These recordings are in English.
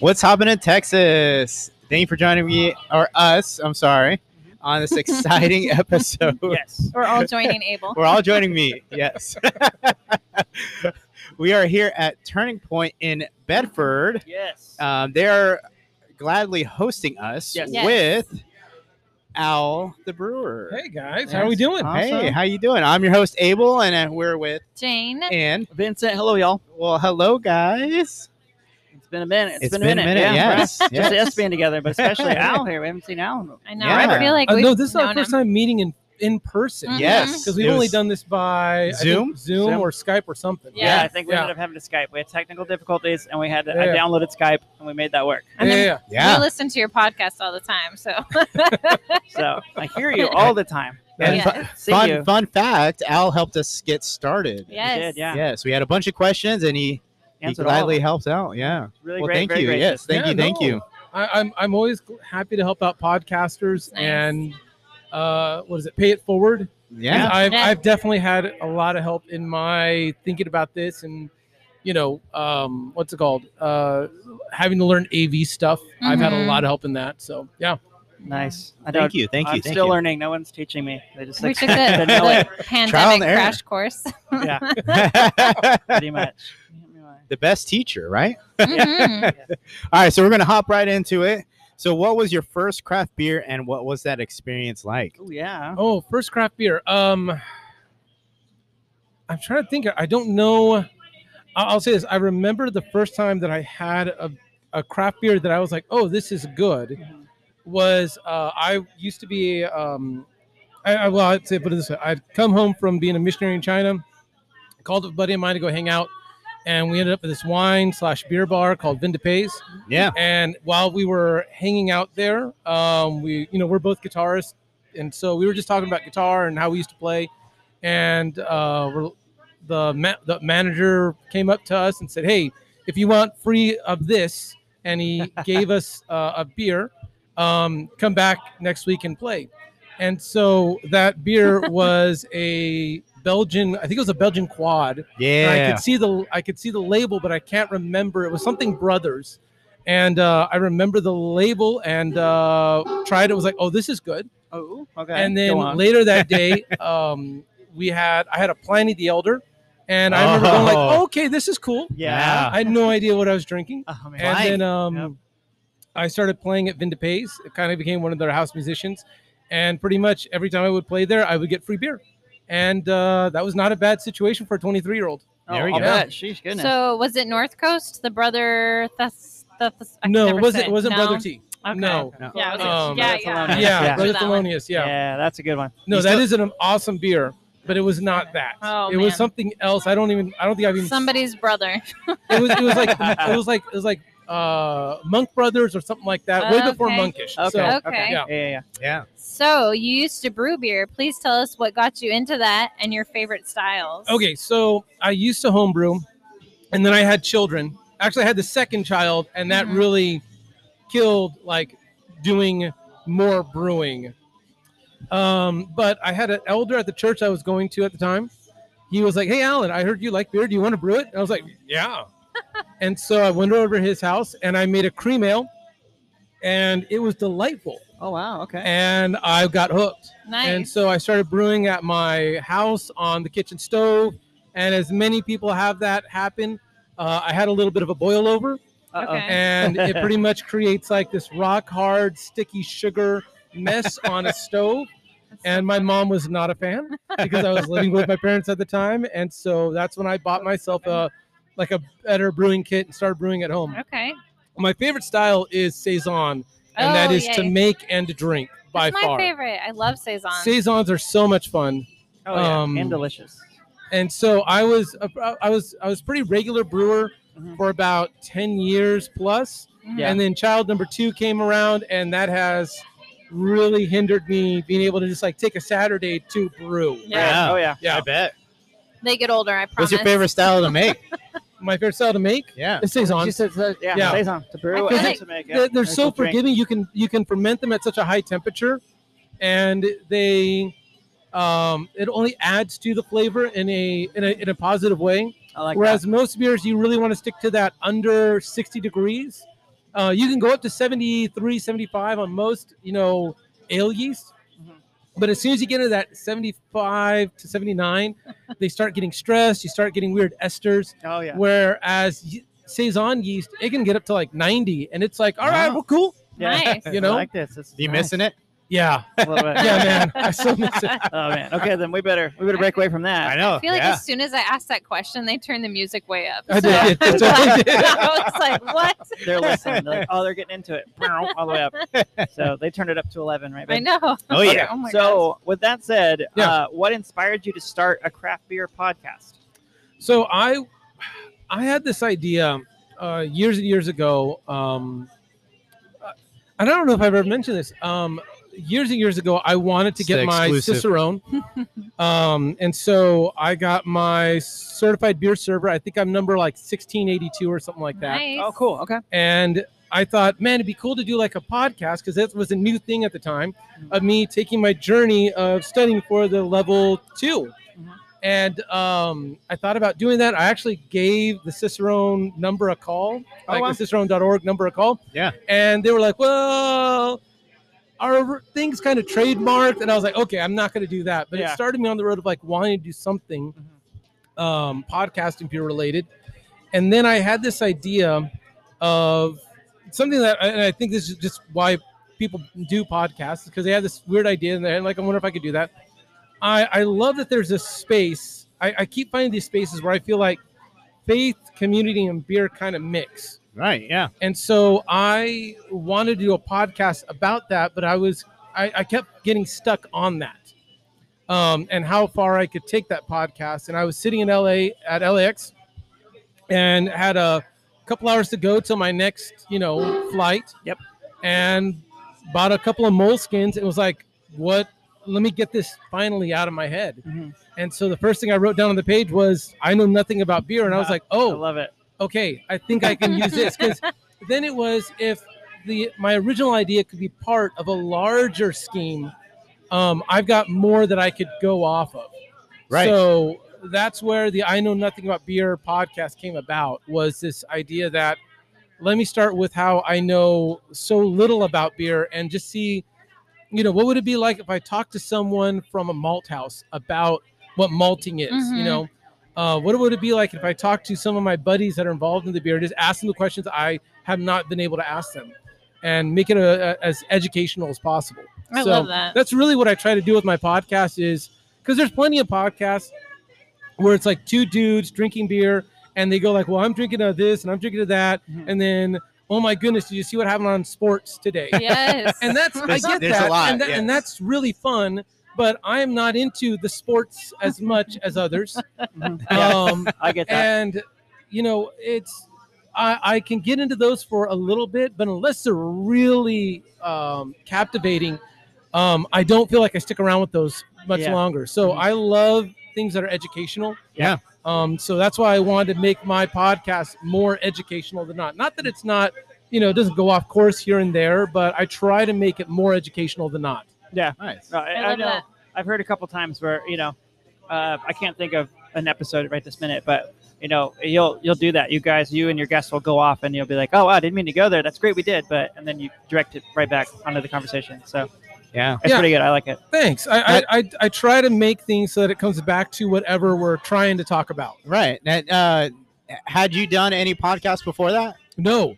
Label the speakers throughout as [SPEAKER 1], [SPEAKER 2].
[SPEAKER 1] What's happening in Texas? Thank you for joining me or us. I'm sorry on this exciting episode.
[SPEAKER 2] Yes.
[SPEAKER 3] We're all joining Abel.
[SPEAKER 1] We're all joining me. Yes. we are here at Turning Point in Bedford.
[SPEAKER 2] Yes.
[SPEAKER 1] Um, they are gladly hosting us
[SPEAKER 2] Yes.
[SPEAKER 3] Yes.
[SPEAKER 1] with Al the Brewer.
[SPEAKER 4] Hey guys, how are we
[SPEAKER 1] Yes.
[SPEAKER 4] doing?
[SPEAKER 1] Hey, how you doing? I'm your host Abel, and uh, we're with
[SPEAKER 3] Jane.
[SPEAKER 1] Ann.
[SPEAKER 2] Vincent, hello y'all.
[SPEAKER 1] Well, hello guys.
[SPEAKER 2] It's been a minute.
[SPEAKER 1] It's been, a minute.
[SPEAKER 2] Yeah.
[SPEAKER 1] Yes.
[SPEAKER 2] Just
[SPEAKER 1] yes.
[SPEAKER 2] us being together, but especially Al here. We haven't seen Al. in a-
[SPEAKER 3] I know.
[SPEAKER 1] Yeah.
[SPEAKER 3] I feel like
[SPEAKER 4] Uh,
[SPEAKER 3] we've
[SPEAKER 4] no, this is our
[SPEAKER 3] known
[SPEAKER 4] first
[SPEAKER 3] him.
[SPEAKER 4] time meeting in in person.
[SPEAKER 3] Mhm.
[SPEAKER 1] Yes.
[SPEAKER 4] Because we've
[SPEAKER 1] It
[SPEAKER 4] only
[SPEAKER 1] was-
[SPEAKER 4] done this by I think,
[SPEAKER 1] Zoom?
[SPEAKER 4] Zoom,
[SPEAKER 2] Zoom.
[SPEAKER 4] or Skype or something.
[SPEAKER 3] Yeah.
[SPEAKER 2] Yeah, I think we ended up having to Skype. We had technical difficulties, and we had to, I
[SPEAKER 4] Yeah.
[SPEAKER 2] downloaded Skype, and we made that work.
[SPEAKER 4] Yeah, yeah, yeah.
[SPEAKER 1] Yeah.
[SPEAKER 3] We listen to your podcast all the time, so
[SPEAKER 2] So I hear you all the time.
[SPEAKER 1] And
[SPEAKER 3] yes.
[SPEAKER 1] fu-
[SPEAKER 2] See
[SPEAKER 1] fun,
[SPEAKER 2] you.
[SPEAKER 1] fun fact Al helped us get started.
[SPEAKER 3] yes.
[SPEAKER 2] did, yeah.
[SPEAKER 1] Yes, we had a bunch of questions and he, he
[SPEAKER 2] Answered all of
[SPEAKER 1] gladly
[SPEAKER 2] them.
[SPEAKER 1] helped out. Yeah.
[SPEAKER 2] Really
[SPEAKER 1] well,
[SPEAKER 2] great.
[SPEAKER 1] thank
[SPEAKER 2] very
[SPEAKER 1] you. Yes,
[SPEAKER 2] gracious.
[SPEAKER 1] thank
[SPEAKER 4] Yeah,
[SPEAKER 1] you. Thank
[SPEAKER 4] no.
[SPEAKER 1] you.
[SPEAKER 4] I, I'm I'm always gl- happy to help out podcasters
[SPEAKER 3] Nice.
[SPEAKER 4] and uh, what is it? Pay it forward.
[SPEAKER 1] Yeah.
[SPEAKER 4] I've
[SPEAKER 3] Yeah.
[SPEAKER 4] I've definitely had a lot of help in my thinking about this and you know um, what's it called? Uh, having to learn AV stuff. I've had a
[SPEAKER 3] Mhm.
[SPEAKER 4] lot of help in that. So yeah.
[SPEAKER 2] Nice. I
[SPEAKER 1] Thank you. Thank you.
[SPEAKER 2] I'm
[SPEAKER 1] thank
[SPEAKER 2] still
[SPEAKER 1] you.
[SPEAKER 2] learning. No one's teaching me. They just
[SPEAKER 3] We took
[SPEAKER 2] expect me
[SPEAKER 3] the,
[SPEAKER 2] to know it.
[SPEAKER 3] the pandemic
[SPEAKER 1] error.
[SPEAKER 3] crash course.
[SPEAKER 2] Yeah, pretty much.
[SPEAKER 1] the best teacher, right?
[SPEAKER 3] Mhm.
[SPEAKER 1] All right. So we're going to hop right into it. So, what was your first craft beer and what was that experience like?
[SPEAKER 2] Oh yeah.
[SPEAKER 4] Oh, first craft beer. Um, I'm trying to think. I don't know. I- I'll say this. I remember the first time that I had a, a craft beer that I was like, "Oh, this is good."
[SPEAKER 2] Mhm.
[SPEAKER 4] Was uh, I used to be? Um, I, I well, I'd say put it this way. I'd come home from being a missionary in China. Called a buddy of mine to go hang out, and we ended up at this wine slash beer bar called Vindipace.
[SPEAKER 1] Yeah.
[SPEAKER 4] And while we were hanging out there, um, we, you know, we're both guitarists, and so we were just talking about guitar and how we used to play. And uh, we're, the ma- the manager came up to us and said, "Hey, if you want free of this," and he gave us uh, a beer. Um, come back next week and play. And so that beer was a Belgian, I think it was a Belgian quad, and I
[SPEAKER 1] Yeah.
[SPEAKER 4] could see the I could see the label, but I can't remember. It was something Brothers, and uh, I remember the label and uh, tried. It It was like, oh, this is good.
[SPEAKER 2] Oh, okay.
[SPEAKER 4] And
[SPEAKER 2] Go on.
[SPEAKER 4] then later that day, um, we had I had a Pliny the Elder, and I remember going like,
[SPEAKER 1] Oh.
[SPEAKER 4] okay, this is cool.
[SPEAKER 2] yeah.
[SPEAKER 4] I had no idea what I was drinking,
[SPEAKER 2] Oh, man.
[SPEAKER 4] and
[SPEAKER 1] Pliny.
[SPEAKER 4] then um,
[SPEAKER 2] Yep.
[SPEAKER 4] I started playing at Vindipace. It kind of became one of their house musicians, and pretty much every time I would play there, I would get free beer. And uh, that was not a bad situation for a 23 year old.
[SPEAKER 2] Oh,
[SPEAKER 1] There we
[SPEAKER 2] I'll
[SPEAKER 1] go.
[SPEAKER 2] bet. Sheesh, goodness.
[SPEAKER 3] so was it North Coast, the brother? That's that's. I can
[SPEAKER 4] No,
[SPEAKER 3] never
[SPEAKER 4] it
[SPEAKER 3] say
[SPEAKER 4] wasn't. It wasn't
[SPEAKER 3] no?
[SPEAKER 4] Brother T.
[SPEAKER 3] Okay.
[SPEAKER 4] No.
[SPEAKER 1] No.
[SPEAKER 3] Yeah, was it-
[SPEAKER 4] Um,
[SPEAKER 3] yeah,
[SPEAKER 2] That's
[SPEAKER 3] yeah.
[SPEAKER 2] alone.
[SPEAKER 4] Yeah,
[SPEAKER 2] Yeah.
[SPEAKER 4] Brother
[SPEAKER 3] That one.
[SPEAKER 4] Thelonious.
[SPEAKER 2] yeah.
[SPEAKER 4] Yeah.
[SPEAKER 2] that's a good one.
[SPEAKER 4] No,
[SPEAKER 1] You
[SPEAKER 4] that
[SPEAKER 1] still-
[SPEAKER 4] is an awesome beer, but it was not that.
[SPEAKER 3] Oh,
[SPEAKER 4] it was
[SPEAKER 3] man.
[SPEAKER 4] something else. I don't even. I don't think I've even.
[SPEAKER 3] Somebody's brother.
[SPEAKER 4] It was. It was like. it was like. It was like uh, Monk Brothers or something like that. Way before
[SPEAKER 3] Okay.
[SPEAKER 4] Monkish.
[SPEAKER 2] Okay.
[SPEAKER 4] So,
[SPEAKER 3] Okay.
[SPEAKER 2] Yeah. Yeah. Yeah.
[SPEAKER 1] Yeah.
[SPEAKER 3] So you used to brew beer. Please tell us what got you into that and your favorite styles.
[SPEAKER 4] okay. So I used to homebrew, and then I had children. Actually, I had the second child, and that
[SPEAKER 3] Mhm.
[SPEAKER 4] really killed like doing more brewing. Um, but I had an elder at the church I was going to at the time. He was like, "Hey, Alan, I heard you like beer. Do you want to brew it?" And I was like, "Yeah." and so I went over to his house and I made a cream ale, and it was delightful.
[SPEAKER 2] Oh wow. Okay.
[SPEAKER 4] And I got hooked. And
[SPEAKER 3] Nice.
[SPEAKER 4] so I started brewing at my house on the kitchen stove. And as many people have that happen, uh, I had a little bit of a boil over,
[SPEAKER 2] Uh-oh.
[SPEAKER 3] Okay.
[SPEAKER 4] and it pretty much creates like this rock hard, sticky sugar mess on a stove. And my mom was not a fan because I was living with my parents at the time. And so that's when I bought myself a like a better brewing kit and started brewing at home.
[SPEAKER 3] okay.
[SPEAKER 4] My favorite style is saison, and that
[SPEAKER 3] Oh,
[SPEAKER 4] is to
[SPEAKER 3] yay.
[SPEAKER 4] make and to drink by
[SPEAKER 3] That's my
[SPEAKER 4] far.
[SPEAKER 3] favorite. I love saison.
[SPEAKER 4] Saisons are so much fun.
[SPEAKER 2] Oh, yeah.
[SPEAKER 4] Um,
[SPEAKER 2] and delicious.
[SPEAKER 4] and so I was a- I was I was pretty regular brewer
[SPEAKER 2] Mhm.
[SPEAKER 4] for about 10 years plus
[SPEAKER 3] Mhm.
[SPEAKER 2] Yeah.
[SPEAKER 4] and then child number 2 came around and that has really hindered me being able to just like take a Saturday to brew.
[SPEAKER 3] Yeah.
[SPEAKER 1] Yeah.
[SPEAKER 2] Oh yeah.
[SPEAKER 4] Yeah.
[SPEAKER 1] I bet.
[SPEAKER 3] They get older. I promise.
[SPEAKER 1] What's your favorite style to make?
[SPEAKER 4] My favorite style to make
[SPEAKER 1] Yeah.
[SPEAKER 4] is saison.
[SPEAKER 2] She said, so- yeah,
[SPEAKER 4] Yeah.
[SPEAKER 2] saison to brew
[SPEAKER 3] I feel
[SPEAKER 2] and
[SPEAKER 3] like-
[SPEAKER 2] to make. yeah.
[SPEAKER 4] They're, they're
[SPEAKER 2] And to
[SPEAKER 4] so
[SPEAKER 2] drink.
[SPEAKER 4] forgiving. You can you can ferment them at such a high temperature and they um it only adds to the flavor in a in a, in a positive way.
[SPEAKER 2] I like
[SPEAKER 4] Whereas most beers, you really want to stick to that under 60 degrees Uh, you can go up to 73, 75 on most, you know, ale yeast.
[SPEAKER 2] Mhm.
[SPEAKER 4] But as soon as you get into that 75 to 79, they start getting stressed. You start getting weird esters.
[SPEAKER 2] Oh yeah.
[SPEAKER 4] Whereas y- Saison yeast, it can get up to like 90. And it's like, all right,
[SPEAKER 1] Wow.
[SPEAKER 4] well, cool.
[SPEAKER 3] Nice.
[SPEAKER 2] I
[SPEAKER 4] You know?
[SPEAKER 2] like this. This is
[SPEAKER 1] You
[SPEAKER 2] nice.
[SPEAKER 1] missing it?
[SPEAKER 4] Yeah.
[SPEAKER 2] A little bit.
[SPEAKER 4] Yeah, man. I still miss it.
[SPEAKER 2] Oh man. Okay, then we better we better break away from
[SPEAKER 1] I
[SPEAKER 2] that.
[SPEAKER 1] know.
[SPEAKER 3] I feel like
[SPEAKER 1] yeah.
[SPEAKER 3] as soon as I asked that question, they turned the music way up.
[SPEAKER 4] I
[SPEAKER 3] So-
[SPEAKER 4] did. I totally did.
[SPEAKER 3] I was like, what?
[SPEAKER 2] They're listening. They're like, oh, they're getting into it. All the way up. So they turned it up to eleven, right?
[SPEAKER 3] I
[SPEAKER 2] babe?
[SPEAKER 3] know.
[SPEAKER 1] Oh, yeah.
[SPEAKER 3] Oh my
[SPEAKER 2] so with that said,
[SPEAKER 4] Yeah.
[SPEAKER 2] uh, what inspired you to start a craft beer podcast?
[SPEAKER 4] So I, I had this idea uh, years and years ago. Um, uh, and I don't know if I've ever mentioned this. Um, years and years ago, I wanted to get
[SPEAKER 1] Stay
[SPEAKER 4] my
[SPEAKER 1] exclusive.
[SPEAKER 4] cicerone, um, and so I got my certified beer server. I think I'm number like 1682 or something like that.
[SPEAKER 3] Nice.
[SPEAKER 2] Oh, cool. Okay.
[SPEAKER 4] And I thought, man, it'd be cool to do like a podcast because that was a new thing at the time
[SPEAKER 1] Mm-hmm.
[SPEAKER 4] of me taking my journey of studying for the level 2
[SPEAKER 1] Mm-hmm.
[SPEAKER 2] Mhm.
[SPEAKER 4] And um, I thought about doing that. I actually gave the Cicerone number a call,
[SPEAKER 1] Oh,
[SPEAKER 4] like
[SPEAKER 1] wow.
[SPEAKER 4] the Cicerone.org number a call.
[SPEAKER 1] Yeah.
[SPEAKER 4] And they were like, well, our things kind of trademarked. And I was like, okay, I'm not going to do that. But
[SPEAKER 2] Yeah.
[SPEAKER 4] it started me on the road of like wanting to do something um, podcast and beer related. And then I had this idea of something that, and I think this is just why people do podcasts because they have this weird idea in there. And like, I wonder if I could do that. I, I love that there's this space. I, I keep finding these spaces where I feel like faith, community, and beer kind of mix.
[SPEAKER 1] Right. Yeah.
[SPEAKER 4] And so I wanted to do a podcast about that, but I was I, I kept getting stuck on that. Um, and how far I could take that podcast. And I was sitting in LA at LAX and had a couple hours to go till my next, you know, flight.
[SPEAKER 2] Yep.
[SPEAKER 4] And bought a couple of moleskins. It was like, what let me get this finally out of my head.
[SPEAKER 2] Mhm.
[SPEAKER 4] And so the first thing I wrote down on the page was I know nothing about beer. And I was
[SPEAKER 2] Wow.
[SPEAKER 4] like,
[SPEAKER 2] I
[SPEAKER 4] oh,
[SPEAKER 2] love it.
[SPEAKER 4] okay, I think I can use this because then it was if the my original idea could be part of a larger scheme, um, I've got more that I could go off of.
[SPEAKER 1] Right.
[SPEAKER 4] So that's where the I know nothing about beer podcast came about was this idea that let me start with how I know so little about beer and just see, you know, what would it be like if I talked to someone from a malt house about what malting is, you
[SPEAKER 3] Mhm.
[SPEAKER 4] know? Uh, what would it be like if I talked to some of my buddies that are involved in the beer, just ask them the questions I have not been able to ask them and make it a, a- as educational as possible.
[SPEAKER 3] I
[SPEAKER 4] So-
[SPEAKER 3] love that.
[SPEAKER 4] that's really what I try to do with my podcast is because there's plenty of podcasts where it's like two dudes drinking beer and they go like, well, I'm drinking of this and I'm drinking of that,
[SPEAKER 2] Mhm.
[SPEAKER 3] Mm-hmm.
[SPEAKER 4] and then oh my goodness, did you see what happened on sports today?
[SPEAKER 3] Yes.
[SPEAKER 4] And that's I
[SPEAKER 1] There's-
[SPEAKER 4] get
[SPEAKER 1] there's a
[SPEAKER 4] that,
[SPEAKER 1] lot,
[SPEAKER 4] and, that- and
[SPEAKER 1] yes.
[SPEAKER 4] that's really fun. But I am not into the sports as much as others.
[SPEAKER 2] Mhm. Yeah,
[SPEAKER 4] Um,
[SPEAKER 2] I get that.
[SPEAKER 4] and you know it's I, I can get into those for a little bit but unless they're really um, captivating um, i don't feel like i stick around with those much
[SPEAKER 2] Yeah.
[SPEAKER 4] longer so
[SPEAKER 2] Mhm.
[SPEAKER 4] i love things that are educational
[SPEAKER 1] Yeah.
[SPEAKER 4] um, so that's why i wanted to make my podcast more educational than not not that it's not you know it doesn't go off course here and there but i try to make it more educational than not
[SPEAKER 1] Nice.
[SPEAKER 2] No, I,
[SPEAKER 3] I
[SPEAKER 2] I
[SPEAKER 3] love
[SPEAKER 2] know.
[SPEAKER 3] that.
[SPEAKER 2] I've heard a couple times where you know, uh, I can't think of an episode right this minute, but you know, you'll you'll do that. You guys, you and your guests will go off, and you'll be like, "Oh, wow, I didn't mean to go there. That's great, we did," but and then you direct it right back onto the conversation. So
[SPEAKER 1] Yeah.
[SPEAKER 2] it's
[SPEAKER 4] Yeah. Oh,
[SPEAKER 2] pretty good. I like it.
[SPEAKER 4] thanks I, I, I, I try to make things so that it comes back to whatever we're trying to talk about
[SPEAKER 1] Right. That, uh, had you done any podcasts before that?
[SPEAKER 4] no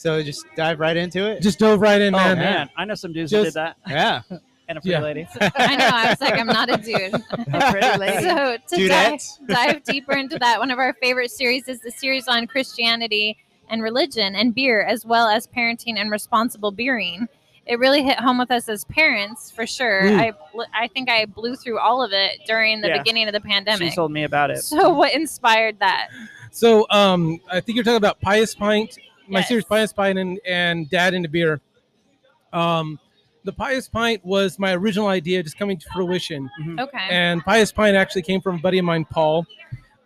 [SPEAKER 1] So just dive right into it.
[SPEAKER 4] just dove right in,
[SPEAKER 2] Oh
[SPEAKER 4] man.
[SPEAKER 2] man, I know some dudes who
[SPEAKER 4] Just-
[SPEAKER 2] did that,
[SPEAKER 1] Yeah. Oh,
[SPEAKER 2] and a pretty
[SPEAKER 4] Yeah.
[SPEAKER 2] lady.
[SPEAKER 3] I know. I was like, I'm not a dude.
[SPEAKER 2] A pretty lady.
[SPEAKER 3] So to dive,
[SPEAKER 1] Dudettes.
[SPEAKER 3] dive deeper into that, one of our favorite series is the series on Christianity and religion and beer, as well as parenting and responsible beering. It really hit home with us as parents, for sure.
[SPEAKER 4] Mm.
[SPEAKER 3] I I think I blew through all of it during the
[SPEAKER 2] Yeah.
[SPEAKER 3] beginning of the
[SPEAKER 2] She
[SPEAKER 3] pandemic.
[SPEAKER 2] told me about it.
[SPEAKER 3] So what inspired that?
[SPEAKER 4] So um, I think you're talking about Pious Pint, my
[SPEAKER 3] Yes.
[SPEAKER 4] series Pious Pint and, and Dad into Beer. Um, the Pious Pint was my original idea just coming to fruition.
[SPEAKER 3] Okay.
[SPEAKER 4] And Pious Pint actually came from a buddy of mine, Paul.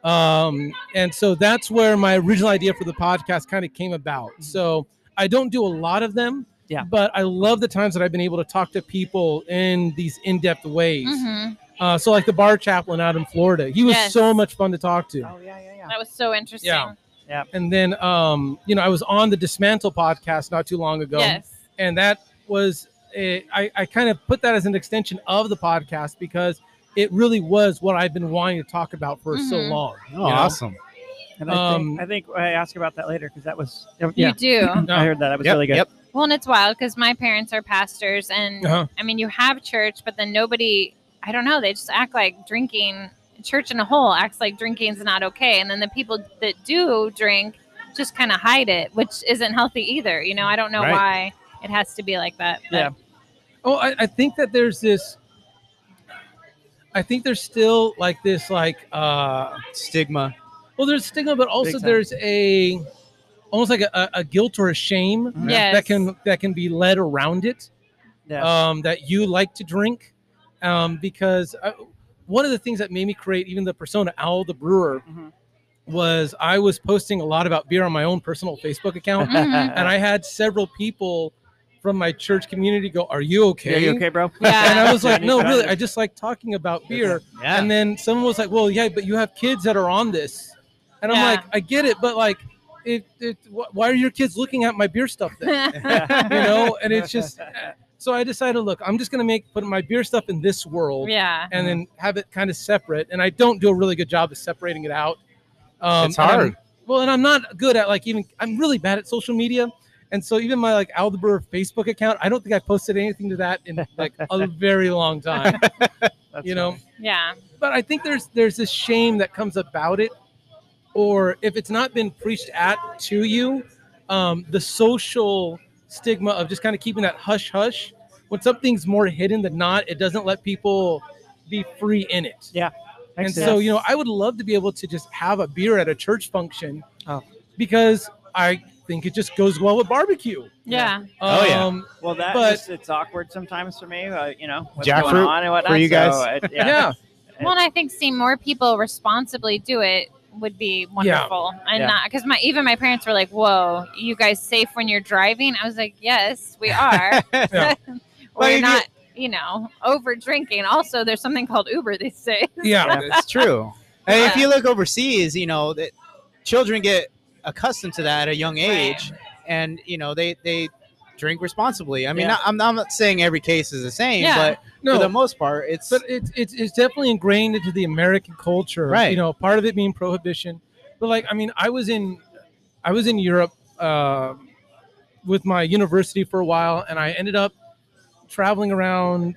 [SPEAKER 4] Um, and so that's where my original idea for the podcast kind of came about. So I don't do a lot of them.
[SPEAKER 2] Mm-hmm. Yeah.
[SPEAKER 4] But I love the times that I've been able to talk to people in these in-depth ways.
[SPEAKER 2] Mm-hmm.
[SPEAKER 3] Mhm.
[SPEAKER 4] Uh, so like the bar chaplain out in Florida, he was
[SPEAKER 3] Yes.
[SPEAKER 4] so much fun to talk to.
[SPEAKER 2] Oh yeah, yeah, yeah.
[SPEAKER 3] That was so interesting.
[SPEAKER 4] Yeah.
[SPEAKER 2] Yep.
[SPEAKER 4] And then, um, you know, I was on the Dismantle podcast not too long ago,
[SPEAKER 3] Yes.
[SPEAKER 4] and that was a, I, I kind of put that as an extension of the podcast because it really was what I've been wanting to talk about for so
[SPEAKER 3] Mhm.
[SPEAKER 4] long.
[SPEAKER 1] Oh,
[SPEAKER 4] you know?
[SPEAKER 1] awesome.
[SPEAKER 2] And I,
[SPEAKER 4] Um,
[SPEAKER 2] think, I think I asked about that later because that was oh, yeah.
[SPEAKER 3] You do.
[SPEAKER 4] No.
[SPEAKER 2] I heard that. That was
[SPEAKER 1] Yep,
[SPEAKER 2] really good.
[SPEAKER 1] yep.
[SPEAKER 3] well, and it's wild because my parents are pastors, and
[SPEAKER 4] Uh-huh.
[SPEAKER 3] I mean, you have church, but then nobody, I don't know, they just act like drinking, church in a whole acts like drinking's not okay. And then the people that do drink just kind of hide it, which isn't healthy either. You know, I don't know why it has to be like that. but-
[SPEAKER 2] Yeah.
[SPEAKER 4] Oh, I, I think that there's this. I think there's still like this, like uh,
[SPEAKER 1] Stigma.
[SPEAKER 4] well, there's stigma, but also
[SPEAKER 2] time.
[SPEAKER 4] there's a almost like a, a- a guilt or a shame
[SPEAKER 2] Mhm.
[SPEAKER 3] Yes.
[SPEAKER 4] that can that can be led around it.
[SPEAKER 2] Yeah.
[SPEAKER 4] um, that you like to drink um, because I, one of the things that made me create even the persona owl the brewer
[SPEAKER 2] Mhm.
[SPEAKER 4] was i was posting a lot about beer on my own personal facebook account
[SPEAKER 2] Mm-hmm.
[SPEAKER 3] Mhm.
[SPEAKER 4] and i had several people from my church community go are you okay,
[SPEAKER 2] Yeah, you okay, bro?
[SPEAKER 3] Yeah.
[SPEAKER 4] and i was like
[SPEAKER 2] Yeah,
[SPEAKER 4] no
[SPEAKER 2] you
[SPEAKER 4] really
[SPEAKER 2] got
[SPEAKER 4] i just like talking about beer
[SPEAKER 1] Yeah.
[SPEAKER 4] and then someone was like well yeah but you have kids that are on this and i'm
[SPEAKER 3] Yeah.
[SPEAKER 4] like i get it but like it, it, wh- why are your kids looking at my beer stuff then
[SPEAKER 2] it.
[SPEAKER 4] you know and it's just so i decided look i'm just going to make put my beer stuff in this world
[SPEAKER 3] yeah.
[SPEAKER 4] and then have it kind of separate and i don't do a really good job of separating it out um,
[SPEAKER 1] It's
[SPEAKER 4] and I'm-
[SPEAKER 1] hard.
[SPEAKER 4] well and i'm not good at like even i'm really bad at social media and so even my like Aldeburgh Facebook account, I don't think I posted anything to that in like a very long time,
[SPEAKER 2] That's
[SPEAKER 4] you know.
[SPEAKER 2] funny.
[SPEAKER 3] Yeah.
[SPEAKER 4] But I think there's there's this shame that comes about it, or if it's not been preached at to you, um, the social stigma of just kind of keeping that hush hush. When something's more hidden than not, it doesn't let people be free in it.
[SPEAKER 2] Yeah,
[SPEAKER 4] And
[SPEAKER 2] Excellent.
[SPEAKER 4] so, you know, I would love to be able to just have a beer at a church function
[SPEAKER 2] Oh.
[SPEAKER 4] because I think it just goes well with barbecue.
[SPEAKER 3] Yeah.
[SPEAKER 1] Oh, yeah.
[SPEAKER 4] Um,
[SPEAKER 2] well, that
[SPEAKER 4] but-
[SPEAKER 2] just, it's awkward sometimes for me. Uh, you know, what's
[SPEAKER 1] Jackfruit
[SPEAKER 2] going on and whatnot.
[SPEAKER 1] for you guys?
[SPEAKER 2] So, it-
[SPEAKER 4] yeah.
[SPEAKER 2] yeah.
[SPEAKER 3] Well, and I think seeing more people responsibly do it would be wonderful, and
[SPEAKER 2] Yeah.
[SPEAKER 3] not because my even my parents were like, "Whoa, you guys safe when you're driving?" I was like, "Yes, we are.
[SPEAKER 4] Yeah.
[SPEAKER 1] Well, if
[SPEAKER 3] We're
[SPEAKER 1] you-
[SPEAKER 3] not, you know, over drinking." Also, there's something called Uber these days.
[SPEAKER 4] Yeah.
[SPEAKER 1] That's true. And if you look overseas, you know that children get accustomed to that at a young
[SPEAKER 3] Right.
[SPEAKER 1] age, and you know they they drink responsibly. I mean,
[SPEAKER 2] Yeah.
[SPEAKER 1] not- I'm, I'm not saying every case is the same,
[SPEAKER 3] Yeah.
[SPEAKER 1] but
[SPEAKER 4] No,
[SPEAKER 1] for the most part, it's
[SPEAKER 4] but it's it's it's definitely ingrained into the American culture,
[SPEAKER 1] Right.
[SPEAKER 4] You know, part of it being prohibition, but like I mean, I was in I was in Europe uh, with my university for a while, and I ended up traveling around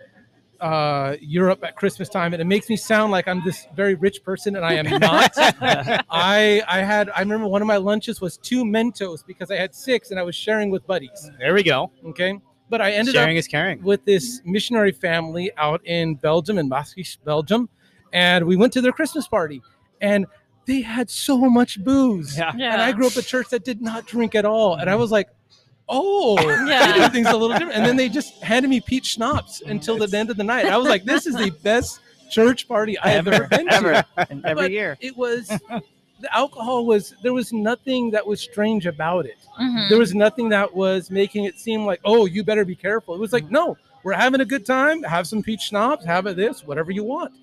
[SPEAKER 4] uh, Europe at Christmas time, and it makes me sound like I'm this very rich person, and I am not. I I had I remember one of my lunches was two Mentos because I had six, and I was sharing with buddies.
[SPEAKER 1] there we go.
[SPEAKER 4] Okay, but I ended up
[SPEAKER 1] Sharing is caring.
[SPEAKER 4] with this missionary family out in Belgium, in Maastricht, Belgium, and we went to their Christmas party, and they had so much booze.
[SPEAKER 2] Yeah.
[SPEAKER 4] And I grew up a church that did not drink at all, and I was like, "Oh,
[SPEAKER 3] Yeah.
[SPEAKER 4] they do things a little different." And then they just handed me peach schnapps until the end of the night. I was like, "This is the best church party I have ever
[SPEAKER 2] Ever,
[SPEAKER 4] been to."
[SPEAKER 2] ever, and every
[SPEAKER 4] But
[SPEAKER 2] year.
[SPEAKER 4] It was the alcohol was there was nothing that was strange about it
[SPEAKER 3] Mhm.
[SPEAKER 4] there was nothing that was making it seem like, oh, you better be careful. It was like,
[SPEAKER 2] Mhm.
[SPEAKER 4] no, we're having a good time. Have some peach schnapps. Have a this, whatever you want.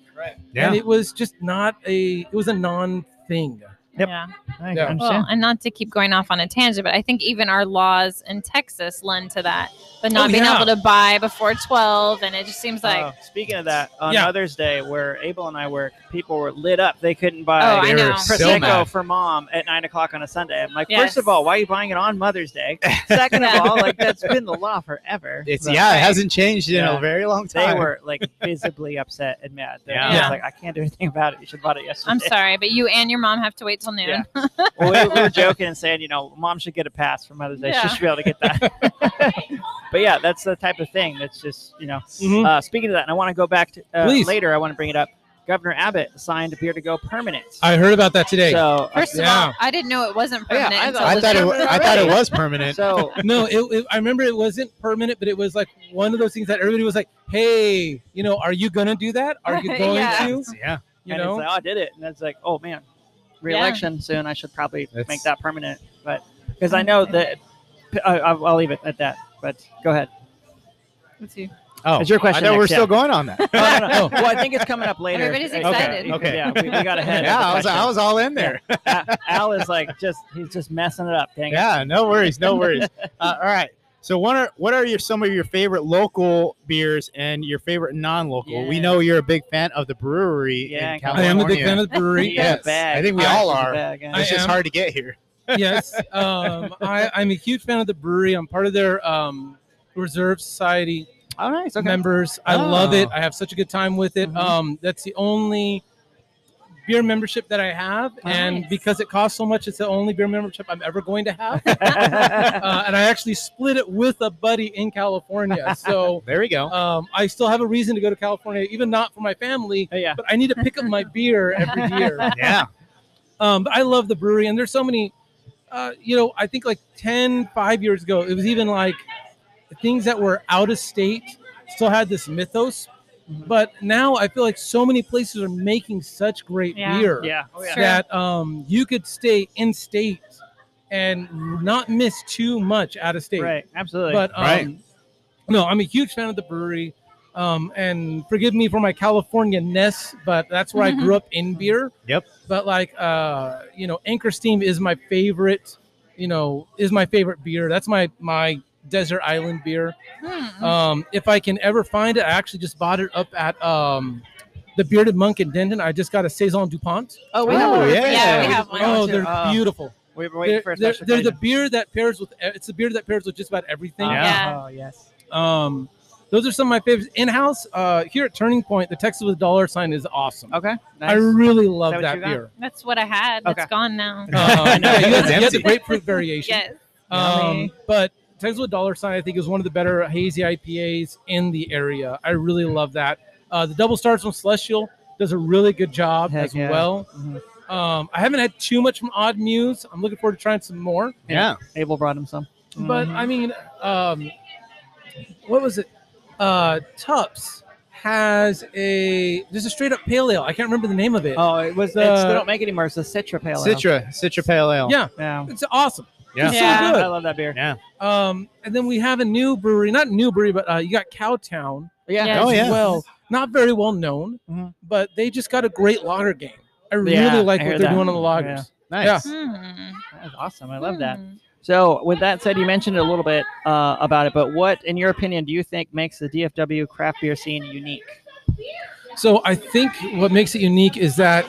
[SPEAKER 1] Yeah.
[SPEAKER 4] And it was just not a. It was a non thing.
[SPEAKER 2] Yep.
[SPEAKER 3] Yeah.
[SPEAKER 2] I
[SPEAKER 4] Yeah.
[SPEAKER 3] Well,
[SPEAKER 2] understand.
[SPEAKER 3] and not to keep going off on a tangent, but I think even our laws in Texas lend to that. But not being
[SPEAKER 4] yeah.
[SPEAKER 3] able to buy before 12, and it just seems like,
[SPEAKER 2] Oh, speaking of that, on
[SPEAKER 4] Yeah.
[SPEAKER 2] Mother's Day, where Abel and I work, people were lit up. They couldn't buy
[SPEAKER 3] Oh, I
[SPEAKER 1] they
[SPEAKER 3] know.
[SPEAKER 1] were so
[SPEAKER 2] prosecco
[SPEAKER 1] mad.
[SPEAKER 2] for mom at nine o'clock on a Sunday. I'm like,
[SPEAKER 3] Yes.
[SPEAKER 2] first of all, why are you buying it on Mother's Day? Second of
[SPEAKER 3] Yeah.
[SPEAKER 2] all, like that's been the law forever.
[SPEAKER 1] It's
[SPEAKER 2] But
[SPEAKER 1] yeah, it hasn't changed in
[SPEAKER 2] Yeah.
[SPEAKER 1] a very long
[SPEAKER 2] They
[SPEAKER 1] time.
[SPEAKER 2] were like visibly upset and mad. They're
[SPEAKER 1] Yeah.
[SPEAKER 2] just
[SPEAKER 3] Yeah.
[SPEAKER 2] like I can't do anything about it. You should have bought it yesterday.
[SPEAKER 3] I'm sorry, but you and your mom have to wait till noon.
[SPEAKER 2] Yeah. Well, we, we were joking and saying, you know, mom should get a pass for Mother's Day.
[SPEAKER 3] Yeah.
[SPEAKER 2] She should be able to get that. but yeah, that's the type of thing that's just, you know.
[SPEAKER 1] Mm-hmm.
[SPEAKER 4] Mhm.
[SPEAKER 2] Uh, speaking of that, and I want to go back to uh,
[SPEAKER 4] Please.
[SPEAKER 2] later. I want to bring it up. Governor Abbott signed beer to go permanent.
[SPEAKER 4] I heard about that today.
[SPEAKER 2] so, uh,
[SPEAKER 3] First
[SPEAKER 4] Yeah.
[SPEAKER 3] of all, I didn't know it wasn't
[SPEAKER 2] Yeah, I
[SPEAKER 3] permanent.
[SPEAKER 2] thought-
[SPEAKER 3] until
[SPEAKER 1] I
[SPEAKER 3] the
[SPEAKER 1] thought it.
[SPEAKER 3] day-
[SPEAKER 1] wa- I thought it was permanent.
[SPEAKER 2] so
[SPEAKER 4] no, it, it- I remember it wasn't permanent, but it was like one of those things that everybody was like, "Hey, you know, are you gonna do that? Are you going
[SPEAKER 3] Yeah.
[SPEAKER 4] to?
[SPEAKER 1] Yeah.
[SPEAKER 4] You
[SPEAKER 2] and it's
[SPEAKER 4] know?"
[SPEAKER 2] like, oh, I did it, and it's like, oh man, reelection soon. I should probably
[SPEAKER 1] That's-
[SPEAKER 2] make that permanent, but because I know that I, I'll I'll leave it at that. But go ahead.
[SPEAKER 3] Let's see.
[SPEAKER 1] Oh,
[SPEAKER 2] It's your question
[SPEAKER 1] I thought we we're
[SPEAKER 2] next, yeah.
[SPEAKER 1] still going on that.
[SPEAKER 2] No, no, no. well, I think it's coming up later.
[SPEAKER 3] Everybody's
[SPEAKER 2] Uh,
[SPEAKER 3] excited.
[SPEAKER 2] you-
[SPEAKER 1] Oh, Okay.
[SPEAKER 2] Yeah, we, we got ahead. of
[SPEAKER 1] yeah,
[SPEAKER 2] the
[SPEAKER 1] I was, I
[SPEAKER 2] question.
[SPEAKER 1] was all in there.
[SPEAKER 2] A- Al is like just he's just messing it up. Dang it.
[SPEAKER 1] Yeah, no worries, no worries. Uh, all right. So what are what are your some of your favorite local beers and your favorite non-local? We
[SPEAKER 2] Yeah.
[SPEAKER 1] know you're a big fan of the brewery
[SPEAKER 2] Yeah,
[SPEAKER 1] in
[SPEAKER 4] I
[SPEAKER 1] California.
[SPEAKER 4] am a big fan of the brewery.
[SPEAKER 2] He got a
[SPEAKER 1] yes.
[SPEAKER 2] bag.
[SPEAKER 1] I think we
[SPEAKER 2] Alex
[SPEAKER 1] all
[SPEAKER 2] is a
[SPEAKER 1] are.
[SPEAKER 2] bag, eh? yeah.
[SPEAKER 4] I
[SPEAKER 1] It's just
[SPEAKER 4] am.
[SPEAKER 1] hard to get here.
[SPEAKER 4] yes. Um, I, I'm a huge fan of the brewery. I'm part of their um, Reserve Society
[SPEAKER 2] All right. it's Oh, Okay.
[SPEAKER 4] members. I love it.
[SPEAKER 1] Oh.
[SPEAKER 4] I have such a good time with it.
[SPEAKER 2] Mhm.
[SPEAKER 4] Um, that's the only beer membership that I have, and
[SPEAKER 3] Nice.
[SPEAKER 4] because it costs so much, it's the only beer membership I'm ever going to have. uh, and I actually split it with a buddy in California, so
[SPEAKER 1] There we go.
[SPEAKER 4] um, I still have a reason to go to California, even not for my family.
[SPEAKER 2] Oh, yeah.
[SPEAKER 4] But I need to pick up my beer every year.
[SPEAKER 1] yeah.
[SPEAKER 4] Um, but I love the brewery, and there's so many. Uh, you know, I think like 10, five years ago, it was even like things that were out of state still had this mythos.
[SPEAKER 2] Mhm.
[SPEAKER 4] But now I feel like so many places are making such great
[SPEAKER 3] Yeah.
[SPEAKER 4] beer
[SPEAKER 2] Yeah. Oh, yeah.
[SPEAKER 3] Sure.
[SPEAKER 4] that um, you could stay in state and not miss too much out of state.
[SPEAKER 2] Right. Absolutely.
[SPEAKER 4] But um,
[SPEAKER 1] Right.
[SPEAKER 4] no, I'm a huge fan of the brewery. Um, and forgive me for my California ness, but that's where I grew up in beer.
[SPEAKER 1] Yep.
[SPEAKER 4] But like, uh, you know, Anchor Steam is my favorite. You know, is my favorite beer. That's my my desert island beer.
[SPEAKER 3] Hmm.
[SPEAKER 4] Um, if I can ever find it, I actually just bought it up at um, the Bearded Monk in Denton. I just got a saison Dupont.
[SPEAKER 2] oh,
[SPEAKER 1] we have Oh, one. yeah.
[SPEAKER 3] yeah, we have one.
[SPEAKER 4] Oh,
[SPEAKER 2] too.
[SPEAKER 4] they're beautiful.
[SPEAKER 2] We were waiting
[SPEAKER 4] They're-
[SPEAKER 2] uh, for a
[SPEAKER 4] they're
[SPEAKER 2] special
[SPEAKER 4] they're the
[SPEAKER 2] occasion.
[SPEAKER 4] beer that pairs with. It's the beer that pairs with just about everything.
[SPEAKER 2] Oh,
[SPEAKER 3] Yeah.
[SPEAKER 2] Oh yes.
[SPEAKER 4] Um, those are some of my favorites. In house, uh, here at Turning Point, the Texas with dollar sign is awesome.
[SPEAKER 2] Okay.
[SPEAKER 4] I
[SPEAKER 2] nice.
[SPEAKER 4] really love
[SPEAKER 2] Is that
[SPEAKER 4] that,
[SPEAKER 2] what you
[SPEAKER 4] beer.
[SPEAKER 3] That's what I had. That's
[SPEAKER 2] Okay.
[SPEAKER 3] gone now.
[SPEAKER 4] Um,
[SPEAKER 1] I know,
[SPEAKER 4] yeah, you,
[SPEAKER 1] it's
[SPEAKER 4] had, you had the
[SPEAKER 1] empty.
[SPEAKER 4] grapefruit variation.
[SPEAKER 3] Yes.
[SPEAKER 4] Um,
[SPEAKER 2] Yummy.
[SPEAKER 4] but Texas with dollar sign, I think, is one of the better hazy IPAs in the area. I really love that. Uh, the Double Stars from Celestial does a really good job
[SPEAKER 2] Heck
[SPEAKER 4] as
[SPEAKER 2] yeah.
[SPEAKER 4] well.
[SPEAKER 2] Mhm.
[SPEAKER 4] Um, I haven't had too much from Odd Muse. I'm looking forward to trying some more.
[SPEAKER 1] Yeah.
[SPEAKER 2] Abel brought him some.
[SPEAKER 4] But
[SPEAKER 2] Mhm.
[SPEAKER 4] I mean, um, what was it? Uh, Tups has a there's a straight up pale ale. I can't remember the name of it.
[SPEAKER 2] oh, it was.
[SPEAKER 4] the-
[SPEAKER 2] it's, they don't make it anymore. It's the Citra Pale Ale.
[SPEAKER 1] Citra, Citra Pale Ale.
[SPEAKER 4] Yeah,
[SPEAKER 2] Yeah.
[SPEAKER 4] it's awesome.
[SPEAKER 1] Yeah.
[SPEAKER 4] It's
[SPEAKER 3] Yeah.
[SPEAKER 4] so good.
[SPEAKER 2] I love that beer.
[SPEAKER 1] Yeah.
[SPEAKER 4] Um, and then we have a new brewery, not new brewery, but uh, you got Cowtown
[SPEAKER 2] Yeah.
[SPEAKER 3] Yeah.
[SPEAKER 1] Oh,
[SPEAKER 4] as
[SPEAKER 1] yeah.
[SPEAKER 4] well. Not very well known,
[SPEAKER 2] Mhm.
[SPEAKER 4] but they just got a great lager game. I really
[SPEAKER 2] Yeah,
[SPEAKER 4] like
[SPEAKER 2] I hear
[SPEAKER 4] what they're
[SPEAKER 2] that.
[SPEAKER 4] doing on the lagers.
[SPEAKER 1] Nice.
[SPEAKER 3] Hmm.
[SPEAKER 2] That's awesome. I love that.
[SPEAKER 3] Hmm.
[SPEAKER 2] So, with that said, you mentioned a little bit uh, about it, but what, in your opinion, do you think makes the DFW craft beer scene unique?
[SPEAKER 4] So I think what makes it unique is that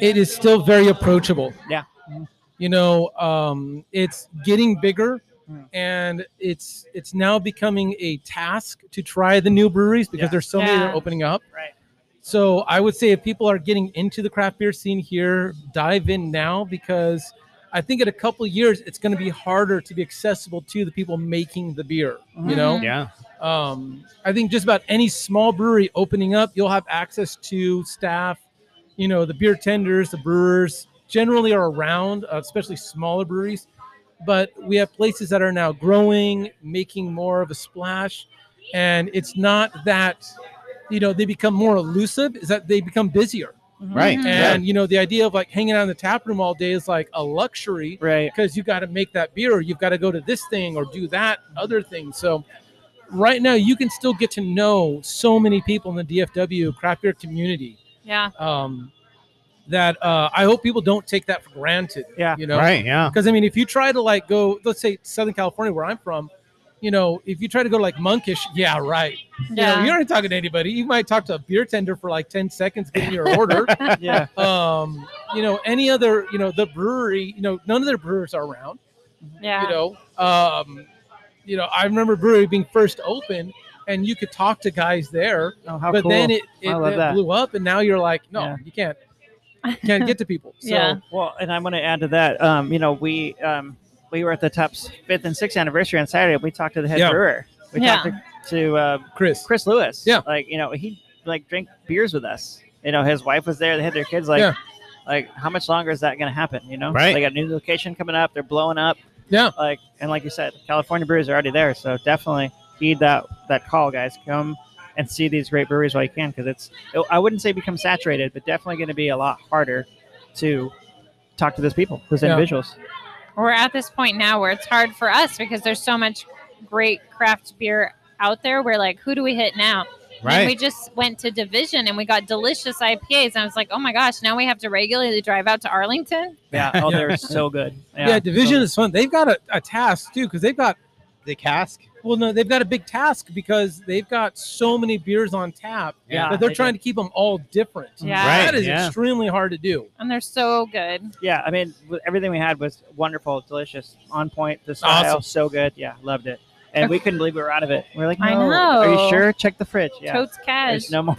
[SPEAKER 4] it is still very approachable.
[SPEAKER 2] Yeah.
[SPEAKER 4] You know, um, it's getting bigger,
[SPEAKER 2] Mm.
[SPEAKER 4] and it's it's now becoming a task to try the new breweries because
[SPEAKER 2] Yeah.
[SPEAKER 4] there's so many that
[SPEAKER 3] Yeah.
[SPEAKER 4] are opening up.
[SPEAKER 2] Right.
[SPEAKER 4] So I would say if people are getting into the craft beer scene here, dive in now because I think in a couple of years it's going to be harder to be accessible to the people making the beer. You
[SPEAKER 2] Mhm.
[SPEAKER 4] know,
[SPEAKER 3] Mhm.
[SPEAKER 1] Yeah.
[SPEAKER 4] um, I think just about any small brewery opening up, you'll have access to staff. You know, the beer tenders, the brewers generally are around, uh, especially smaller breweries. But we have places that are now growing, making more of a splash. And it's not that, you know, they become more elusive, is that they become busier.
[SPEAKER 1] Right.
[SPEAKER 3] Mhm.
[SPEAKER 1] Mm-hmm. Yeah.
[SPEAKER 4] Mm-hmm. And, you know, the idea of like hanging out in the tap room all day is like a luxury
[SPEAKER 2] Right.
[SPEAKER 4] because you got to make that beer or you've got to go to this thing or do that other thing so right now you can still get to know so many people in the dfw craft beer community
[SPEAKER 3] Yeah.
[SPEAKER 4] um, that uh, i hope people don't take that for granted
[SPEAKER 2] Yeah.
[SPEAKER 4] you know
[SPEAKER 1] Right. Yeah.
[SPEAKER 4] because i mean if you try to like go let's say southern california where i'm from you know if you try to go to like monkish yeah right you know
[SPEAKER 3] Yeah.
[SPEAKER 4] you're not talking to anybody you might talk to a beer tender for like 10 seconds getting your order
[SPEAKER 2] Yeah.
[SPEAKER 4] um you know any other you know the brewery you know none of their brewers are around you
[SPEAKER 3] Yeah.
[SPEAKER 4] know um you know i remember brewery being first open and you could talk to guys there
[SPEAKER 2] Oh, how
[SPEAKER 4] but
[SPEAKER 2] cool.
[SPEAKER 4] then it, it,
[SPEAKER 2] I love
[SPEAKER 4] it
[SPEAKER 2] that.
[SPEAKER 4] blew up and now you're like no
[SPEAKER 2] Yeah.
[SPEAKER 4] you can't you can't get to people so
[SPEAKER 3] Yeah.
[SPEAKER 2] Well, and I want to add to that. Um, you know, we um, we were at the Tup's fifth and sixth anniversary on Saturday. and We talked to the head
[SPEAKER 4] Yeah.
[SPEAKER 2] brewer. We
[SPEAKER 3] Yeah.
[SPEAKER 2] talked to, to uh,
[SPEAKER 4] chris
[SPEAKER 2] Chris Lewis.
[SPEAKER 4] Yeah.
[SPEAKER 2] Like you know, he like drank beers with us. You know, his wife was there. They had their kids. Like,
[SPEAKER 4] Yeah.
[SPEAKER 2] like how much longer is that going to happen? You know,
[SPEAKER 1] Right.
[SPEAKER 2] They got a new location coming up. They're blowing up.
[SPEAKER 4] Yeah.
[SPEAKER 2] Like and like you said, California breweries are already there. So definitely heed that that call, guys. Come and see these great breweries while you can, because it's it- I wouldn't say become saturated, but definitely going to be a lot harder to talk to those people, those
[SPEAKER 4] Yeah.
[SPEAKER 2] individuals.
[SPEAKER 3] We're at this point now where it's hard for us because there's so much great craft beer out there, we're like, who do we hit now? And we
[SPEAKER 1] Right.
[SPEAKER 3] just went to Division and we got delicious IPAs. And I was like, oh my gosh, now we have to regularly drive out to Arlington.
[SPEAKER 2] Yeah. Oh, they're so good.
[SPEAKER 4] Yeah, division is fun. They've got a, a task too because they've got
[SPEAKER 1] The cask.
[SPEAKER 4] well, no, they've got a big task because they've got so many beers on tap
[SPEAKER 2] Yeah.
[SPEAKER 4] that they're
[SPEAKER 2] they
[SPEAKER 4] trying to keep them all different.
[SPEAKER 3] Yeah.
[SPEAKER 1] Right.
[SPEAKER 4] That is
[SPEAKER 1] yeah.
[SPEAKER 4] extremely hard to do.
[SPEAKER 3] And they're so good.
[SPEAKER 2] Yeah, I mean, w- everything we had was wonderful, delicious, on point. The style,
[SPEAKER 4] Awesome.
[SPEAKER 2] so good. Yeah, loved it. And we couldn't believe we were out of it. We are like, no,
[SPEAKER 3] I
[SPEAKER 2] are
[SPEAKER 3] know.
[SPEAKER 2] you sure? Check the fridge. Yeah,
[SPEAKER 3] Totes cash.
[SPEAKER 2] there's no more.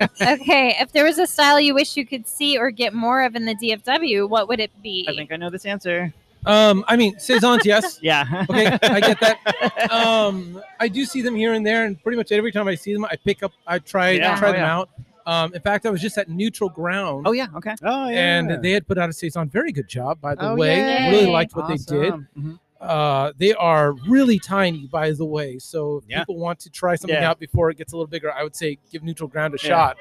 [SPEAKER 3] okay. If there was a style you wish you could see or get more of in the DFW, what would it be?
[SPEAKER 2] I think I know this answer.
[SPEAKER 4] Um, I mean, saisons, yes.
[SPEAKER 2] Yeah.
[SPEAKER 4] Okay, I get that. Um, I do see them here and there, and pretty much every time I see them, I pick up, I try,
[SPEAKER 2] Yeah.
[SPEAKER 4] try
[SPEAKER 2] Oh,
[SPEAKER 4] them
[SPEAKER 2] yeah.
[SPEAKER 4] out. Um, in fact, I was just at Neutral Ground.
[SPEAKER 2] Oh yeah. Okay.
[SPEAKER 1] Oh yeah.
[SPEAKER 4] and they had put out a saison. Very good job, by the
[SPEAKER 1] Oh,
[SPEAKER 4] way.
[SPEAKER 3] yay.
[SPEAKER 4] Really liked what they did.
[SPEAKER 2] Awesome. Mhm.
[SPEAKER 4] Uh, they are really tiny, by the way. So if
[SPEAKER 1] Yeah.
[SPEAKER 4] people want to try something
[SPEAKER 2] Yeah.
[SPEAKER 4] out before it gets a little bigger, I would say give Neutral Ground a
[SPEAKER 2] Yeah.
[SPEAKER 4] shot.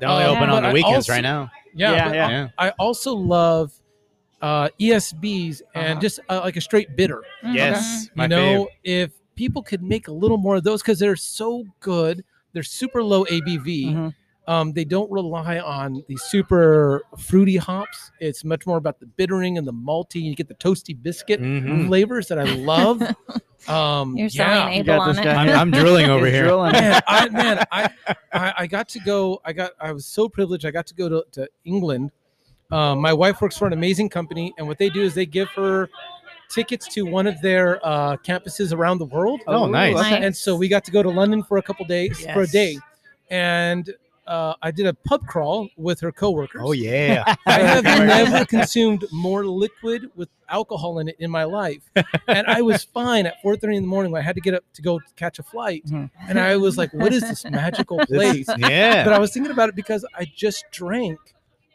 [SPEAKER 1] they only
[SPEAKER 4] um,
[SPEAKER 1] open on
[SPEAKER 4] but
[SPEAKER 1] the
[SPEAKER 4] I
[SPEAKER 1] weekends
[SPEAKER 4] also-
[SPEAKER 1] right now.
[SPEAKER 4] Yeah,
[SPEAKER 2] Yeah,
[SPEAKER 4] but
[SPEAKER 2] yeah.
[SPEAKER 1] Yeah.
[SPEAKER 4] I also love uh, ESBs and
[SPEAKER 2] Uh-huh.
[SPEAKER 4] just uh, like a straight bitter.
[SPEAKER 2] Mm,
[SPEAKER 3] Mhm.
[SPEAKER 1] Yes. My
[SPEAKER 4] you know, if people could make a little more of those because they're so good, they're super low ABV.
[SPEAKER 3] Mm-hmm.
[SPEAKER 2] Mhm.
[SPEAKER 4] Um, they don't rely on the super fruity hops. It's much more about the bittering and the malty. You get the toasty biscuit
[SPEAKER 1] favorite. Mhm.
[SPEAKER 4] flavors that I love. Um,
[SPEAKER 3] You're selling
[SPEAKER 4] yeah.
[SPEAKER 2] You
[SPEAKER 3] Abel
[SPEAKER 2] got
[SPEAKER 3] on
[SPEAKER 2] this guy.
[SPEAKER 3] it.
[SPEAKER 1] I'm, I'm drooling over
[SPEAKER 2] It's
[SPEAKER 1] here.
[SPEAKER 2] drilling.
[SPEAKER 4] Man, I, man, I, I, I got to go. I got. I was so privileged. I got to go to, to England. Um, my wife works for an amazing company, and what they do is they give her tickets to one of their uh, campuses around the world.
[SPEAKER 1] Oh, nice.
[SPEAKER 3] Nice.
[SPEAKER 4] And so we got to go to London for a couple days, for a
[SPEAKER 2] Yes.
[SPEAKER 4] day, and uh, I did a pub crawl with her coworkers.
[SPEAKER 1] Oh yeah.
[SPEAKER 4] I have
[SPEAKER 1] Okay.
[SPEAKER 4] never consumed more liquid with alcohol in it in my life, and I was fine at 4:30 in the morning when I had to get up to go catch a flight,
[SPEAKER 3] Mm-hmm.
[SPEAKER 2] Mhm.
[SPEAKER 4] and I was like, "What is this magical
[SPEAKER 1] This-
[SPEAKER 4] place?" But
[SPEAKER 1] yeah.
[SPEAKER 4] I was thinking about it because I just drank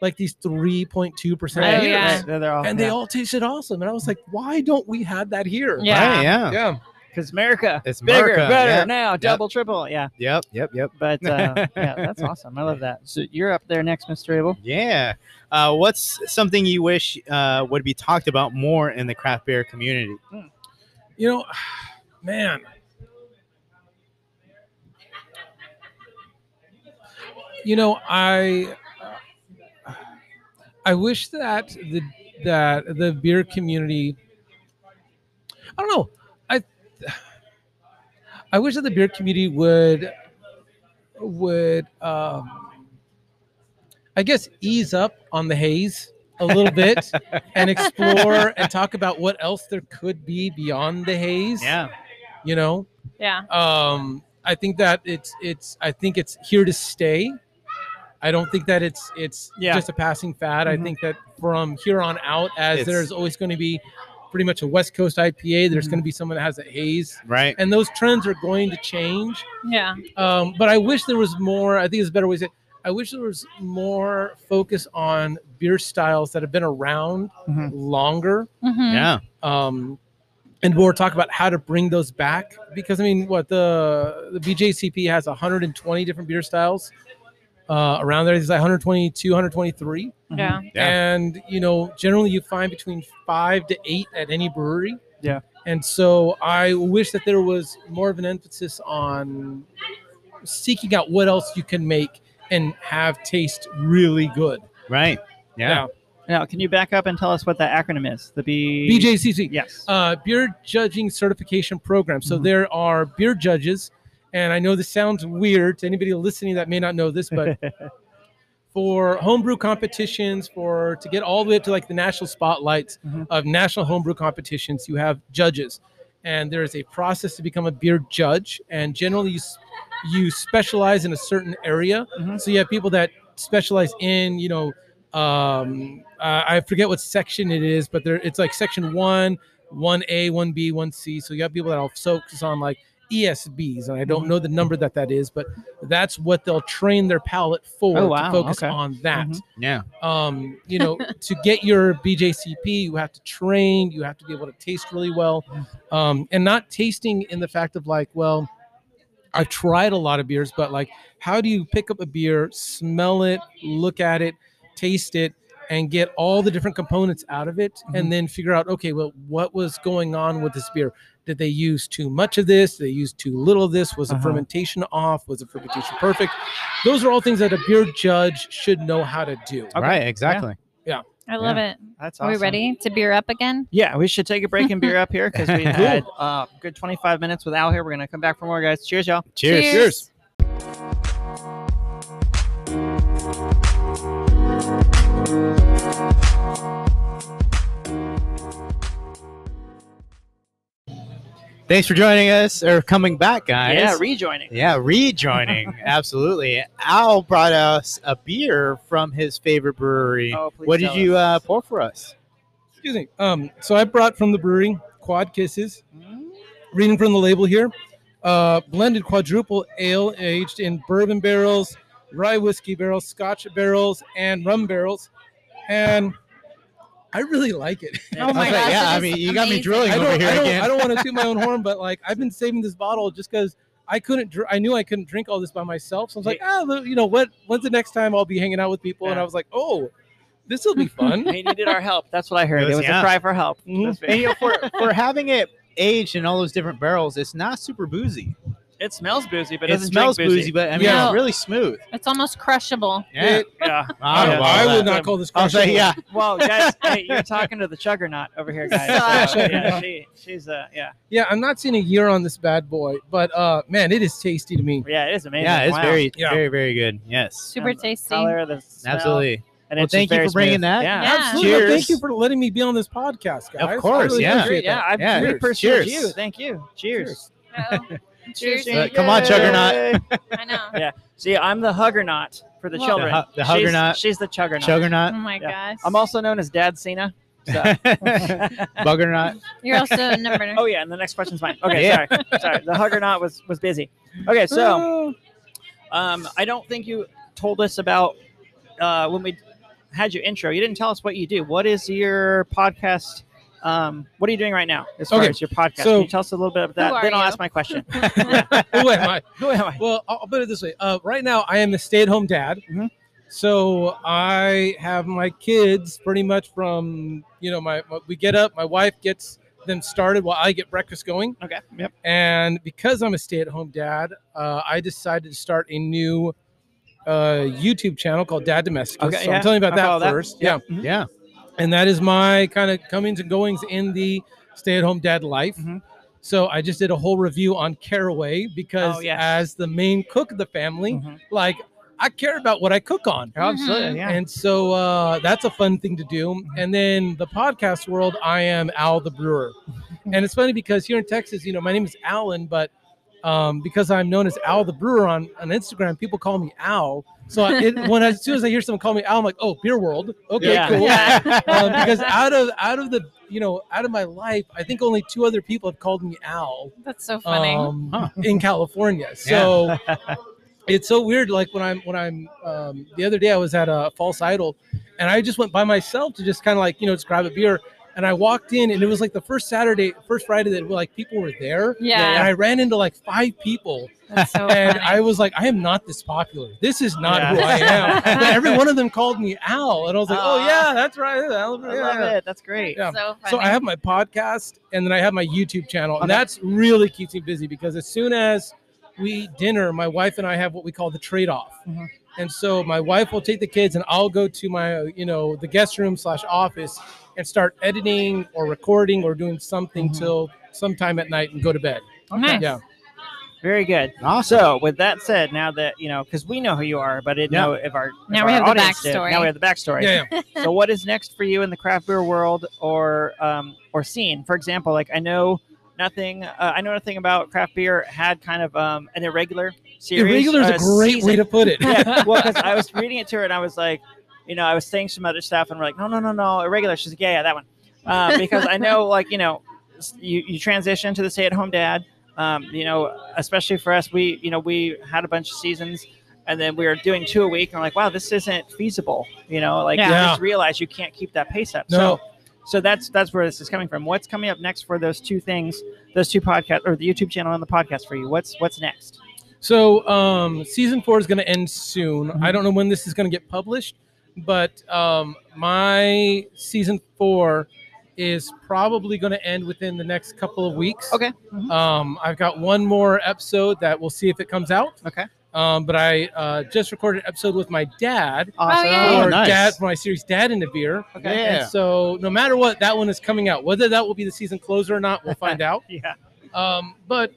[SPEAKER 4] like these 3.2 percent
[SPEAKER 3] Right,
[SPEAKER 4] beers,
[SPEAKER 3] Oh, yeah.
[SPEAKER 2] They're, they're
[SPEAKER 1] Oh,
[SPEAKER 2] all,
[SPEAKER 4] and they all tasted awesome, and I was like, "Why don't we have that here?"
[SPEAKER 3] Yeah.
[SPEAKER 1] Right, yeah.
[SPEAKER 4] Yeah.
[SPEAKER 2] because America,
[SPEAKER 1] It's
[SPEAKER 2] bigger,
[SPEAKER 1] America,
[SPEAKER 2] better
[SPEAKER 1] yeah.
[SPEAKER 2] now, double, triple. Yeah.
[SPEAKER 1] Yep. Yep. Yep.
[SPEAKER 2] But uh, yeah, that's awesome. I love that. So you're up there next, Mr. Abel.
[SPEAKER 1] Yeah. Uh, what's something you wish uh, would be talked about more in the craft beer community?
[SPEAKER 4] You know, man. You know, I I wish that the that the beer community I don't know. I I wish that the beer community would would um, I guess ease up on the haze a little bit and explore and talk about what else there could be beyond the haze
[SPEAKER 1] Yeah.
[SPEAKER 4] you know
[SPEAKER 3] Yeah.
[SPEAKER 4] um i think that it's it's i think it's here to stay i don't think that it's it's
[SPEAKER 2] Yeah.
[SPEAKER 4] just a passing fad
[SPEAKER 2] Mhm.
[SPEAKER 4] i think that from here on out as
[SPEAKER 1] It's-
[SPEAKER 4] there's always going to be pretty much a west coast ipa there's going to be someone that has a haze
[SPEAKER 1] Right.
[SPEAKER 4] and those trends are going to change
[SPEAKER 3] Yeah.
[SPEAKER 4] um, but I wish there was more. I think it's a better way to say. It. I wish there was more focus on beer styles that have been around
[SPEAKER 2] Mhm.
[SPEAKER 4] longer,
[SPEAKER 2] Mm-hmm.
[SPEAKER 3] Mhm.
[SPEAKER 1] Yeah.
[SPEAKER 4] um, and more talk about how to bring those back. Because I mean, what the the BJCP has 120 different beer styles uh, around there. It's like 122, 123,
[SPEAKER 2] Mm-hmm.
[SPEAKER 3] Yeah.
[SPEAKER 4] and you know, generally you find between five to eight at any brewery.
[SPEAKER 2] Yeah.
[SPEAKER 4] And so I wish that there was more of an emphasis on seeking out what else you can make and have taste really good.
[SPEAKER 1] Right. Yeah.
[SPEAKER 2] Now, can you back up and tell us what that acronym is? The B.
[SPEAKER 4] BJCC.
[SPEAKER 2] Yes.
[SPEAKER 3] Um,
[SPEAKER 4] uh, beer judging certification program. So
[SPEAKER 2] Mhm.
[SPEAKER 4] there are beer judges, and I know this sounds weird to anybody listening that may not know this, but for homebrew competitions, for to get all the way up to like the national spotlights
[SPEAKER 2] Mhm.
[SPEAKER 4] of national homebrew competitions, you have judges, and there is a process to become a beer judge, and generally you s- you specialize in a certain area.
[SPEAKER 2] Mhm.
[SPEAKER 4] So you have people that specialize in you know. Um, uh, I forget what section it is, but there it's like section one, one A, one B, one C. So you have people that will focus on like ESBs, and I
[SPEAKER 2] Mm-hmm.
[SPEAKER 4] don't know the number that that is, but that's what they'll train their palate for
[SPEAKER 2] Oh, wow.
[SPEAKER 4] to focus
[SPEAKER 2] Okay.
[SPEAKER 4] on that.
[SPEAKER 2] Mhm.
[SPEAKER 1] Yeah.
[SPEAKER 4] Um, you know, to get your BJCP, you have to train, you have to be able to taste really well, um, and not tasting in the fact of like, well, I've tried a lot of beers, but like, how do you pick up a beer, smell it, look at it, taste it? and get all the different components out of it
[SPEAKER 1] Mhm.
[SPEAKER 4] and then figure out okay well what was going on with this beer did they use too much of this did they use too little of this was the
[SPEAKER 1] Uh-huh.
[SPEAKER 4] fermentation off was the fermentation perfect those are all things that a beer judge should know how to do
[SPEAKER 1] Right, exactly.
[SPEAKER 3] I love it.
[SPEAKER 2] That's
[SPEAKER 3] Are
[SPEAKER 2] awesome.
[SPEAKER 3] we ready to beer up again?
[SPEAKER 2] Yeah, we should take a break and beer up here because we
[SPEAKER 1] Cool.
[SPEAKER 2] had uh, good 25 minutes with Al here. We're gonna come back for more, guys. Cheers, y'all.
[SPEAKER 1] Cheers.
[SPEAKER 3] Cheers.
[SPEAKER 1] Thanks for joining us or coming back, guys.
[SPEAKER 2] Yeah, rejoining.
[SPEAKER 1] Yeah, rejoining. Absolutely. Al brought us a beer from his favorite brewery.
[SPEAKER 2] Oh, please
[SPEAKER 1] what did
[SPEAKER 2] tell
[SPEAKER 1] you uh,
[SPEAKER 2] us.
[SPEAKER 1] pour for us?
[SPEAKER 4] excuse me um so i brought from the brewery quad kisses
[SPEAKER 2] Mm,
[SPEAKER 4] reading from the label here uh, blended quadruple ale aged in bourbon barrels, rye whiskey barrels, scotch barrels, and rum barrels. And I really like it.
[SPEAKER 3] Oh my
[SPEAKER 1] I was
[SPEAKER 3] gosh,
[SPEAKER 1] like, yeah,
[SPEAKER 3] it
[SPEAKER 1] I
[SPEAKER 3] is
[SPEAKER 1] mean, you got me
[SPEAKER 3] amazing.
[SPEAKER 1] drooling
[SPEAKER 4] I
[SPEAKER 1] over
[SPEAKER 4] don't,
[SPEAKER 1] here
[SPEAKER 4] I
[SPEAKER 1] again.
[SPEAKER 4] don't, I don't want to toot my own horn, but like I've been saving this bottle just because I couldn't, dr- I knew I couldn't drink all this by myself. So I was like, ah, the- you know what? When's the next time I'll be hanging out with people? And
[SPEAKER 2] Yeah.
[SPEAKER 4] I was like, oh, this will be fun.
[SPEAKER 2] He needed our help. That's what I heard.
[SPEAKER 1] It
[SPEAKER 2] It was,
[SPEAKER 1] was- yeah.
[SPEAKER 2] a cry for help. Mm-hmm.
[SPEAKER 4] Mhm.
[SPEAKER 2] That's
[SPEAKER 1] and
[SPEAKER 2] very-
[SPEAKER 1] you know, for, for having it aged in all those different barrels, it's not super boozy.
[SPEAKER 2] It smells boozy, but
[SPEAKER 1] it
[SPEAKER 2] doesn't
[SPEAKER 1] smells
[SPEAKER 2] drink
[SPEAKER 1] boozy, but I mean,
[SPEAKER 3] Yeah.
[SPEAKER 1] it's really smooth.
[SPEAKER 3] It's almost crushable.
[SPEAKER 1] Yeah.
[SPEAKER 4] It-
[SPEAKER 2] Yeah.
[SPEAKER 1] I don't know
[SPEAKER 4] I,
[SPEAKER 1] about
[SPEAKER 4] I would
[SPEAKER 1] that.
[SPEAKER 4] not call this.
[SPEAKER 1] I was like,
[SPEAKER 4] crushable.
[SPEAKER 1] yeah,
[SPEAKER 2] Whoa, guys! hey, you're talking to the chuggernaut over here, guys. So, yeah, she, she's uh, yeah,
[SPEAKER 4] Yeah, I'm not seeing a year on this bad boy, but uh, man, it is tasty to me.
[SPEAKER 2] yeah. It is amazing.
[SPEAKER 1] yeah, it's
[SPEAKER 2] Wow.
[SPEAKER 1] very,
[SPEAKER 4] Yeah.
[SPEAKER 1] very, very good. Yes,
[SPEAKER 3] Super
[SPEAKER 2] And the
[SPEAKER 3] tasty.
[SPEAKER 2] Color, the smell,
[SPEAKER 1] absolutely.
[SPEAKER 2] And
[SPEAKER 1] Well,
[SPEAKER 2] it's just
[SPEAKER 1] thank you
[SPEAKER 2] very
[SPEAKER 1] for bringing
[SPEAKER 2] smooth.
[SPEAKER 1] that.
[SPEAKER 2] Yeah,
[SPEAKER 4] Absolutely.
[SPEAKER 1] Cheers.
[SPEAKER 4] Thank you for letting me be on this podcast, guys. I
[SPEAKER 1] course,
[SPEAKER 4] really
[SPEAKER 1] yeah.
[SPEAKER 4] appreciate
[SPEAKER 2] yeah,
[SPEAKER 4] that.
[SPEAKER 2] I
[SPEAKER 1] Yeah,
[SPEAKER 2] we
[SPEAKER 1] cheers.
[SPEAKER 2] personally
[SPEAKER 1] Cheers.
[SPEAKER 2] you. Thank you. Cheers.
[SPEAKER 3] Uh-oh. Cheers.
[SPEAKER 1] Uh, come on,
[SPEAKER 2] Yay.
[SPEAKER 1] Chuggernaut.
[SPEAKER 3] I know.
[SPEAKER 2] See, I'm the huggernaut for the
[SPEAKER 3] Whoa.
[SPEAKER 2] children.
[SPEAKER 1] The hu- the
[SPEAKER 2] She's-
[SPEAKER 1] huggernaut.
[SPEAKER 2] She's, the chuggernaut.
[SPEAKER 3] Oh
[SPEAKER 1] Chuggernaut,
[SPEAKER 3] my
[SPEAKER 2] Yeah.
[SPEAKER 3] gosh.
[SPEAKER 2] I'm also known as Dad Cena. So.
[SPEAKER 1] Buggernaut.
[SPEAKER 3] You're also number
[SPEAKER 2] oh yeah, and the next question's mine. Okay,
[SPEAKER 1] Yeah.
[SPEAKER 2] sorry, sorry. The huggernaut was was busy. Okay, so um, I don't think you told us about uh, when we had your intro. You didn't tell us what you do. What is your podcast? Um, what are you doing right now as far
[SPEAKER 4] Okay,
[SPEAKER 2] as your podcast?
[SPEAKER 4] so-
[SPEAKER 2] Can you tell us a little bit about that?
[SPEAKER 3] Who are
[SPEAKER 2] Then I'll
[SPEAKER 3] you?
[SPEAKER 2] ask my question.
[SPEAKER 4] Who am I?
[SPEAKER 2] Who am I?
[SPEAKER 4] Well, I'll I'll put it this way. Uh, right now, I am a stay-at-home dad,
[SPEAKER 2] Mhm.
[SPEAKER 4] so I have my kids pretty much from you know my, my- we get up, my wife gets them started while I get breakfast going,
[SPEAKER 2] Okay. Yep.
[SPEAKER 4] and because I'm a stay-at-home dad, uh, I decided to start a new uh, YouTube channel called Dad Domesticus.
[SPEAKER 2] Okay,
[SPEAKER 4] so
[SPEAKER 2] yeah,
[SPEAKER 4] I'm telling you
[SPEAKER 2] I
[SPEAKER 4] about
[SPEAKER 2] follow
[SPEAKER 4] that
[SPEAKER 2] that.
[SPEAKER 4] first.
[SPEAKER 2] Yeah.
[SPEAKER 4] Yeah.
[SPEAKER 1] Yeah,
[SPEAKER 4] and that is my kind of comings and goings in the stay-at-home dad life.
[SPEAKER 2] Mhm.
[SPEAKER 4] So I just did a whole review on caraway because
[SPEAKER 2] Oh, yes.
[SPEAKER 4] as the main cook of the family,
[SPEAKER 2] Mhm.
[SPEAKER 4] like I care about what I cook on.
[SPEAKER 3] Absolutely,
[SPEAKER 2] Yeah. Mm-hmm.
[SPEAKER 4] And so uh, that's a fun thing to do. And then the podcast world, I am Al the Brewer. and it's funny because here in Texas, you know, my name is Alan, but um, because I'm known as Al the Brewer on, on Instagram, people call me Al. So I- it, when I, as soon as I hear someone call me Al, I'm like, oh, Beer World. Okay,
[SPEAKER 2] Yeah.
[SPEAKER 4] cool.
[SPEAKER 3] Yeah.
[SPEAKER 4] Um, because out of out of the you know out of my life, I think only two other people have called me Al
[SPEAKER 3] That's so funny.
[SPEAKER 4] um,
[SPEAKER 1] Huh.
[SPEAKER 4] in California. So it's so weird. Like when I'm when I'm um, the other day, I was at a False Idol, and I just went by myself to just kind of like you know just grab a beer. And I walked in, and it was like the first Saturday, first Friday that like people were there.
[SPEAKER 3] Yeah.
[SPEAKER 4] And I ran into like five people,
[SPEAKER 3] That's so
[SPEAKER 4] and
[SPEAKER 3] funny.
[SPEAKER 4] I was like, I am not this popular. This is not
[SPEAKER 2] Yeah.
[SPEAKER 4] who I am. but every one of them called me Al, and I was like,
[SPEAKER 2] Aw.
[SPEAKER 4] Oh yeah, that's right. Al,
[SPEAKER 2] I
[SPEAKER 4] yeah.
[SPEAKER 2] love it. That's great.
[SPEAKER 4] Yeah.
[SPEAKER 3] So funny.
[SPEAKER 4] So I have my podcast and then I have my YouTube channel. And
[SPEAKER 2] Okay.
[SPEAKER 4] that's really keeps me busy because as soon as we eat dinner, my wife and I have what we call the trade off.
[SPEAKER 2] Mhm.
[SPEAKER 4] And so my wife will take the kids and I'll go to my, you know, the guest room slash office and start editing or recording or doing something
[SPEAKER 2] Mhm.
[SPEAKER 4] till sometime at night and go to bed.
[SPEAKER 3] Nice.
[SPEAKER 4] Yeah.
[SPEAKER 2] Very good.
[SPEAKER 1] awesome.
[SPEAKER 2] So, with that said, now that you know, because we know who you are, but I didn't
[SPEAKER 1] Yeah.
[SPEAKER 2] know if our if
[SPEAKER 3] Now
[SPEAKER 2] our
[SPEAKER 3] we have the
[SPEAKER 2] audience did.
[SPEAKER 3] backstory.
[SPEAKER 2] Now we have the backstory.
[SPEAKER 4] Yeah, yeah.
[SPEAKER 2] so, what is next for you in the craft beer world or um, or scene? For example, like I know nothing. Uh, I know nothing about craft beer. Had kind of um, an irregular series.
[SPEAKER 4] Irregular is
[SPEAKER 2] uh,
[SPEAKER 4] a great way
[SPEAKER 2] season.
[SPEAKER 4] to put it.
[SPEAKER 2] yeah. Well, because I was reading it to her and I was like, you know, I was saying some other stuff and we're like, no, no, no, no, irregular. She's like, yeah, yeah, that one. Uh, because I know, like, you know, s- you, you transition to the stay at home dad. Um, you know, especially for us, we, you know, we had a bunch of seasons and then we were doing two a week and we're like, wow, this isn't feasible. You know, like, you
[SPEAKER 4] Yeah.
[SPEAKER 2] just realize you can't keep that pace up.
[SPEAKER 4] No.
[SPEAKER 2] So, so that's that's where this is coming from. What's coming up next for those two things, those two podcasts or the YouTube channel and the podcast for you? What's what's next?
[SPEAKER 4] So um, season four is going to end soon. I don't know when this is going to get published, But um, my season four is probably going to end within the next couple of weeks.
[SPEAKER 1] Okay.
[SPEAKER 2] Mhm.
[SPEAKER 4] Um, I've got one more episode that we'll see if it comes out.
[SPEAKER 1] Okay.
[SPEAKER 4] Um, but I uh, just recorded an episode with my dad.
[SPEAKER 2] Awesome.
[SPEAKER 3] yeah.
[SPEAKER 1] Oh,
[SPEAKER 4] or
[SPEAKER 1] nice.
[SPEAKER 4] dad for my series Dad in a Beer.
[SPEAKER 1] Okay.
[SPEAKER 4] And
[SPEAKER 1] Yeah.
[SPEAKER 4] so no matter what, that one is coming out. Whether that will be the season closer or not, we'll find out.
[SPEAKER 2] Yeah.
[SPEAKER 4] Um, but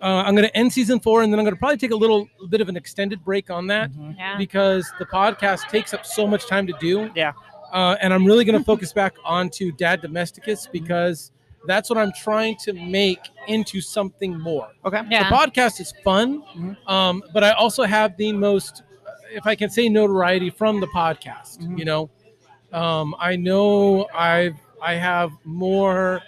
[SPEAKER 4] uh, I'm going to end season four, and then I'm going to probably take a little bit of an extended break on that
[SPEAKER 2] Mm-hmm.
[SPEAKER 3] Yeah.
[SPEAKER 4] because the podcast takes up so much time to do.
[SPEAKER 2] Yeah.
[SPEAKER 4] Uh, and I'm really going to focus back onto Dad Domesticus because that's what I'm trying to make into something more.
[SPEAKER 3] Yeah.
[SPEAKER 4] The podcast is fun,
[SPEAKER 2] Mhm.
[SPEAKER 4] um, but I also have the most, if I can say, notoriety from the podcast.
[SPEAKER 2] Mhm.
[SPEAKER 4] You know, um, I know I I have more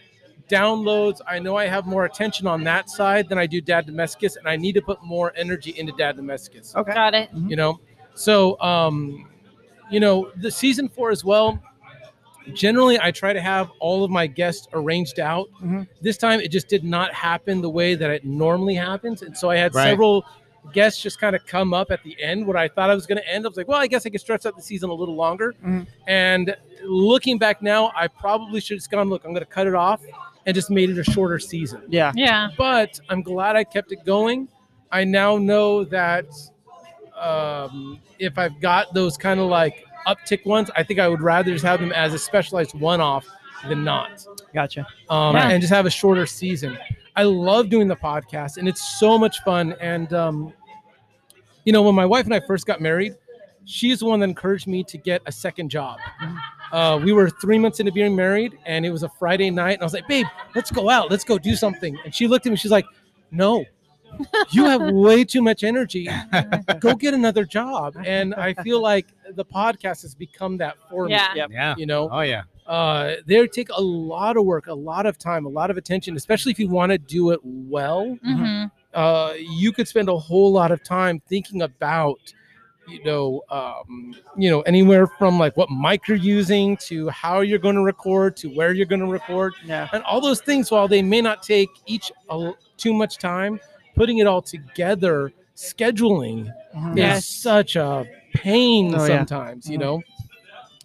[SPEAKER 4] downloads. I know I have more attention on that side than I do Dad Domesticus, and I need to put more energy into Dad Domesticus.
[SPEAKER 2] Okay.
[SPEAKER 3] Got it.
[SPEAKER 4] You know, so um, you know the season four as well. Generally, I try to have all of my guests arranged out.
[SPEAKER 2] Mhm.
[SPEAKER 4] This time, it just did not happen the way that it normally happens, and so I had
[SPEAKER 1] Right.
[SPEAKER 4] several guests just kind of come up at the end where I thought I was going to end. I was like, well, I guess I could stretch out the season a little longer.
[SPEAKER 2] Mhm.
[SPEAKER 4] And looking back now, I probably should have just gone, look, I'm going to cut it off and just made it a shorter season
[SPEAKER 2] Yeah.
[SPEAKER 3] Yeah.
[SPEAKER 4] but I'm glad I kept it going. I now know that um, if I've got those kind of like uptick ones, I think I would rather just have them as a specialized one off than not,
[SPEAKER 2] Gotcha.
[SPEAKER 4] um,
[SPEAKER 3] Yeah.
[SPEAKER 4] and just have a shorter season. I love doing the podcast, and it's so much fun. And um, you know, when my wife and I first got married, she's the one that encouraged me to get a second job. Uh, we were three months into being married, and it was a Friday night, and I was like, "Babe, let's go out, let's go do something." And she looked at me, she's like, "No, you have way too much energy. Go get another job." And I feel like the podcast has become that for me.
[SPEAKER 3] Yeah.
[SPEAKER 2] Yep.
[SPEAKER 1] Yeah.
[SPEAKER 4] You know,
[SPEAKER 1] Oh yeah.
[SPEAKER 4] uh, they take a lot of work, a lot of time, a lot of attention, especially if you want to do it well
[SPEAKER 3] hmm
[SPEAKER 4] uh, you could spend a whole lot of time thinking about you know um, you know anywhere from like what mic you're using to how you're going to record to where you're going to record
[SPEAKER 2] Yeah.
[SPEAKER 4] and all those things while they may not take each a, l- too much time putting it all together scheduling
[SPEAKER 3] Uh-huh.
[SPEAKER 2] Yeah.
[SPEAKER 4] is such a pain
[SPEAKER 2] Oh, yeah.
[SPEAKER 4] sometimes, you
[SPEAKER 2] Mhm.
[SPEAKER 4] know.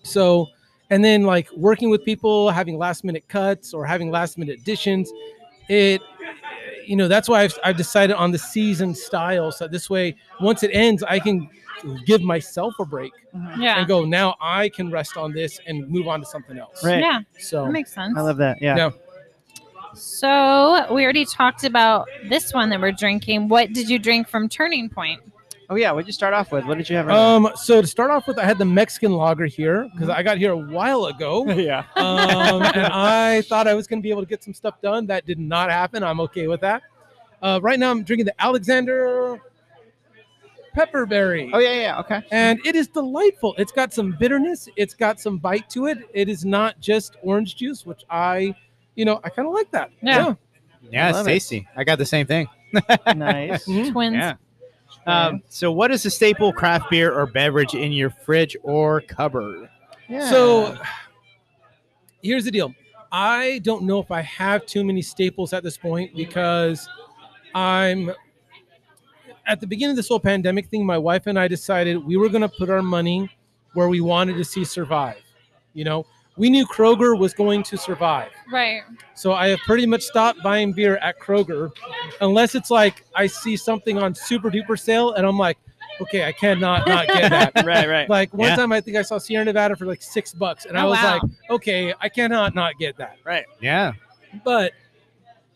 [SPEAKER 4] So, and then like working with people, having last minute cuts or having last minute additions, it, you know, that's why I've, I've decided on the season style. So this way, once it ends, I can give myself a break
[SPEAKER 3] Yeah.
[SPEAKER 4] and go. Now I can rest on this and move on to something else.
[SPEAKER 2] Right.
[SPEAKER 3] Yeah.
[SPEAKER 4] So
[SPEAKER 3] That makes sense.
[SPEAKER 2] Oh, I love that. Yeah.
[SPEAKER 4] Yeah.
[SPEAKER 3] So we already talked about this one that we're drinking. What did you drink from Turning Point?
[SPEAKER 2] Oh yeah. What'd you start off with? What did you have?
[SPEAKER 3] Oh.
[SPEAKER 2] right
[SPEAKER 4] Um, so to start off with, I had the Mexican lager here because I got here a while ago.
[SPEAKER 2] now? yeah.
[SPEAKER 4] um, and I thought I was going to be able to get some stuff done. That did not happen. I'm okay with that. Uh, right now, I'm drinking the Alexander Pepperberry,
[SPEAKER 2] Oh yeah. Yeah. Okay.
[SPEAKER 4] and it is delightful. It's got some bitterness. It's got some bite to it. It is not just orange juice, which I, you know, I kind of like that.
[SPEAKER 3] Yeah.
[SPEAKER 1] Yeah, it's
[SPEAKER 2] love it.
[SPEAKER 1] tasty. I got the same thing.
[SPEAKER 2] nice.
[SPEAKER 4] Mhm.
[SPEAKER 3] Twins.
[SPEAKER 1] Yeah. Um, so, what is the staple craft beer or beverage in your fridge or cupboard?
[SPEAKER 2] Yeah.
[SPEAKER 4] So here's the deal. I don't know if I have too many staples at this point because I'm at the beginning of this whole pandemic thing, my wife and I decided we were going to put our money where we wanted to see survive. You know, we knew Kroger was going to survive.
[SPEAKER 3] Right.
[SPEAKER 4] So I have pretty much stopped buying beer at Kroger unless it's like I see something on super duper sale and I'm like, okay, I cannot not get that.
[SPEAKER 2] right. Right.
[SPEAKER 4] Like one
[SPEAKER 1] Yeah.
[SPEAKER 4] time, I think I saw Sierra Nevada for like six bucks, and I
[SPEAKER 3] Oh,
[SPEAKER 4] was
[SPEAKER 3] wow.
[SPEAKER 4] like, okay, I cannot not get that.
[SPEAKER 2] Right.
[SPEAKER 1] Yeah.
[SPEAKER 4] But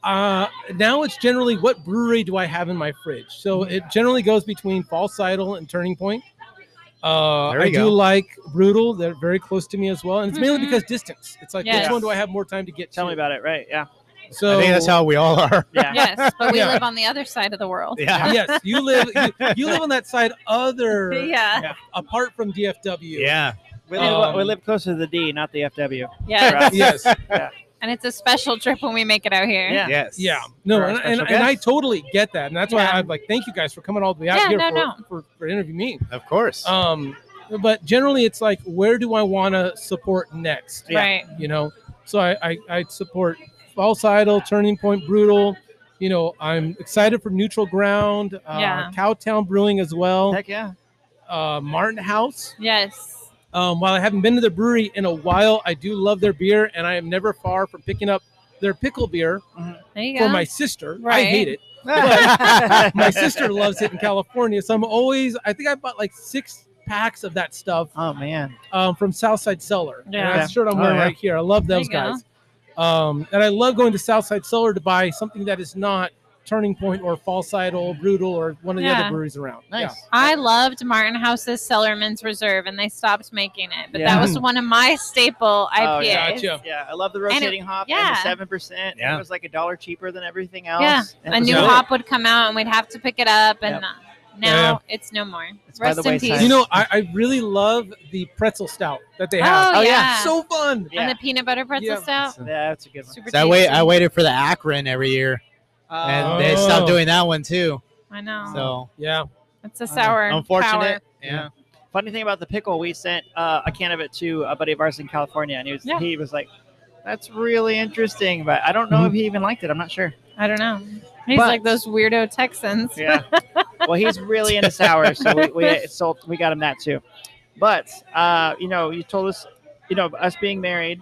[SPEAKER 4] uh, now it's generally what brewery do I have in my fridge? So it generally goes between False Idol and Turning Point. Uh,
[SPEAKER 1] There you
[SPEAKER 4] I do
[SPEAKER 1] go.
[SPEAKER 4] like Brutal; they're very close to me as well, and it's mainly
[SPEAKER 3] Mhm.
[SPEAKER 4] because distance. It's like
[SPEAKER 3] Yes.
[SPEAKER 4] which one do I have more time to get?
[SPEAKER 2] Tell
[SPEAKER 4] to?
[SPEAKER 2] me about it. Right. Yeah.
[SPEAKER 4] So
[SPEAKER 1] I think that's how we all are.
[SPEAKER 2] Yeah.
[SPEAKER 3] Yes, but we
[SPEAKER 4] Yeah.
[SPEAKER 3] live on the other side of the world.
[SPEAKER 1] Yeah.
[SPEAKER 4] yes, you live you, you live on that side other
[SPEAKER 3] Yeah.
[SPEAKER 4] apart from DFW.
[SPEAKER 1] Yeah.
[SPEAKER 2] We live, we
[SPEAKER 4] Um,
[SPEAKER 2] live closer to the D, not the FW.
[SPEAKER 3] Yeah.
[SPEAKER 2] Right.
[SPEAKER 4] Yes.
[SPEAKER 3] And it's a special trip when we make it out here.
[SPEAKER 2] Yeah.
[SPEAKER 1] Yes.
[SPEAKER 4] Yeah, no,
[SPEAKER 2] For our
[SPEAKER 4] and, and,
[SPEAKER 2] special
[SPEAKER 4] and I
[SPEAKER 2] guest.
[SPEAKER 4] totally get that, and that's why
[SPEAKER 3] Yeah.
[SPEAKER 4] I'm like, thank you guys for coming all the way out
[SPEAKER 3] Yeah,
[SPEAKER 4] here
[SPEAKER 3] no,
[SPEAKER 4] for,
[SPEAKER 3] no.
[SPEAKER 4] for for interviewing me.
[SPEAKER 1] Of course.
[SPEAKER 4] Um, but generally, it's like, where do I want to support next?
[SPEAKER 2] Yeah.
[SPEAKER 3] Right.
[SPEAKER 4] You know, so I I I'd support False Idol, Turning Point, Brutal. You know, I'm excited for Neutral Ground, uh,
[SPEAKER 3] Yeah.
[SPEAKER 4] Cowtown Brewing as well.
[SPEAKER 2] Heck yeah.
[SPEAKER 4] uh, Martin House.
[SPEAKER 3] Yes.
[SPEAKER 4] Um, while I haven't been to the brewery in a while, I do love their beer, and I am never far from picking up their pickle beer
[SPEAKER 3] There you
[SPEAKER 4] for
[SPEAKER 3] go.
[SPEAKER 4] my sister. I
[SPEAKER 3] Right.
[SPEAKER 4] hate it. My sister loves it in California, so I'm always. I think I bought like six packs of that stuff
[SPEAKER 2] Oh man.
[SPEAKER 4] um, from Southside Cellar. And
[SPEAKER 3] Yeah.
[SPEAKER 4] that's the shirt I'm
[SPEAKER 1] Oh,
[SPEAKER 4] wearing
[SPEAKER 1] yeah.
[SPEAKER 4] right here. I love
[SPEAKER 3] There
[SPEAKER 4] those
[SPEAKER 3] you go.
[SPEAKER 4] guys. Um, and I love going to Southside Cellar to buy something that is not Turning Point or Fallsidal, Brutal, or one of the
[SPEAKER 3] Yeah.
[SPEAKER 4] other breweries around.
[SPEAKER 2] Nice.
[SPEAKER 3] I loved Martin House's Cellarman's Reserve, and they stopped making it. But
[SPEAKER 2] Yeah.
[SPEAKER 3] that was one of my staple IPAs.
[SPEAKER 2] Oh, yeah.
[SPEAKER 4] Gotcha.
[SPEAKER 2] Yeah, I love the
[SPEAKER 3] And it-
[SPEAKER 2] rotating hop and
[SPEAKER 3] yeah.
[SPEAKER 2] the seven percent.
[SPEAKER 1] Yeah.
[SPEAKER 2] It was like a dollar cheaper than everything else.
[SPEAKER 3] Yeah,
[SPEAKER 2] And it
[SPEAKER 3] A
[SPEAKER 2] was
[SPEAKER 3] new
[SPEAKER 4] Yeah.
[SPEAKER 2] good.
[SPEAKER 3] hop would come out, and we'd have to pick it up. And uh, now it's no more.
[SPEAKER 2] It's by
[SPEAKER 3] Rest
[SPEAKER 2] the
[SPEAKER 3] in
[SPEAKER 2] wayside.
[SPEAKER 3] peace.
[SPEAKER 4] You know, I, I really love the pretzel stout that they have.
[SPEAKER 3] Oh,
[SPEAKER 2] Oh, yeah.
[SPEAKER 3] yeah.
[SPEAKER 4] So fun.
[SPEAKER 2] Yeah.
[SPEAKER 3] And the peanut butter pretzel
[SPEAKER 4] Yeah.
[SPEAKER 3] stout.
[SPEAKER 1] So
[SPEAKER 2] Yeah, that's a good one.
[SPEAKER 3] Super
[SPEAKER 1] I wait. I
[SPEAKER 3] tasty.
[SPEAKER 1] waited for the Akron every year, and
[SPEAKER 2] Uh,
[SPEAKER 1] they
[SPEAKER 4] Oh.
[SPEAKER 1] stopped doing that one too.
[SPEAKER 3] I know.
[SPEAKER 1] So
[SPEAKER 4] Yeah.
[SPEAKER 3] it's a sour.
[SPEAKER 1] unfortunate.
[SPEAKER 3] Power.
[SPEAKER 1] Yeah.
[SPEAKER 2] Funny thing about the pickle, we sent uh, a can of it to a buddy of ours in California, and he was
[SPEAKER 3] Yeah.
[SPEAKER 2] he was like, "That's really interesting," but I don't know if he even liked it. I'm not sure.
[SPEAKER 3] I don't know. He's
[SPEAKER 2] But-
[SPEAKER 3] like those weirdo Texans.
[SPEAKER 2] Yeah. well, he's really into sour, so we we, sold, we got him that too. But uh, you know, you told us, you know, us being married,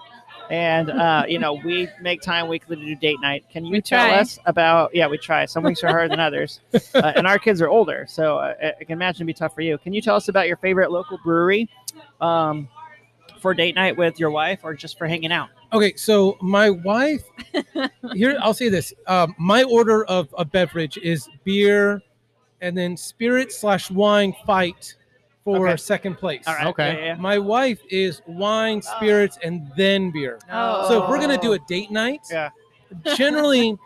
[SPEAKER 2] and uh, you know, we make time weekly to do date night. Can you
[SPEAKER 3] We
[SPEAKER 2] tell
[SPEAKER 3] try.
[SPEAKER 2] us about? Yeah, we try. Some weeks are harder than others, uh, and our kids are older, so uh, I I can imagine it'd be tough for you. Can you tell us about your favorite local brewery? Um, for date night with your wife, or just for hanging out.
[SPEAKER 4] Okay, so my wife, here, I'll say this. Um, my order of a beverage is beer and then spirit slash wine fight for
[SPEAKER 2] Okay.
[SPEAKER 4] second place.
[SPEAKER 2] All right.
[SPEAKER 1] Okay.
[SPEAKER 2] Yeah, yeah,
[SPEAKER 4] My wife is wine, spirits, and then beer.
[SPEAKER 2] yeah.
[SPEAKER 4] So if we're gonna do a date night,
[SPEAKER 2] Oh. Yeah.
[SPEAKER 4] generally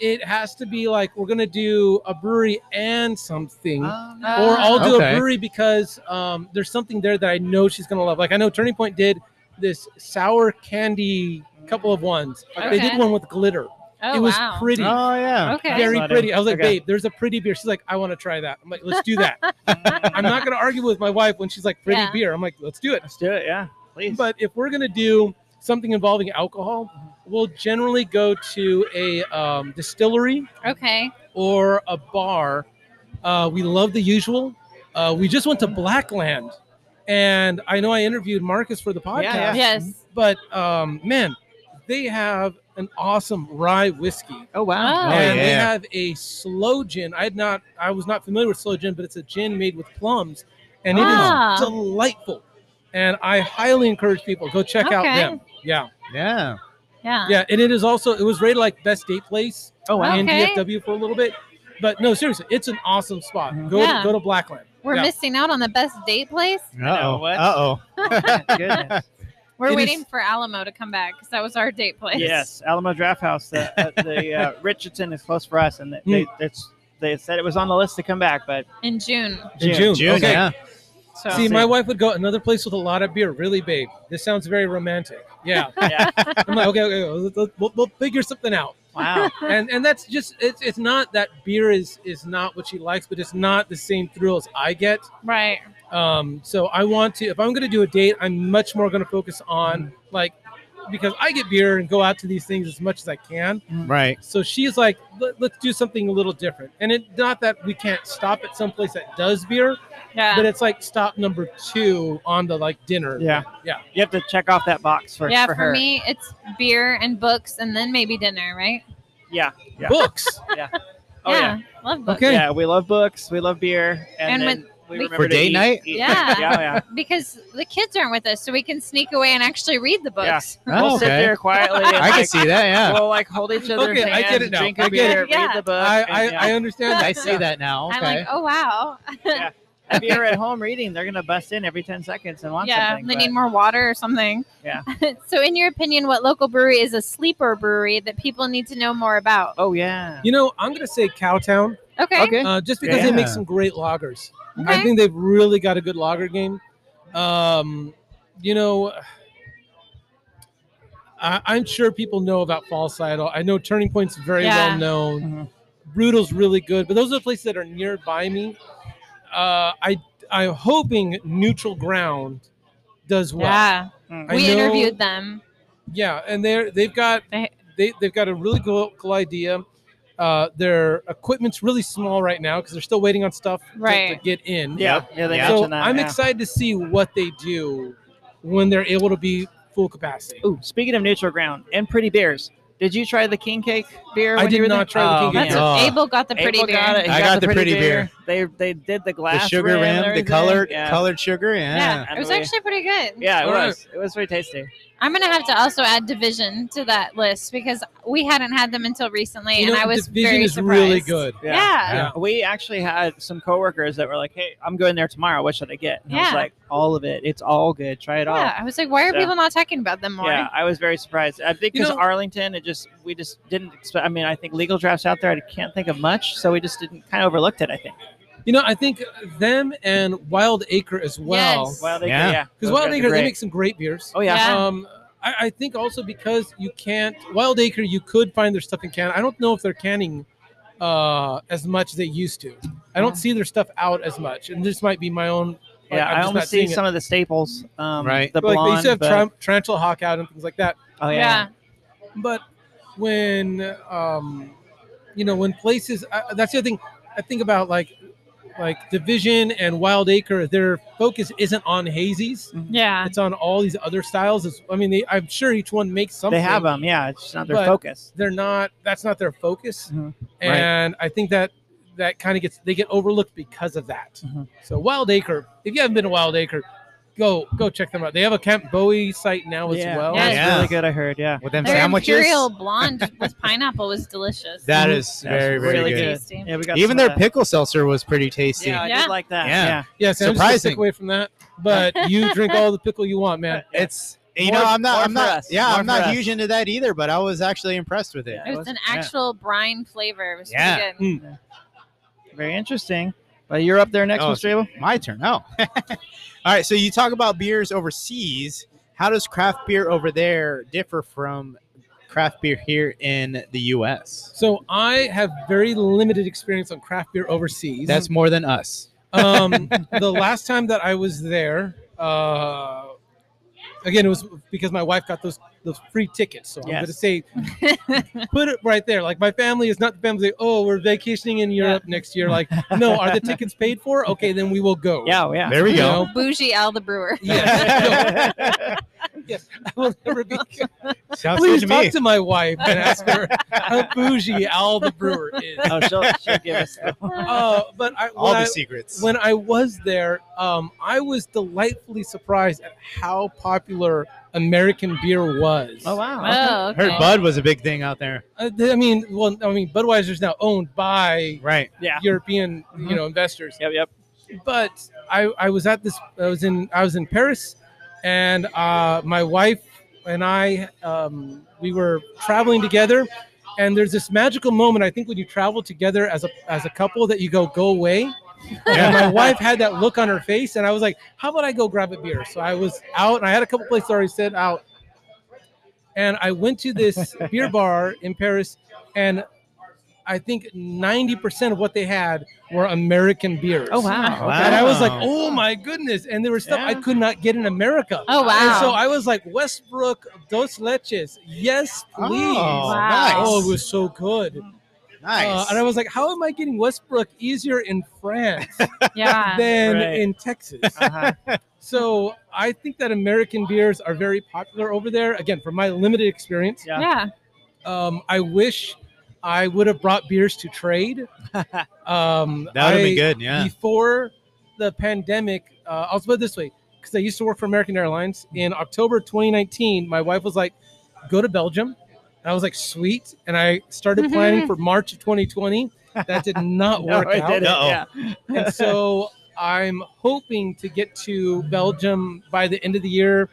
[SPEAKER 4] it has to be like we're gonna do a brewery and something.
[SPEAKER 2] Oh, no.
[SPEAKER 4] or I'll do
[SPEAKER 1] Okay.
[SPEAKER 4] a brewery because um, there's something there that I know she's gonna love. Like I know Turning Point did this sour candy couple of ones. They did
[SPEAKER 3] Okay.
[SPEAKER 4] one with glitter.
[SPEAKER 3] Oh,
[SPEAKER 4] it was
[SPEAKER 3] wow.
[SPEAKER 4] pretty.
[SPEAKER 1] Oh yeah.
[SPEAKER 3] Okay.
[SPEAKER 4] Very
[SPEAKER 2] Exciting.
[SPEAKER 4] pretty. I was like,
[SPEAKER 2] Okay.
[SPEAKER 4] babe, there's a pretty beer. She's like, I want to try that. I'm like, let's do that. I'm not gonna argue with my wife when she's like, pretty
[SPEAKER 3] Yeah.
[SPEAKER 4] beer. I'm like, let's do it.
[SPEAKER 2] Let's do it. Yeah, please.
[SPEAKER 4] But if we're gonna do something involving alcohol, we'll generally go to a um, distillery
[SPEAKER 3] okay.
[SPEAKER 4] or a bar. Uh, we love the usual. Uh, we just went to Blackland, and I know I interviewed Marcus for the podcast,
[SPEAKER 2] Yeah.
[SPEAKER 3] Yes.
[SPEAKER 4] but um, man, they have an awesome rye whiskey.
[SPEAKER 2] oh wow.
[SPEAKER 3] Oh.
[SPEAKER 4] and they
[SPEAKER 1] yeah.
[SPEAKER 4] have a slow gin. I had not, I was not familiar with slow gin, but it's a gin made with plums, and it is
[SPEAKER 3] Ah.
[SPEAKER 4] delightful. And I highly encourage people go check out
[SPEAKER 3] Okay.
[SPEAKER 4] them. Yeah,
[SPEAKER 1] Yeah.
[SPEAKER 3] Yeah.
[SPEAKER 4] yeah, and it is also it was rated like best date place
[SPEAKER 2] Oh wow.
[SPEAKER 4] in
[SPEAKER 3] Okay.
[SPEAKER 4] DFW for a little bit. But no, seriously, it's an awesome spot. Go
[SPEAKER 3] Yeah.
[SPEAKER 4] to, go to Blackland.
[SPEAKER 3] We're
[SPEAKER 4] Yeah.
[SPEAKER 3] missing out on the best date place.
[SPEAKER 2] know,
[SPEAKER 1] Uh oh.
[SPEAKER 2] what?
[SPEAKER 1] Uh oh.
[SPEAKER 2] Goodness.
[SPEAKER 3] We're
[SPEAKER 4] It
[SPEAKER 3] waiting
[SPEAKER 4] is-
[SPEAKER 3] for Alamo to come back because that was our date place.
[SPEAKER 2] Yes, Alamo Draft House. The, uh, the uh, Richardson is close for us, and they,
[SPEAKER 4] Mm.
[SPEAKER 2] they, it's, they said it was on the list to come back, but
[SPEAKER 3] In June.
[SPEAKER 4] In June.
[SPEAKER 1] June.
[SPEAKER 4] okay.
[SPEAKER 1] Yeah.
[SPEAKER 3] So
[SPEAKER 4] See, my wife would go another place with a lot of beer. Really, babe. This sounds very romantic. Yeah.
[SPEAKER 2] yeah,
[SPEAKER 4] I'm like, okay, okay, okay, we'll, we'll- we'll figure something out.
[SPEAKER 2] wow,
[SPEAKER 4] And and that's just it's it's not that beer is is not what she likes, but it's not the same thrill as I get.
[SPEAKER 3] right.
[SPEAKER 4] Um, so I want to if I'm gonna do a date, I'm much more gonna focus on like because I get beer and go out to these things as much as I can.
[SPEAKER 1] Right.
[SPEAKER 4] So she's like, Let, let's do something a little different. And it not that we can't stop at some place that does beer,
[SPEAKER 3] Yeah.
[SPEAKER 4] but it's like stop number two on the like dinner.
[SPEAKER 2] yeah,
[SPEAKER 4] Yeah.
[SPEAKER 2] You have to check off that box for
[SPEAKER 3] yeah.
[SPEAKER 2] for,
[SPEAKER 3] For,
[SPEAKER 2] her.
[SPEAKER 3] me, it's beer and books, and then maybe dinner. Right.
[SPEAKER 2] yeah, yeah.
[SPEAKER 4] Books.
[SPEAKER 2] Oh, yeah.
[SPEAKER 3] Love books.
[SPEAKER 4] Okay.
[SPEAKER 2] yeah. We love books, we love beer, and,
[SPEAKER 3] And
[SPEAKER 2] then we
[SPEAKER 3] we-
[SPEAKER 2] remember
[SPEAKER 1] For
[SPEAKER 2] to
[SPEAKER 1] date
[SPEAKER 2] eat-
[SPEAKER 1] night?
[SPEAKER 2] eat-
[SPEAKER 3] Yeah.
[SPEAKER 2] yeah, yeah.
[SPEAKER 3] Because the kids aren't with us, so we can sneak away and actually read the
[SPEAKER 2] Yeah.
[SPEAKER 3] books.
[SPEAKER 2] We'll
[SPEAKER 1] Oh,
[SPEAKER 2] sit
[SPEAKER 1] okay.
[SPEAKER 2] there quietly. And
[SPEAKER 1] I can
[SPEAKER 2] like,
[SPEAKER 1] see that. Yeah.
[SPEAKER 2] We'll like hold each other's
[SPEAKER 4] Okay, I
[SPEAKER 2] hands,
[SPEAKER 4] get it now.
[SPEAKER 2] drink
[SPEAKER 4] I
[SPEAKER 2] a
[SPEAKER 4] get
[SPEAKER 2] beer,
[SPEAKER 3] it. Yeah.
[SPEAKER 2] read the book.
[SPEAKER 4] I, I,
[SPEAKER 2] and, yeah.
[SPEAKER 4] I understand that.
[SPEAKER 1] I see that now.
[SPEAKER 3] I'm like,
[SPEAKER 1] Okay.
[SPEAKER 3] oh wow.
[SPEAKER 2] if you're at home reading, they're gonna bust in every ten seconds and want
[SPEAKER 3] yeah,
[SPEAKER 2] something.
[SPEAKER 3] they
[SPEAKER 2] but-
[SPEAKER 3] need more water or something.
[SPEAKER 2] Yeah.
[SPEAKER 3] so, in your opinion, what local brewery is a sleeper brewery that people need to know more about?
[SPEAKER 2] oh yeah.
[SPEAKER 4] You know, I'm gonna say Cowtown,
[SPEAKER 3] Okay.
[SPEAKER 2] Okay.
[SPEAKER 4] uh, just because they make
[SPEAKER 1] Yeah.
[SPEAKER 4] some great lagers. I
[SPEAKER 3] Okay.
[SPEAKER 4] think they've really got a good lager game. Um, you know, I, I'm sure people know about Fallsidal. I know Turning Point's very
[SPEAKER 3] Yeah.
[SPEAKER 4] well known.
[SPEAKER 2] Mhm.
[SPEAKER 4] Brutal's really good, but those are the places that are nearby me. Uh, I I'm hoping Neutral Ground does well.
[SPEAKER 3] Yeah.
[SPEAKER 2] Mm.
[SPEAKER 4] I
[SPEAKER 3] we
[SPEAKER 4] know-
[SPEAKER 3] interviewed them.
[SPEAKER 4] Yeah, and they're they've got
[SPEAKER 3] They-
[SPEAKER 4] they they've got a really cool, cool idea. uh, their equipment's really small right now because they're still waiting on stuff to- to,
[SPEAKER 3] Right.
[SPEAKER 4] get in.
[SPEAKER 2] Yeah, yeah, they
[SPEAKER 1] Yeah.
[SPEAKER 4] So
[SPEAKER 2] mentioned that.
[SPEAKER 4] I'm
[SPEAKER 2] yeah.
[SPEAKER 4] excited to see what they do when they're able to be full capacity.
[SPEAKER 2] Ooh, speaking of neutral ground and pretty beers, did you try the king cake beer? when
[SPEAKER 4] I
[SPEAKER 2] you
[SPEAKER 4] did
[SPEAKER 2] were
[SPEAKER 4] not
[SPEAKER 2] there?
[SPEAKER 4] try the
[SPEAKER 2] Oh,
[SPEAKER 4] king
[SPEAKER 2] man.
[SPEAKER 4] cake.
[SPEAKER 3] That's
[SPEAKER 1] Oh.
[SPEAKER 3] Abel got the pretty
[SPEAKER 2] April
[SPEAKER 3] beer.
[SPEAKER 2] Got it, and
[SPEAKER 1] I got the pretty
[SPEAKER 2] They they did the
[SPEAKER 1] the
[SPEAKER 2] glass
[SPEAKER 1] sugar
[SPEAKER 2] rim, and
[SPEAKER 1] rim, the
[SPEAKER 2] everything.
[SPEAKER 1] colored
[SPEAKER 2] Yeah,
[SPEAKER 1] colored sugar. Yeah.
[SPEAKER 3] Yeah,
[SPEAKER 2] And
[SPEAKER 3] it was
[SPEAKER 2] we-
[SPEAKER 3] actually pretty good.
[SPEAKER 2] yeah, it
[SPEAKER 4] Alright.
[SPEAKER 2] was. It was very tasty.
[SPEAKER 3] I'm gonna have to also add division to that list because we hadn't had them until recently,
[SPEAKER 4] You
[SPEAKER 3] and
[SPEAKER 4] know,
[SPEAKER 3] I was
[SPEAKER 4] Division
[SPEAKER 3] very
[SPEAKER 4] is
[SPEAKER 3] surprised.
[SPEAKER 4] really good.
[SPEAKER 3] Yeah.
[SPEAKER 4] Yeah.
[SPEAKER 2] We actually had some coworkers that were like, "Hey, I'm going there tomorrow. What should I get?" And I was
[SPEAKER 3] Yeah.
[SPEAKER 2] like, "All of it. It's all good. Try it
[SPEAKER 3] Yeah, I was like, why are
[SPEAKER 2] So-
[SPEAKER 3] people not talking about them
[SPEAKER 2] all."
[SPEAKER 3] more?
[SPEAKER 2] Yeah, I was very surprised. I think
[SPEAKER 4] You
[SPEAKER 2] because
[SPEAKER 4] know-
[SPEAKER 2] Arlington, it just we just didn't expect. I mean, I think legal drafts out there. I can't think of much, so we just didn't kind of overlooked it. I think.
[SPEAKER 4] You know, I think them and Wild Acre as well.
[SPEAKER 3] Yes.
[SPEAKER 2] Wild Acre,
[SPEAKER 1] Yeah.
[SPEAKER 2] yeah,
[SPEAKER 4] Because
[SPEAKER 2] Those
[SPEAKER 4] Wild
[SPEAKER 2] guys are
[SPEAKER 4] Acre, they
[SPEAKER 2] great.
[SPEAKER 4] make some great beers.
[SPEAKER 2] Oh yeah,
[SPEAKER 3] Yeah.
[SPEAKER 4] Um, I, I think also because you can't Wild Acre, you could find their stuff in can. I don't know if they're canning uh, as much as they used to. I don't see their stuff out as much, and this might be my own. like,
[SPEAKER 2] yeah.
[SPEAKER 4] I'm
[SPEAKER 2] I
[SPEAKER 4] just
[SPEAKER 2] only
[SPEAKER 4] not
[SPEAKER 2] see
[SPEAKER 4] seeing it.
[SPEAKER 2] some of the staples. Um,
[SPEAKER 1] Right.
[SPEAKER 2] The
[SPEAKER 4] But,
[SPEAKER 2] blonde.
[SPEAKER 4] like they used to have
[SPEAKER 2] but-
[SPEAKER 4] tran- tarantula hawk out and things like that.
[SPEAKER 2] oh yeah.
[SPEAKER 3] yeah.
[SPEAKER 4] But when um, you know when places, I, that's the other thing I think about like like Division and Wild Acre. Their focus isn't on hazies.
[SPEAKER 3] Yeah.
[SPEAKER 4] It's on all these other styles. It's, I mean, they, I'm sure each one makes something.
[SPEAKER 2] They have them. Yeah, it's just not their
[SPEAKER 4] But-
[SPEAKER 2] focus.
[SPEAKER 4] They're not. That's not their focus.
[SPEAKER 2] Mhm.
[SPEAKER 1] Uh-huh. Right.
[SPEAKER 4] And I think that that kind of gets they get overlooked because of that.
[SPEAKER 1] Uh-huh.
[SPEAKER 2] Mhm.
[SPEAKER 4] So Wild Acre, if you haven't been to Wild Acre, go go check them out. They have a Camp Bowie site now as
[SPEAKER 2] yeah.
[SPEAKER 4] well.
[SPEAKER 3] Yeah.
[SPEAKER 2] That's
[SPEAKER 1] Yeah.
[SPEAKER 2] really good. I heard. Yeah.
[SPEAKER 1] With them
[SPEAKER 3] Their
[SPEAKER 1] sandwiches.
[SPEAKER 3] imperial blonde with pineapple was delicious.
[SPEAKER 1] That is
[SPEAKER 2] That's
[SPEAKER 1] very very
[SPEAKER 2] really
[SPEAKER 1] good.
[SPEAKER 2] good.
[SPEAKER 3] tasty.
[SPEAKER 2] Yeah, we got
[SPEAKER 1] Even
[SPEAKER 2] some
[SPEAKER 1] their
[SPEAKER 4] uh,
[SPEAKER 2] of that.
[SPEAKER 1] pickle seltzer was pretty tasty.
[SPEAKER 2] Yeah, I
[SPEAKER 3] Yeah.
[SPEAKER 2] did like that.
[SPEAKER 1] Yeah.
[SPEAKER 2] Yeah.
[SPEAKER 4] Yes, and I'm just gonna stick
[SPEAKER 1] Surprising.
[SPEAKER 4] away from that. But you drink all the pickle you want, man.
[SPEAKER 1] It's you
[SPEAKER 2] More-
[SPEAKER 1] know I'm
[SPEAKER 2] more
[SPEAKER 1] not I'm
[SPEAKER 2] for
[SPEAKER 1] not
[SPEAKER 2] us.
[SPEAKER 1] yeah
[SPEAKER 2] More
[SPEAKER 1] I'm
[SPEAKER 2] for
[SPEAKER 1] not
[SPEAKER 2] us.
[SPEAKER 1] huge into that either, but I was actually impressed with it.
[SPEAKER 2] Yeah.
[SPEAKER 3] It was an
[SPEAKER 2] yeah.
[SPEAKER 3] actual brine flavor. It was pretty
[SPEAKER 1] Yeah.
[SPEAKER 3] good.
[SPEAKER 2] Very interesting. But you're up there next,
[SPEAKER 1] Oh,
[SPEAKER 2] Mr. Abel.
[SPEAKER 1] My turn. Oh, all right. So you talk about beers overseas. How does craft beer over there differ from craft beer here in the U.S.?
[SPEAKER 4] So I have very limited experience on craft beer overseas.
[SPEAKER 1] That's more than us.
[SPEAKER 4] um, the last time that I was there, uh, again, it was because my wife got those those free tickets. So
[SPEAKER 2] Yes.
[SPEAKER 4] I'm gonna say, put it right there. Like my family is not the family. Oh, we're vacationing in Europe next year. Like, no, are the tickets paid for? Okay, then we will go.
[SPEAKER 2] Yeah, oh, yeah.
[SPEAKER 1] There we
[SPEAKER 4] You
[SPEAKER 1] go.
[SPEAKER 4] know?
[SPEAKER 3] Bougie Al the Brewer.
[SPEAKER 4] Yes. No, yes. I will never be.
[SPEAKER 1] Sounds good
[SPEAKER 4] Please
[SPEAKER 1] to
[SPEAKER 4] talk
[SPEAKER 1] me.
[SPEAKER 4] to my wife and ask her how bougie Al the Brewer is.
[SPEAKER 2] Oh, she'll, she'll give us.
[SPEAKER 4] Uh, but I,
[SPEAKER 1] All
[SPEAKER 4] when I-
[SPEAKER 1] the secrets.
[SPEAKER 4] when I was there, um, I was delightfully surprised at how popular American beer was.
[SPEAKER 2] Oh wow.
[SPEAKER 3] Oh,
[SPEAKER 1] Heard
[SPEAKER 3] okay.
[SPEAKER 1] Bud was a big thing out there.
[SPEAKER 4] Uh, th- I mean, well, I mean, Budweiser's now owned by
[SPEAKER 1] Right.
[SPEAKER 2] Yeah.
[SPEAKER 4] European,
[SPEAKER 2] Mhm.
[SPEAKER 4] you know, investors.
[SPEAKER 2] Yep, yep.
[SPEAKER 4] But I, I was at this. I was in. I was in Paris, and uh, my wife and I, um, we were traveling together. And there's this magical moment. I think when you travel together as a as a couple, that you go go away. And my wife had that look on her face, and I was like, "How about I go grab a beer?" So I was out, and I had a couple places already set out, and I went to this beer bar in Paris, and I think ninety percent of what they had were American beers.
[SPEAKER 2] Oh wow.
[SPEAKER 1] Wow.
[SPEAKER 4] And I was like,
[SPEAKER 1] Wow.
[SPEAKER 4] "Oh my goodness!" And there was stuff I
[SPEAKER 2] Yeah.
[SPEAKER 4] could not get in America.
[SPEAKER 3] Oh,
[SPEAKER 4] And
[SPEAKER 3] wow.
[SPEAKER 4] so I was like, "Westbrook Dos Leches, yes, please."
[SPEAKER 1] Oh,
[SPEAKER 3] Wow.
[SPEAKER 1] nice.
[SPEAKER 4] Oh, it was so good.
[SPEAKER 1] nice.
[SPEAKER 4] Uh, and I was like, how am I getting Westbrook easier in France
[SPEAKER 3] Yeah.
[SPEAKER 4] than
[SPEAKER 2] Right.
[SPEAKER 4] in Texas?
[SPEAKER 2] Uh-huh.
[SPEAKER 4] So I think that American beers are very popular over there. Again, from my limited experience,
[SPEAKER 2] Yeah.
[SPEAKER 3] yeah.
[SPEAKER 4] um, I wish I would have brought beers to trade. Um,
[SPEAKER 1] that would have been
[SPEAKER 4] I-
[SPEAKER 1] good. Yeah.
[SPEAKER 4] Before the pandemic, uh, I'll put it this way because I used to work for American Airlines. In October 2019, my wife was like, "Go to Belgium." And I was like, "Sweet," and I started planning for March of 2020. That did not
[SPEAKER 2] No,
[SPEAKER 4] work
[SPEAKER 2] Oh, it
[SPEAKER 4] out
[SPEAKER 2] didn't.
[SPEAKER 1] Uh-oh.
[SPEAKER 2] Yeah.
[SPEAKER 4] and so I'm hoping to get to Belgium by the end of the year,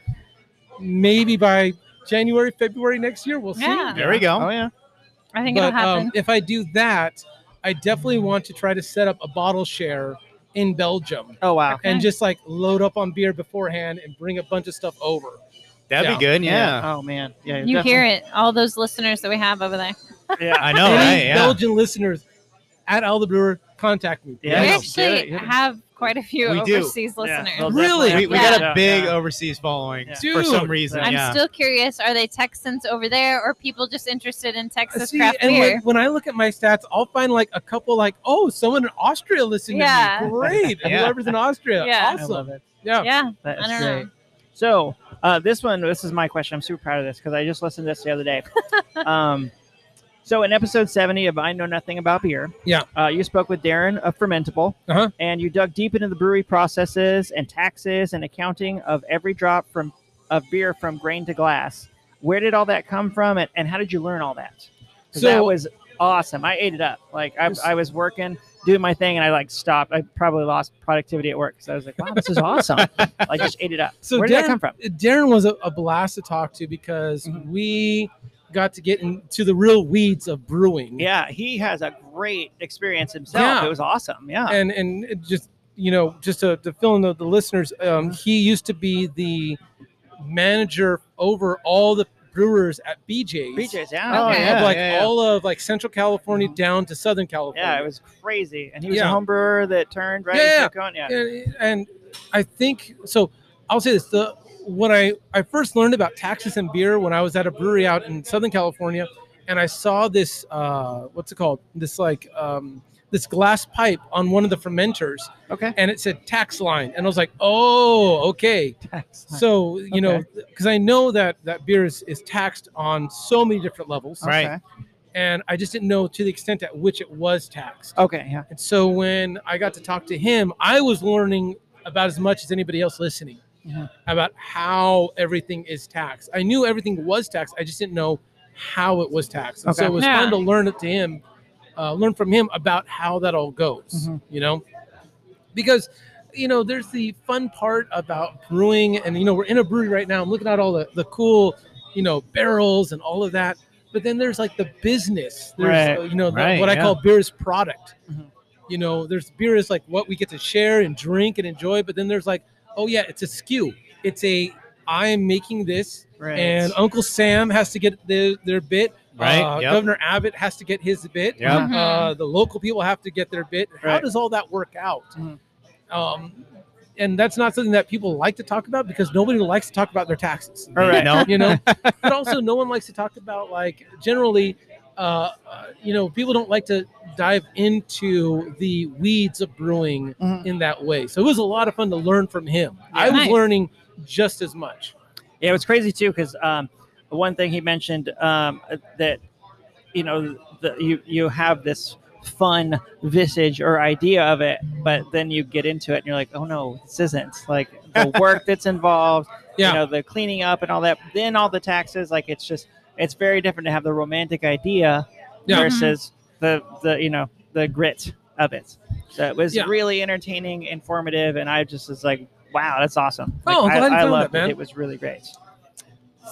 [SPEAKER 4] maybe by January, February next year. We'll see.
[SPEAKER 3] Yeah.
[SPEAKER 1] There we go.
[SPEAKER 2] Oh yeah.
[SPEAKER 3] I think
[SPEAKER 4] But
[SPEAKER 3] it'll happen.
[SPEAKER 4] um, if I do that, I definitely want to try to set up a bottle share in Belgium
[SPEAKER 2] Oh wow.
[SPEAKER 4] and
[SPEAKER 3] Okay.
[SPEAKER 4] just like load up on beer beforehand and bring a bunch of stuff over.
[SPEAKER 1] That'd be good. Yeah.
[SPEAKER 2] Oh man. Yeah.
[SPEAKER 3] you hear it, all those listeners that we have over there.
[SPEAKER 2] Yeah.
[SPEAKER 1] I know.
[SPEAKER 4] Any
[SPEAKER 1] Right? Yeah.
[SPEAKER 4] Belgian listeners at Al the Brewer, contact me.
[SPEAKER 2] Yeah.
[SPEAKER 3] we
[SPEAKER 2] no,
[SPEAKER 4] please.
[SPEAKER 2] get
[SPEAKER 3] actually
[SPEAKER 2] it, get it.
[SPEAKER 3] have quite a few
[SPEAKER 1] We do.
[SPEAKER 3] overseas
[SPEAKER 2] Yeah.
[SPEAKER 3] listeners.
[SPEAKER 2] They'll
[SPEAKER 4] Really?
[SPEAKER 2] definitely
[SPEAKER 1] We, we
[SPEAKER 2] have
[SPEAKER 1] got
[SPEAKER 2] to-
[SPEAKER 1] a
[SPEAKER 2] yeah,
[SPEAKER 1] big
[SPEAKER 2] yeah.
[SPEAKER 1] overseas following
[SPEAKER 2] Yeah.
[SPEAKER 1] for some
[SPEAKER 4] Dude,
[SPEAKER 1] reason.
[SPEAKER 3] I'm
[SPEAKER 1] yeah.
[SPEAKER 3] still curious. Are they Texans over there, or people just interested in Texas
[SPEAKER 4] See,
[SPEAKER 3] craft
[SPEAKER 4] and
[SPEAKER 3] beer?
[SPEAKER 4] when, when I look at my stats, I'll find like a couple like, oh, someone in Austria listened
[SPEAKER 3] Yeah.
[SPEAKER 4] to me. Great.
[SPEAKER 1] Yeah.
[SPEAKER 4] Whoever's in Austria.
[SPEAKER 3] Yeah.
[SPEAKER 2] I
[SPEAKER 4] Awesome.
[SPEAKER 2] love it.
[SPEAKER 4] Yeah.
[SPEAKER 3] yeah,
[SPEAKER 2] That is
[SPEAKER 3] I don't
[SPEAKER 2] great.
[SPEAKER 3] know.
[SPEAKER 2] So uh, this one, this is my question. I'm super proud of this because I just listened to this the other day. um, so in episode 70 of I Know Nothing About Beer,
[SPEAKER 4] Yeah.
[SPEAKER 2] uh, you spoke with Darren of Fermentable,
[SPEAKER 4] Uh-huh.
[SPEAKER 2] and you dug deep into the brewery processes and taxes and accounting of every drop from of beer from grain to glass. Where did all that come from, and, and how did you learn all that? 'Cause that
[SPEAKER 4] So-
[SPEAKER 2] was awesome. I ate it up. Like I, I was working, doing my thing, and I like stopped. I probably lost productivity at work because I was like, "Wow, this is awesome!" I just ate it up.
[SPEAKER 4] So
[SPEAKER 2] where did that
[SPEAKER 4] Darren-
[SPEAKER 2] come from?
[SPEAKER 4] Darren was a, a blast to talk to because
[SPEAKER 2] Mhm.
[SPEAKER 4] we got to get into the real weeds of brewing.
[SPEAKER 2] Yeah, he has a great experience himself.
[SPEAKER 4] Yeah.
[SPEAKER 2] It was awesome. Yeah.
[SPEAKER 4] and and it just you know just to, to fill in the, the listeners um, he used to be the manager over all the brewers at bj's
[SPEAKER 2] BJ's, yeah.
[SPEAKER 4] Of,
[SPEAKER 3] Okay.
[SPEAKER 1] yeah,
[SPEAKER 4] Oh, like
[SPEAKER 1] yeah, yeah.
[SPEAKER 4] all of like central california
[SPEAKER 2] Mhm.
[SPEAKER 4] down to southern california
[SPEAKER 2] Yeah, it was crazy. And he was
[SPEAKER 4] Yeah.
[SPEAKER 2] a home brewer that turned right.
[SPEAKER 4] Yeah, yeah.
[SPEAKER 2] kept going, yeah.
[SPEAKER 4] and, and i think so i'll say this the when i i first learned about taxes and beer when i was at a brewery out in southern california and i saw this uh what's it called this like um this glass pipe on one of the fermenters
[SPEAKER 2] Okay.
[SPEAKER 4] and it said tax line and i was like oh okay so you know because i know that that beer is, is taxed on so many different levels
[SPEAKER 1] Right.
[SPEAKER 2] Okay.
[SPEAKER 4] and i just didn't know to the extent at which it was taxed
[SPEAKER 2] Okay, yeah.
[SPEAKER 4] and so when i got to talk to him i was learning about as much as anybody else listening
[SPEAKER 2] Mhm.
[SPEAKER 4] about how everything is taxed i knew everything was taxed i just didn't know how it was taxed and so
[SPEAKER 2] Okay.
[SPEAKER 4] it was
[SPEAKER 3] Yeah.
[SPEAKER 4] fun to learn it to him uh, learn from him about how that all goes
[SPEAKER 2] Mhm.
[SPEAKER 4] you know because you know, there's the fun part about brewing, and you know, we're in a brewery right now. I'm looking at all the, the cool, you know, barrels and all of that. But then there's like the business. There's
[SPEAKER 2] Right.
[SPEAKER 4] you know the-
[SPEAKER 1] Right,
[SPEAKER 4] what I
[SPEAKER 1] yeah.
[SPEAKER 4] call beer is product.
[SPEAKER 2] Mhm.
[SPEAKER 4] You know, there's beer is like what we get to share and drink and enjoy. But then there's like, oh yeah, it's a skew. It's a I'm making this,
[SPEAKER 2] Right.
[SPEAKER 4] and Uncle Sam has to get their their bit.
[SPEAKER 1] Right,
[SPEAKER 4] Uh,
[SPEAKER 1] yep.
[SPEAKER 4] Governor Abbott has to get his bit
[SPEAKER 1] Yep.
[SPEAKER 3] Mhm.
[SPEAKER 4] uh, the local people have to get their bit. How
[SPEAKER 2] Right.
[SPEAKER 4] does all that work out?
[SPEAKER 2] Mhm.
[SPEAKER 4] Um, and that's not something that people like to talk about because nobody likes to talk about their taxes.
[SPEAKER 2] All right.
[SPEAKER 1] No.
[SPEAKER 4] You know, but also no one likes to talk about like generally, uh, uh, you know, people don't like to dive into the weeds of brewing
[SPEAKER 2] Mhm.
[SPEAKER 4] in that way. So it was a lot of fun to learn from him. I was
[SPEAKER 3] Nice.
[SPEAKER 4] learning just as much.
[SPEAKER 2] Yeah, it was crazy too because um, one thing he mentioned um, that you know the, you you have this fun visage or idea of it, but then you get into it and you're like, oh no, this isn't like the work that's involved.
[SPEAKER 4] Yeah.
[SPEAKER 2] you know the cleaning up and all that. Then all the taxes, like it's just it's very different to have the romantic idea
[SPEAKER 4] Yeah.
[SPEAKER 3] Mhm.
[SPEAKER 2] versus the the you know the grit of it. So it was
[SPEAKER 4] Yeah.
[SPEAKER 2] really entertaining, informative, and I just was like, wow, that's awesome. Like,
[SPEAKER 4] Oh, I'm
[SPEAKER 2] I,
[SPEAKER 4] glad you
[SPEAKER 2] I
[SPEAKER 4] found
[SPEAKER 2] loved
[SPEAKER 4] that, man.
[SPEAKER 2] it. It was really great.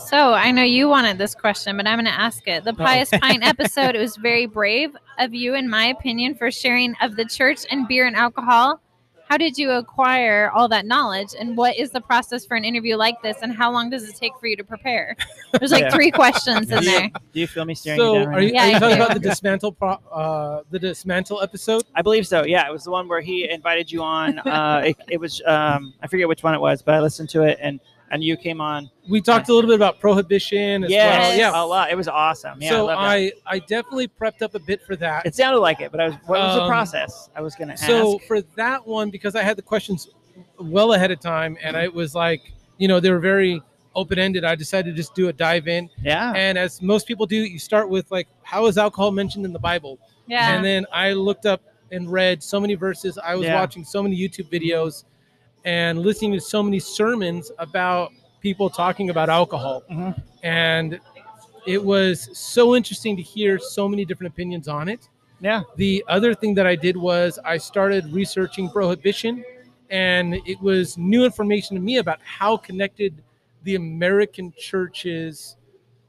[SPEAKER 3] So I know you wanted this question, but I'm going to ask it. The Pious Pine episode, it was very brave of you, in my opinion, for sharing of the church and beer and alcohol. How did you acquire all that knowledge, and what is the process for an interview like this, and how long does it take for you to prepare? There's like
[SPEAKER 2] Yeah.
[SPEAKER 3] three questions in
[SPEAKER 2] Yeah.
[SPEAKER 3] there.
[SPEAKER 2] Do you feel me staring
[SPEAKER 4] So
[SPEAKER 2] you down?
[SPEAKER 4] are you,
[SPEAKER 2] right now?
[SPEAKER 3] Yeah,
[SPEAKER 4] are you
[SPEAKER 3] I
[SPEAKER 4] talking
[SPEAKER 3] do.
[SPEAKER 4] about the dismantle pro, uh, the dismantle episode?
[SPEAKER 2] I believe so. Yeah, it was the one where he invited you on. Uh, it, it was um, I forget which one it was, but I listened to it and and you came on.
[SPEAKER 4] We talked a little bit about prohibition as
[SPEAKER 2] Yes,
[SPEAKER 4] well. Yeah.
[SPEAKER 2] a lot. It was awesome. Yeah, Oh, I
[SPEAKER 4] so
[SPEAKER 2] loved
[SPEAKER 4] I,
[SPEAKER 2] it.
[SPEAKER 4] I definitely prepped up a bit for that.
[SPEAKER 2] It sounded like it, but I was. What was the
[SPEAKER 4] Um,
[SPEAKER 2] process? I was going to
[SPEAKER 4] so
[SPEAKER 2] ask.
[SPEAKER 4] for that one, because I had the questions well ahead of time, and it was like you know they were very open ended. I decided to just do a dive in,
[SPEAKER 2] Yeah.
[SPEAKER 4] and as most people do, you start with like how is alcohol mentioned in the Bible,
[SPEAKER 3] Yeah.
[SPEAKER 4] and then I looked up and read so many verses. I was
[SPEAKER 2] Yeah.
[SPEAKER 4] watching so many YouTube videos, and listening to so many sermons about people talking about alcohol,
[SPEAKER 2] Mhm.
[SPEAKER 4] and it was so interesting to hear so many different opinions on it.
[SPEAKER 2] Yeah.
[SPEAKER 4] The other thing that I did was I started researching prohibition, and it was new information to me about how connected the American church's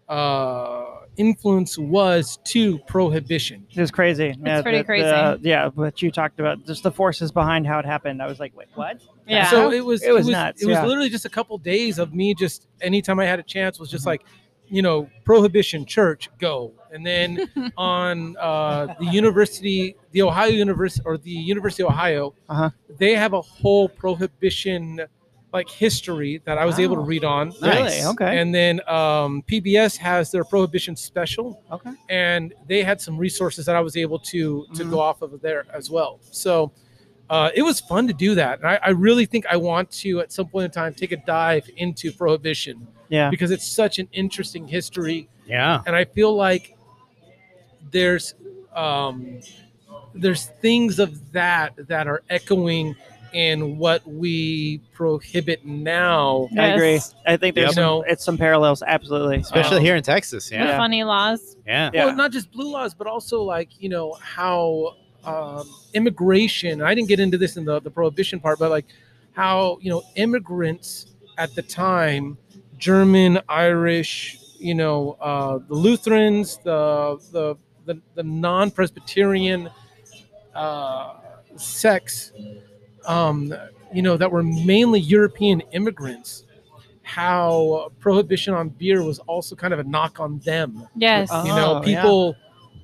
[SPEAKER 4] uh, influence was to prohibition.
[SPEAKER 2] It was crazy. It's yeah,
[SPEAKER 3] pretty
[SPEAKER 2] the-
[SPEAKER 3] crazy.
[SPEAKER 2] the- yeah, what you talked about, just the forces behind how it happened. I was like, wait, what?
[SPEAKER 3] Yeah.
[SPEAKER 4] So it was
[SPEAKER 2] It was nuts,
[SPEAKER 4] It was
[SPEAKER 2] yeah.
[SPEAKER 4] literally just a couple days of me just anytime I had a chance was just like, you know, Prohibition Church, go. And then on uh, the university, the Ohio University or the University of Ohio,
[SPEAKER 2] Uh-huh.
[SPEAKER 4] they have a whole Prohibition like history that I was able to
[SPEAKER 2] Oh.
[SPEAKER 4] read on.
[SPEAKER 1] Nice.
[SPEAKER 2] Really? Okay.
[SPEAKER 4] And then um, PBS has their Prohibition special,
[SPEAKER 2] okay.
[SPEAKER 4] and they had some resources that I was able to to
[SPEAKER 2] Mhm.
[SPEAKER 4] go off of there as well. So uh, it was fun to do that, and I, I really think I want to at some point in time take a dive into Prohibition
[SPEAKER 2] Yeah.
[SPEAKER 4] because it's such an interesting history,
[SPEAKER 1] Yeah.
[SPEAKER 4] and I feel like there's um, there's things of that that are echoing in what we prohibit now.
[SPEAKER 2] I agree.
[SPEAKER 3] Yes.
[SPEAKER 2] I think there's
[SPEAKER 4] Yep.
[SPEAKER 2] some, it's some parallels. Absolutely. Um,
[SPEAKER 1] Especially
[SPEAKER 4] Um,
[SPEAKER 1] here in Texas.
[SPEAKER 3] The
[SPEAKER 1] Yeah.
[SPEAKER 3] funny laws.
[SPEAKER 1] Yeah.
[SPEAKER 2] Yeah.
[SPEAKER 4] well, not just blue laws, but also like you know how um, immigration. I didn't get into this in the the prohibition part, but like how you know immigrants at the time, German, Irish, you know, uh, the Lutherans, the the the, the non Presbyterian uh, sects, um, you know, that were mainly European immigrants. How prohibition on beer was also kind of a knock on them
[SPEAKER 3] Yes.
[SPEAKER 2] Uh,
[SPEAKER 4] you know
[SPEAKER 2] Oh, yeah.
[SPEAKER 4] people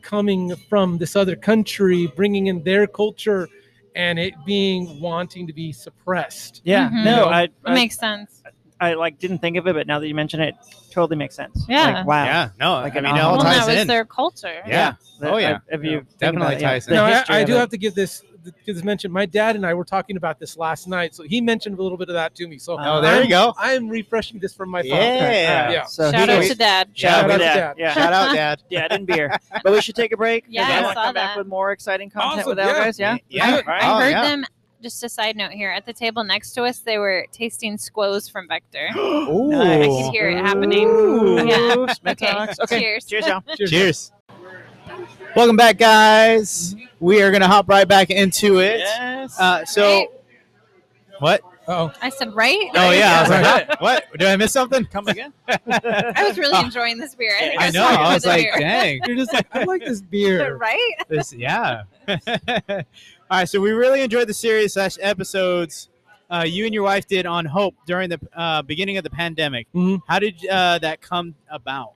[SPEAKER 4] coming from this other country bringing in their culture and it being wanting to be suppressed
[SPEAKER 2] Yeah.
[SPEAKER 3] Mhm.
[SPEAKER 2] No, I,
[SPEAKER 3] it
[SPEAKER 2] I,
[SPEAKER 3] makes sense.
[SPEAKER 2] I like didn't think of it, but now that you mention it, totally makes sense.
[SPEAKER 3] Yeah.
[SPEAKER 2] Like, wow.
[SPEAKER 1] Yeah. No,
[SPEAKER 2] Like
[SPEAKER 1] I
[SPEAKER 2] an
[SPEAKER 1] mean, it all
[SPEAKER 3] Well,
[SPEAKER 2] omelet.
[SPEAKER 1] ties
[SPEAKER 3] that was
[SPEAKER 1] in.
[SPEAKER 3] their culture.
[SPEAKER 1] Yeah.
[SPEAKER 2] That-
[SPEAKER 1] Oh, yeah.
[SPEAKER 2] I- if you think
[SPEAKER 1] Definitely
[SPEAKER 2] about it, yeah,
[SPEAKER 1] ties
[SPEAKER 2] the
[SPEAKER 1] in.
[SPEAKER 4] now, I,
[SPEAKER 2] history
[SPEAKER 4] I
[SPEAKER 2] of
[SPEAKER 4] do
[SPEAKER 2] it.
[SPEAKER 4] have to give this give this mention my dad and i were talking about this last night so he mentioned a little bit of that to me so
[SPEAKER 2] Uh,
[SPEAKER 1] Oh, there you go.
[SPEAKER 4] i am refreshing this from my phone
[SPEAKER 1] Yeah.
[SPEAKER 4] Yeah.
[SPEAKER 2] So
[SPEAKER 3] Shout
[SPEAKER 2] he
[SPEAKER 3] out
[SPEAKER 2] goes-
[SPEAKER 3] to dad.
[SPEAKER 2] shout out to
[SPEAKER 4] Shout out to
[SPEAKER 2] Dad.
[SPEAKER 4] Dad.
[SPEAKER 2] Yeah.
[SPEAKER 1] Shout out, Dad.
[SPEAKER 2] Yeah, didn't beer. But we should take a break. 'cause
[SPEAKER 3] Yeah,
[SPEAKER 2] I
[SPEAKER 3] I
[SPEAKER 2] wanna
[SPEAKER 3] saw
[SPEAKER 2] come back
[SPEAKER 3] that.
[SPEAKER 2] with more exciting content
[SPEAKER 4] Awesome,
[SPEAKER 2] with our
[SPEAKER 4] yeah.
[SPEAKER 2] guys. Yeah.
[SPEAKER 1] Yeah.
[SPEAKER 2] Right.
[SPEAKER 1] Oh,
[SPEAKER 3] I heard
[SPEAKER 1] yeah.
[SPEAKER 3] them. Just a side note here, at the table next to us, they were tasting squoze from Vector.
[SPEAKER 1] Ooh.
[SPEAKER 2] Nice.
[SPEAKER 3] I could hear it happening.
[SPEAKER 2] Ooh,
[SPEAKER 3] Yeah.
[SPEAKER 2] Smithbox. Okay.
[SPEAKER 3] Cheers.
[SPEAKER 2] Cheers, y'all.
[SPEAKER 4] Cheers.
[SPEAKER 1] Cheers. Welcome back, guys. We are going to hop right back into it.
[SPEAKER 2] Yes.
[SPEAKER 1] Uh, so,
[SPEAKER 3] Right?
[SPEAKER 1] what?
[SPEAKER 4] oh
[SPEAKER 3] I said, right?
[SPEAKER 1] Oh, yeah. I was like,
[SPEAKER 4] Right.
[SPEAKER 1] huh? what? Did I miss something?
[SPEAKER 2] Come again.
[SPEAKER 3] I was really
[SPEAKER 1] Uh,
[SPEAKER 3] enjoying this beer. I, think
[SPEAKER 1] I
[SPEAKER 3] was
[SPEAKER 1] know.
[SPEAKER 3] talking
[SPEAKER 1] I
[SPEAKER 3] to
[SPEAKER 1] was
[SPEAKER 3] the
[SPEAKER 1] like,
[SPEAKER 3] beer.
[SPEAKER 1] dang.
[SPEAKER 4] you're just like i like this beer
[SPEAKER 3] right?
[SPEAKER 1] This, yeah. All right. So we really enjoyed the series slash episodes uh, you and your wife did on Hope during the uh, beginning of the pandemic.
[SPEAKER 4] Mhm.
[SPEAKER 1] How did uh, that come about?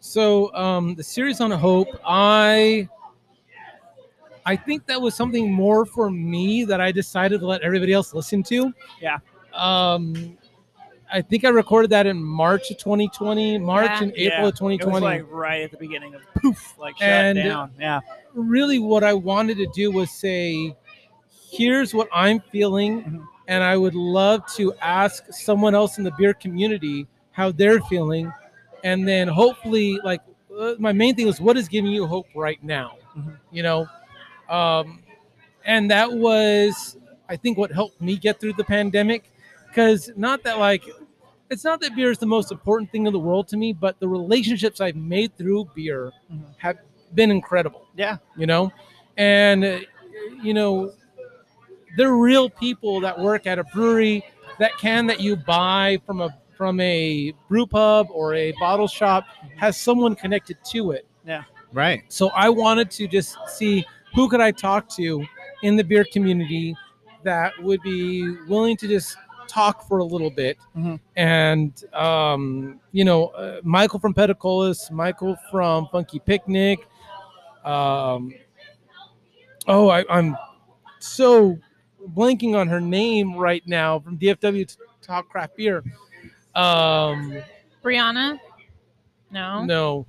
[SPEAKER 4] So um, the series on hope, I I think that was something more for me that I decided to let everybody else listen to.
[SPEAKER 2] Yeah.
[SPEAKER 4] Um, I think I recorded that in March of 2020, March
[SPEAKER 3] Yeah.
[SPEAKER 4] and
[SPEAKER 2] It
[SPEAKER 4] April of
[SPEAKER 2] was
[SPEAKER 4] 2020.
[SPEAKER 2] like right at the beginning of poof, like shut
[SPEAKER 4] And-
[SPEAKER 2] down. Yeah.
[SPEAKER 4] really, what I wanted to do was say, here's what I'm feeling,
[SPEAKER 2] Mhm.
[SPEAKER 4] and I would love to ask someone else in the beer community how they're feeling, and then hopefully, like uh, my main thing was what is giving you hope right now,
[SPEAKER 2] Mhm.
[SPEAKER 4] you know, um, and that was I think what helped me get through the pandemic, because not that like. It's not that beer is the most important thing in the world to me, but the relationships I've made through beer
[SPEAKER 2] Mhm.
[SPEAKER 4] have been incredible
[SPEAKER 2] Yeah.
[SPEAKER 4] you know and uh, you know they're real people that work at a brewery that can that you buy from a from a brew pub or a bottle shop has someone connected to it
[SPEAKER 1] Right.
[SPEAKER 4] so i wanted to just see who could i talk to in the beer community that would be willing to just talk for a little bit
[SPEAKER 2] Mhm.
[SPEAKER 4] and um, you know uh, michael from pedicolis michael from funky picnic um, oh I, i'm so blanking on her name right now from dfw to talk craft beer um,
[SPEAKER 3] Brianna? No.
[SPEAKER 4] no.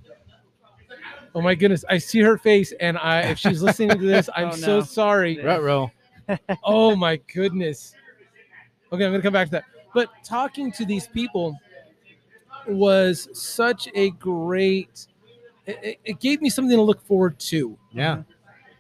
[SPEAKER 4] Oh my goodness! I see her face, and I if she's listening to this, I'm
[SPEAKER 2] Oh,
[SPEAKER 4] so
[SPEAKER 2] no.
[SPEAKER 4] sorry.
[SPEAKER 1] Rut roll.
[SPEAKER 4] Oh my goodness. Okay, I'm gonna come back to that. But talking to these people was such a great. It, it- it gave me something to look forward to
[SPEAKER 1] Yeah.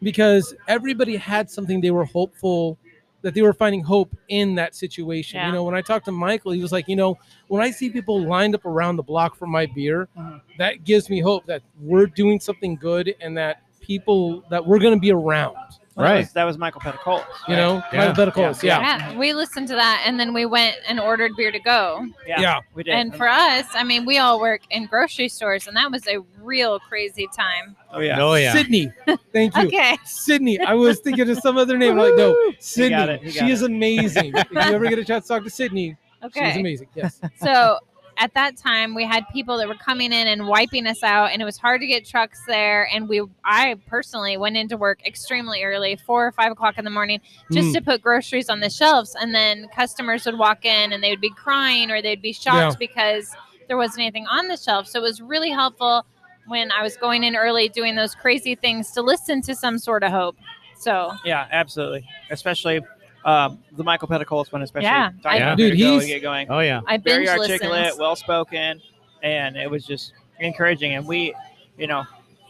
[SPEAKER 4] because everybody had something they were hopeful that they were finding hope in that situation.
[SPEAKER 3] Yeah.
[SPEAKER 4] You know, when I talked to Michael, he was like, you know, when I see people lined up around the block for my beer,
[SPEAKER 2] Mhm.
[SPEAKER 4] that gives me hope that we're doing something good and that people that we're going to be around.
[SPEAKER 2] That
[SPEAKER 1] Right.
[SPEAKER 2] was- that was Michael Petacolis.
[SPEAKER 4] You know,
[SPEAKER 1] Yeah.
[SPEAKER 4] hypotheticals. Yeah.
[SPEAKER 3] Yeah, we listened to that and then we went and ordered beer to go.
[SPEAKER 2] Yeah.
[SPEAKER 4] Yeah.
[SPEAKER 2] We did.
[SPEAKER 3] And for us, I mean, we all work in grocery stores and that was a real crazy time.
[SPEAKER 2] oh yeah.
[SPEAKER 1] Oh, yeah.
[SPEAKER 4] Sydney, thank you.
[SPEAKER 3] Okay.
[SPEAKER 4] Sydney, I was thinking of some other name. Like, no, Sydney,
[SPEAKER 2] got it, you
[SPEAKER 4] she
[SPEAKER 2] got
[SPEAKER 4] is amazing. if you ever get a chance to talk to Sydney, she's
[SPEAKER 3] Okay.
[SPEAKER 4] amazing. Yes.
[SPEAKER 3] So at that time we had people that were coming in and wiping us out and it was hard to get trucks there and we i personally went into work extremely early four or five o'clock in the morning just
[SPEAKER 2] Hmm.
[SPEAKER 4] Mm.
[SPEAKER 3] to put groceries on the shelves and then customers would walk in and they would be crying or they'd be shocked because there wasn't anything on the shelf so it was really helpful when i was going in early doing those crazy things to listen to some sort of hope so
[SPEAKER 2] Yeah, absolutely. Especially um, the Michael Pedicolis one, especially.
[SPEAKER 3] Yeah,
[SPEAKER 2] Talking
[SPEAKER 3] I-
[SPEAKER 2] about
[SPEAKER 4] Dude,
[SPEAKER 2] where to go
[SPEAKER 4] he's-
[SPEAKER 2] and get going.
[SPEAKER 1] Oh yeah.
[SPEAKER 3] i binge
[SPEAKER 2] Very
[SPEAKER 3] listened
[SPEAKER 2] articulate, well spoken, and it was just encouraging. And we, you know,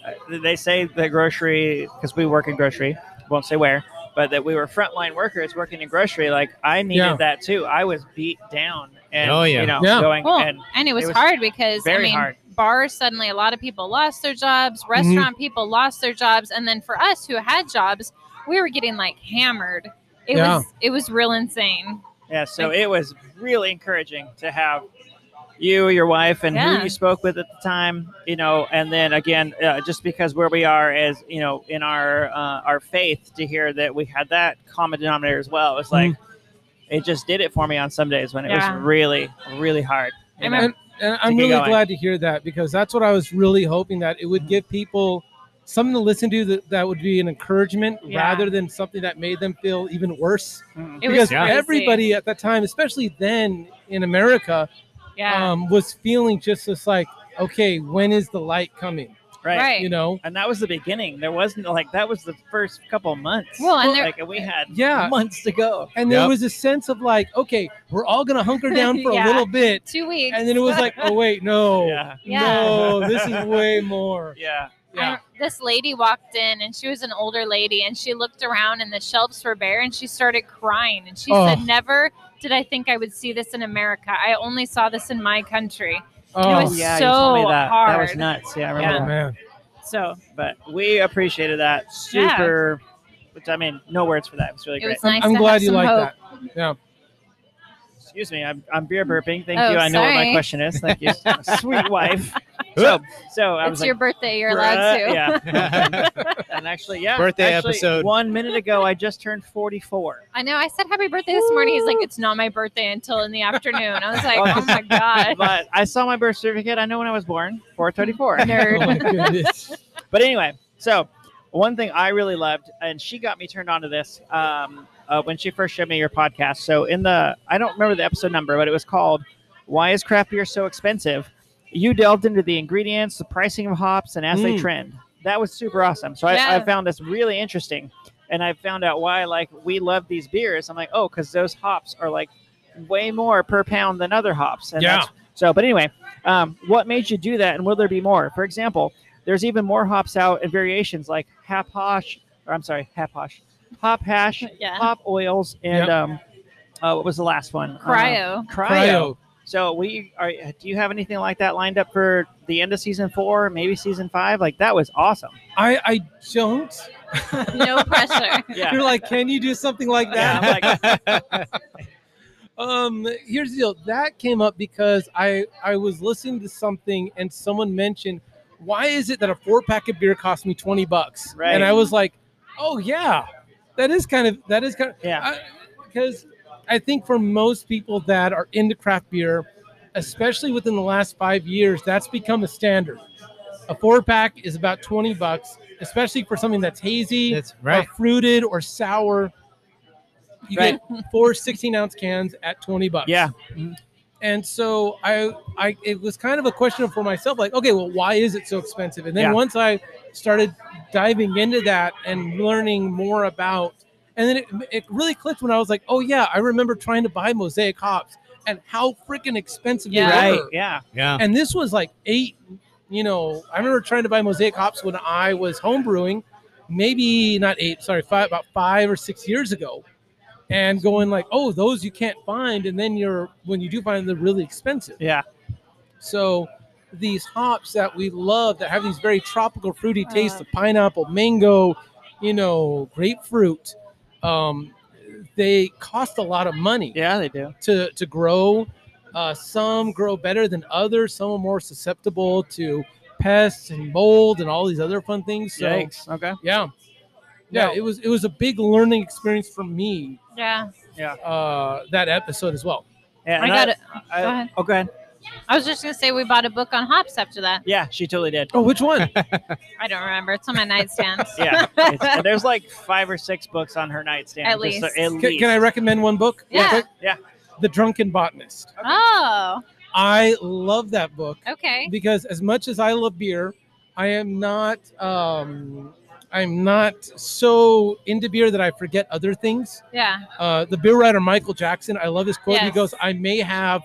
[SPEAKER 2] uh, they say the grocery because we work in grocery. Won't say where, but that we were frontline workers working in grocery. Like I needed
[SPEAKER 4] Yeah.
[SPEAKER 2] that too. I was beat down, and
[SPEAKER 1] Oh, yeah.
[SPEAKER 2] you know,
[SPEAKER 4] Yeah.
[SPEAKER 2] going
[SPEAKER 3] Well,
[SPEAKER 2] and
[SPEAKER 3] and it was,
[SPEAKER 2] it was
[SPEAKER 3] hard because I
[SPEAKER 2] very
[SPEAKER 3] mean,
[SPEAKER 2] hard.
[SPEAKER 3] bars suddenly a lot of people lost their jobs,
[SPEAKER 4] Mm-hmm.
[SPEAKER 3] restaurant people lost their jobs, and then for us who had jobs, we were getting like hammered. It
[SPEAKER 4] Yeah.
[SPEAKER 3] was it was real insane.
[SPEAKER 2] Yeah, so it was really encouraging to have you, your wife, and
[SPEAKER 3] Yeah.
[SPEAKER 2] who you spoke with at the time, you know, and then again, uh, just because where we are as you know in our uh, our faith, to hear that we had that common denominator as well, it's like it just did it for me on some days when it
[SPEAKER 3] Yeah.
[SPEAKER 2] was really, really hard. you
[SPEAKER 3] I
[SPEAKER 2] know?
[SPEAKER 3] remember-
[SPEAKER 4] And I'm
[SPEAKER 2] get
[SPEAKER 4] really
[SPEAKER 2] going.
[SPEAKER 4] glad to hear that because that's what I was really hoping that it would give people something to listen to that, that would be an encouragement
[SPEAKER 3] Yeah.
[SPEAKER 4] rather than something that made them feel even worse.
[SPEAKER 2] Mhm.
[SPEAKER 3] It
[SPEAKER 4] because
[SPEAKER 3] was crazy.
[SPEAKER 4] everybody at that time, especially then in America,
[SPEAKER 3] Yeah.
[SPEAKER 4] um, was feeling just this like, okay, when is the light coming?
[SPEAKER 2] right.
[SPEAKER 3] right.
[SPEAKER 4] You know?
[SPEAKER 2] And that was the beginning. There wasn't like that was the first couple months.
[SPEAKER 3] Well, and there-
[SPEAKER 2] like and we had
[SPEAKER 4] Yeah.
[SPEAKER 2] months to go.
[SPEAKER 4] And there
[SPEAKER 1] Yep.
[SPEAKER 4] was a sense of like, okay, we're all gonna hunker down for
[SPEAKER 3] Yeah.
[SPEAKER 4] a little bit.
[SPEAKER 3] Two weeks.
[SPEAKER 4] And then it was like, oh wait, no.
[SPEAKER 2] Yeah,
[SPEAKER 3] Yeah.
[SPEAKER 4] No, this is way more.
[SPEAKER 2] yeah,
[SPEAKER 4] Yeah.
[SPEAKER 3] I- this lady walked in and she was an older lady and she looked around and the shelves were bare and she started crying and she
[SPEAKER 4] Oh.
[SPEAKER 3] said, Never did I think I would see this in America. I only saw this in my country.
[SPEAKER 4] Oh,
[SPEAKER 3] was-
[SPEAKER 2] yeah.
[SPEAKER 3] so
[SPEAKER 2] you told me that. That was
[SPEAKER 3] hard.
[SPEAKER 2] nuts. Yeah, I remember
[SPEAKER 3] Yeah.
[SPEAKER 2] that.
[SPEAKER 4] oh, man.
[SPEAKER 3] So
[SPEAKER 2] but we appreciated that
[SPEAKER 3] Yeah.
[SPEAKER 2] super which i mean no words for that it was really
[SPEAKER 3] it
[SPEAKER 2] great
[SPEAKER 3] was nice.
[SPEAKER 4] I'm
[SPEAKER 3] to
[SPEAKER 4] glad
[SPEAKER 3] have
[SPEAKER 4] you
[SPEAKER 3] some
[SPEAKER 4] like
[SPEAKER 3] hope.
[SPEAKER 4] that. Yeah.
[SPEAKER 2] excuse me I'm, I'm beer burping thank
[SPEAKER 3] Oh,
[SPEAKER 2] you i know what my
[SPEAKER 3] sorry.
[SPEAKER 2] question is thank you sweet wife so so i
[SPEAKER 3] It's
[SPEAKER 2] was
[SPEAKER 3] your
[SPEAKER 2] like
[SPEAKER 3] birthday. You're allowed
[SPEAKER 2] "Bruh,"
[SPEAKER 3] to.
[SPEAKER 2] yeah and actually yeah
[SPEAKER 1] Birthday
[SPEAKER 2] actually,
[SPEAKER 1] episode.
[SPEAKER 2] one minute ago i just turned 44
[SPEAKER 3] I know. I said happy birthday this morning. He's like, it's not my birthday until in the afternoon. I was like,
[SPEAKER 2] Oh.
[SPEAKER 3] oh my god,
[SPEAKER 2] but i saw my birth certificate i know when i was born 434
[SPEAKER 4] Oh my
[SPEAKER 3] nerd.
[SPEAKER 4] goodness.
[SPEAKER 2] But anyway, so one thing I really loved, and she got me turned on to this um, uh, when she first showed me your podcast. So in the, I don't remember the episode number, but it was called "Why Is Craft Beer So Expensive." You delved into the ingredients, the pricing of hops, and as they
[SPEAKER 4] Mm.
[SPEAKER 2] trend. That was super awesome. So I,
[SPEAKER 3] Yeah.
[SPEAKER 2] I found this really interesting, and I found out why like we love these beers. I'm like, oh, because those hops are like way more per pound than other hops. And
[SPEAKER 4] Yeah.
[SPEAKER 2] that's- So, but anyway, um, what made you do that, and will there be more? For example, there's even more hops out and variations like hap hosh, or I'm sorry, hap hosh, hop hash,
[SPEAKER 3] yeah.
[SPEAKER 2] hop oils, and
[SPEAKER 4] Yep.
[SPEAKER 2] um, uh, what was the last one? Uh,
[SPEAKER 3] Cryo.
[SPEAKER 2] cryo.
[SPEAKER 4] Cryo.
[SPEAKER 2] So we are. Do you have anything like that lined up for the end of season four, maybe season five? Like that was awesome.
[SPEAKER 4] I, I don't.
[SPEAKER 3] No pressure.
[SPEAKER 2] Yeah.
[SPEAKER 4] You're like, can you do something like
[SPEAKER 2] Yeah,
[SPEAKER 4] that?
[SPEAKER 2] I'm like,
[SPEAKER 4] Um, here's the deal. That came up because I I was listening to something and someone mentioned, why is it that a four pack of beer cost me twenty bucks?
[SPEAKER 2] Right.
[SPEAKER 4] And I was like, oh yeah, that is kind of that is kind of
[SPEAKER 2] yeah.
[SPEAKER 4] because I think for most people that are into craft beer, especially within the last five years, that's become a standard. A four pack is about 20 bucks, especially for something that's hazy,
[SPEAKER 1] That's right.
[SPEAKER 4] or fruited, or sour. You
[SPEAKER 2] Right.
[SPEAKER 4] get four 16 ounce cans at 20 bucks.
[SPEAKER 2] Yeah.
[SPEAKER 4] And so I, I, it was kind of a question for myself, like, okay, well, why is it so expensive? And then
[SPEAKER 2] Yeah.
[SPEAKER 4] once I started diving into that and learning more about, and then it, it really clicked when I was like, oh yeah, I remember trying to buy mosaic hops and how freaking expensive
[SPEAKER 3] Yeah.
[SPEAKER 4] they
[SPEAKER 2] Right.
[SPEAKER 4] were.
[SPEAKER 2] Yeah.
[SPEAKER 1] Yeah.
[SPEAKER 4] And this was like eight, you know, I remember trying to buy mosaic hops when I was homebrewing, maybe not eight, sorry, five, about five or six years ago, and going like, oh, those you can't find. And then you're, when you do find them, they're really expensive.
[SPEAKER 2] Yeah.
[SPEAKER 4] So these hops that we love that have these very tropical, fruity tastes of pineapple, mango, you know, grapefruit, um, they cost a lot of money
[SPEAKER 2] Yeah. They do.
[SPEAKER 4] to to grow. Uh, some grow better than others. Some are more susceptible to pests and mold and all these other fun things. So
[SPEAKER 2] Yikes. Okay.
[SPEAKER 4] yeah, yeah,
[SPEAKER 2] No.
[SPEAKER 4] it was it was a big learning experience for me
[SPEAKER 3] Yeah.
[SPEAKER 4] uh, that episode as well.
[SPEAKER 2] Yeah,
[SPEAKER 3] I
[SPEAKER 2] and
[SPEAKER 3] got it.
[SPEAKER 2] I-
[SPEAKER 3] Go ahead.
[SPEAKER 2] Oh, go ahead.
[SPEAKER 3] I was just gonna say we bought a book on hops after that.
[SPEAKER 2] Yeah, she totally did.
[SPEAKER 4] Oh, which one?
[SPEAKER 3] I don't remember. It's on my nightstand.
[SPEAKER 2] Yeah, it's- and there's like five or six books on her nightstand.
[SPEAKER 3] At
[SPEAKER 2] just, uh,
[SPEAKER 3] least.
[SPEAKER 2] at
[SPEAKER 4] Can,
[SPEAKER 2] least.
[SPEAKER 4] can I recommend one book? real
[SPEAKER 3] Yeah.
[SPEAKER 4] quick?
[SPEAKER 2] Yeah.
[SPEAKER 4] The Drunken Botanist.
[SPEAKER 3] Oh,
[SPEAKER 4] I love that book
[SPEAKER 3] okay.
[SPEAKER 4] because as much as I love beer, I am not um, I'm not so into beer that I forget other things.
[SPEAKER 3] Yeah.
[SPEAKER 4] Uh, the beer writer Michael Jackson, I love his quote. He
[SPEAKER 3] Yes.
[SPEAKER 4] goes, "I may have,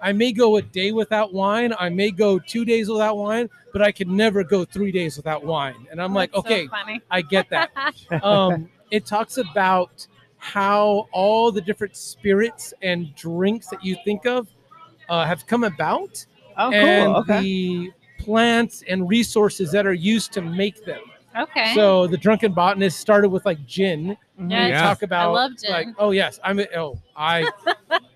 [SPEAKER 4] I may go a day without wine. I may go two days without wine, but I can never go three days without wine." And I'm like,
[SPEAKER 3] That's so
[SPEAKER 4] "Okay,
[SPEAKER 3] funny.
[SPEAKER 4] I get that." um, it talks about how all the different spirits and drinks that you think of uh, have come about
[SPEAKER 2] Oh,
[SPEAKER 4] and
[SPEAKER 2] cool. Okay.
[SPEAKER 4] the plants and resources that are used to make them.
[SPEAKER 3] okay.
[SPEAKER 4] So the drunken botanist started with like gin.
[SPEAKER 2] Mm-hmm.
[SPEAKER 3] Yeah.
[SPEAKER 4] They talk about
[SPEAKER 3] love gin.
[SPEAKER 4] like oh yes, I'm a- oh I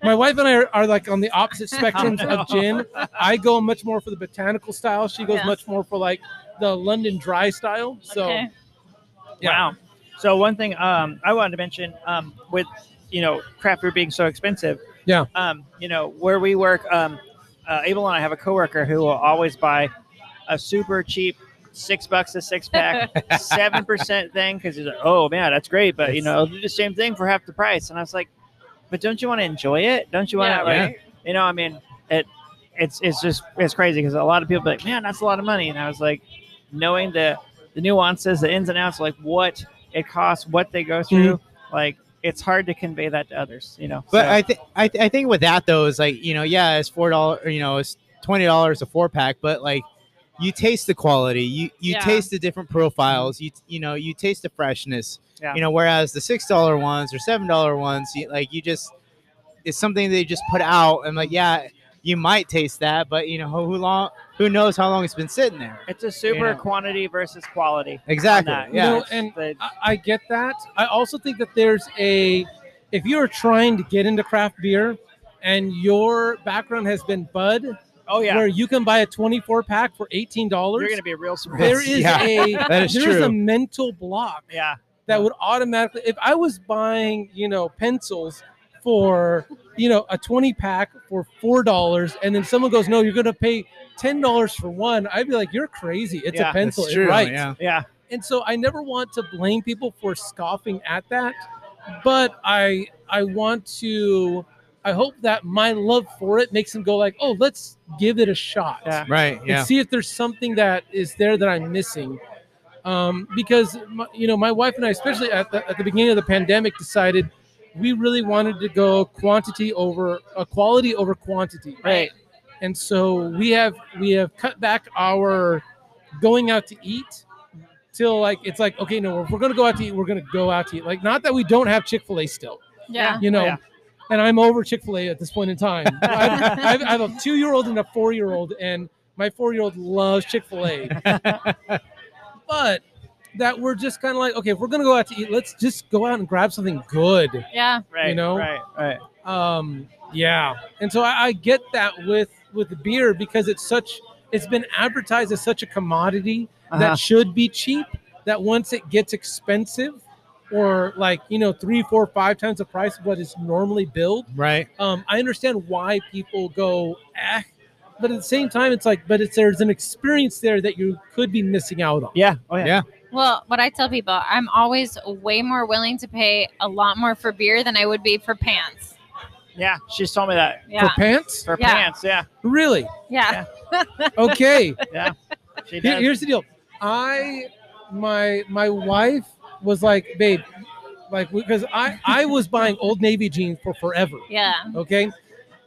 [SPEAKER 4] my wife and I are, are like on the opposite spectrums
[SPEAKER 2] Oh, no.
[SPEAKER 4] of gin. I go much more for the botanical style. She goes
[SPEAKER 3] Yeah.
[SPEAKER 4] much more for like the London dry style. So
[SPEAKER 3] okay.
[SPEAKER 4] yeah.
[SPEAKER 2] Wow. So one thing um, I wanted to mention um, with you know craft beer being so expensive.
[SPEAKER 4] Yeah.
[SPEAKER 2] Um, you know where we work, um, uh, Abel and I have a coworker who will always buy a super cheap six bucks a six pack, seven percent thing because he's like, oh man, that's great, but you know I'll do the same thing for half the price. And I was like, but don't you want to enjoy it? Don't you want
[SPEAKER 3] Yeah,
[SPEAKER 2] to like you know I mean it. It's it's just it's crazy because a lot of people be like, man, that's a lot of money, and I was like, knowing the the nuances, the ins and outs, like what it costs, what they go through. Like it's hard to convey that to others, you know.
[SPEAKER 1] But
[SPEAKER 2] So,
[SPEAKER 1] I think I, th- I think with that though is like you know yeah it's four dollar you know it's twenty dollars a four pack but like you taste the quality you you
[SPEAKER 3] Yeah.
[SPEAKER 1] taste the different profiles you you know you taste the freshness
[SPEAKER 2] Mm-hmm. Yeah.
[SPEAKER 1] you know whereas the six dollar ones or seven dollar ones you, like you just it's something they just put out and like yeah you might taste that but you know who long who knows how long it's been sitting there
[SPEAKER 2] it's a super
[SPEAKER 1] you know.
[SPEAKER 2] quantity versus quality. on
[SPEAKER 1] exactly
[SPEAKER 2] that, you
[SPEAKER 1] yeah
[SPEAKER 4] No,
[SPEAKER 2] know, it's
[SPEAKER 4] and
[SPEAKER 2] the-
[SPEAKER 4] I, I get that. I also think that there's a if you are trying to get into craft beer and your background has been Bud,
[SPEAKER 2] oh yeah,
[SPEAKER 4] where you can buy a 24 pack for $18,
[SPEAKER 2] you're gonna be real surprised.
[SPEAKER 4] there is
[SPEAKER 1] Yeah,
[SPEAKER 4] a
[SPEAKER 1] that is
[SPEAKER 4] there is a
[SPEAKER 1] true.
[SPEAKER 4] mental block
[SPEAKER 2] yeah,
[SPEAKER 4] that would automatically if I was buying, you know, pencils for you know a 20 pack for four dollars and then someone goes no you're gonna pay ten dollars for one i'd be like you're crazy it's
[SPEAKER 2] Yeah, that's
[SPEAKER 4] a pencil
[SPEAKER 1] It's
[SPEAKER 4] it writes.
[SPEAKER 1] yeah
[SPEAKER 2] yeah,
[SPEAKER 4] and so i never want to blame people for scoffing at that but i i want to i hope that my love for it makes them go like oh let's give it a shot
[SPEAKER 2] Yeah.
[SPEAKER 1] right yeah
[SPEAKER 4] and see if there's something that is there that i'm missing um, because my, you know my wife and i especially at the, at the beginning of the pandemic decided we really wanted to go quantity over uh, quality over quantity
[SPEAKER 2] right.
[SPEAKER 4] and so we have we have cut back our going out to eat till like it's like okay no if we're gonna go out to eat we're gonna go out to eat like not that we don't have chick-fil-a still
[SPEAKER 3] Yeah.
[SPEAKER 4] you know
[SPEAKER 2] Yeah.
[SPEAKER 4] and i'm over chick-fil-a at this point in time I've, I've, I have a two-year-old and a four-year-old and my four-year-old loves chick-fil-a but that we're just kind of like okay if we're gonna go out to eat let's just go out and grab something good
[SPEAKER 3] Yeah.
[SPEAKER 2] Right,
[SPEAKER 4] you know?
[SPEAKER 2] right, right.
[SPEAKER 4] um yeah and so I, I get that with with beer because it's such it's been advertised as such a commodity
[SPEAKER 2] Uh-huh.
[SPEAKER 4] that should be cheap that once it gets expensive or like you know three four five times the price of what is normally billed
[SPEAKER 1] right
[SPEAKER 4] um i understand why people go eh but at the same time it's like but it's there's an experience there that you could be missing out on
[SPEAKER 2] Yeah, oh yeah,
[SPEAKER 1] Yeah.
[SPEAKER 3] Well, what I tell people, I'm always way more willing to pay a lot more for beer than I would be for pants.
[SPEAKER 2] yeah. She's told me that
[SPEAKER 3] Yeah.
[SPEAKER 4] for pants
[SPEAKER 2] for
[SPEAKER 3] Yeah.
[SPEAKER 2] pants. Yeah,
[SPEAKER 4] really
[SPEAKER 3] yeah.
[SPEAKER 4] okay
[SPEAKER 2] she
[SPEAKER 4] Here-
[SPEAKER 2] does.
[SPEAKER 4] here's the deal. I my my wife was like, babe, like because I I was buying Old Navy jeans for forever.
[SPEAKER 3] Yeah.
[SPEAKER 4] Okay.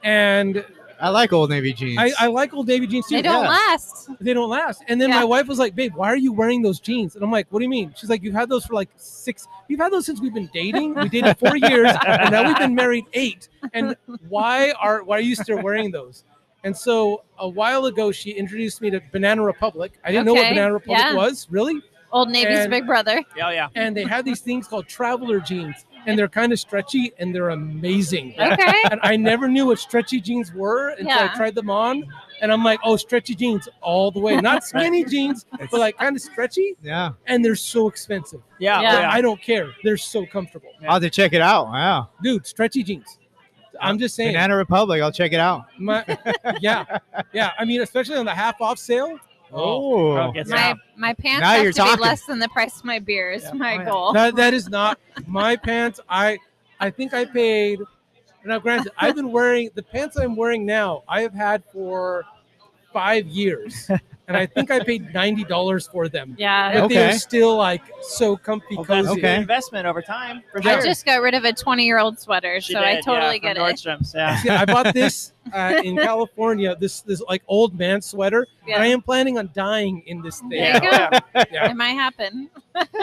[SPEAKER 4] And
[SPEAKER 1] I like old navy jeans
[SPEAKER 4] I, I like old Navy jeans too.
[SPEAKER 3] They don't
[SPEAKER 4] Yeah.
[SPEAKER 3] last.
[SPEAKER 4] They don't last. And then
[SPEAKER 3] Yeah.
[SPEAKER 4] my wife was like, babe, why are you wearing those jeans? And I'm like, what do you mean? She's like, you've had those for like six, you've had those since we've been dating. We dated four years and now we've been married eight. And why are why are you still wearing those? And so a while ago, she introduced me to Banana Republic. I didn't know what
[SPEAKER 3] Okay,
[SPEAKER 4] Banana Republic
[SPEAKER 3] yeah.
[SPEAKER 4] was, really.
[SPEAKER 3] Old Navy's
[SPEAKER 4] And-
[SPEAKER 3] big brother.
[SPEAKER 2] Oh yeah,
[SPEAKER 4] And they have these things called traveler jeans, and they're kind of stretchy and they're amazing.
[SPEAKER 3] Okay.
[SPEAKER 4] And I never knew what stretchy jeans were until
[SPEAKER 3] Yeah.
[SPEAKER 4] I tried them on. And I'm like, oh, stretchy jeans all the way. Not skinny jeans, but like kind of stretchy.
[SPEAKER 1] yeah
[SPEAKER 4] And they're so expensive.
[SPEAKER 2] yeah, oh,
[SPEAKER 3] Yeah.
[SPEAKER 2] yeah.
[SPEAKER 4] I don't care. They're so comfortable.
[SPEAKER 1] I'll have to check it out wow
[SPEAKER 4] Dude, stretchy jeans. I'm just saying.
[SPEAKER 1] Banana Republic. I'll check it out.
[SPEAKER 4] my- yeah, yeah. I mean, especially on the half off sale.
[SPEAKER 1] Oh,
[SPEAKER 2] Rob gets
[SPEAKER 3] My
[SPEAKER 2] out.
[SPEAKER 3] my pants
[SPEAKER 1] Now
[SPEAKER 3] have
[SPEAKER 1] you're
[SPEAKER 3] to
[SPEAKER 1] talking.
[SPEAKER 3] be less than the price of my beer is
[SPEAKER 1] Yeah.
[SPEAKER 3] my
[SPEAKER 1] Oh, yeah.
[SPEAKER 3] goal.
[SPEAKER 4] that, that is not my pants. I I think I paid. Now, granted, I've been wearing the pants I'm wearing now. I have had for five years, and I think I paid ninety dollars for them. But
[SPEAKER 3] Yeah.
[SPEAKER 1] Okay.
[SPEAKER 4] they're still like so comfy,
[SPEAKER 2] Well, that's
[SPEAKER 4] cozy.
[SPEAKER 2] a good
[SPEAKER 1] Okay.
[SPEAKER 2] investment over time. For sure.
[SPEAKER 3] I just got rid of a 20 year old sweater,
[SPEAKER 2] She
[SPEAKER 3] so
[SPEAKER 2] did,
[SPEAKER 3] I totally
[SPEAKER 2] yeah,
[SPEAKER 3] get
[SPEAKER 2] from
[SPEAKER 3] it.
[SPEAKER 2] Nordstrom's, yeah.
[SPEAKER 4] Yeah, I bought this uh, in California. This this like old man sweater.
[SPEAKER 3] Yeah.
[SPEAKER 4] And I am planning on dying in this thing.
[SPEAKER 2] oh,
[SPEAKER 3] There you go.
[SPEAKER 4] Oh, Yeah.
[SPEAKER 3] It might happen.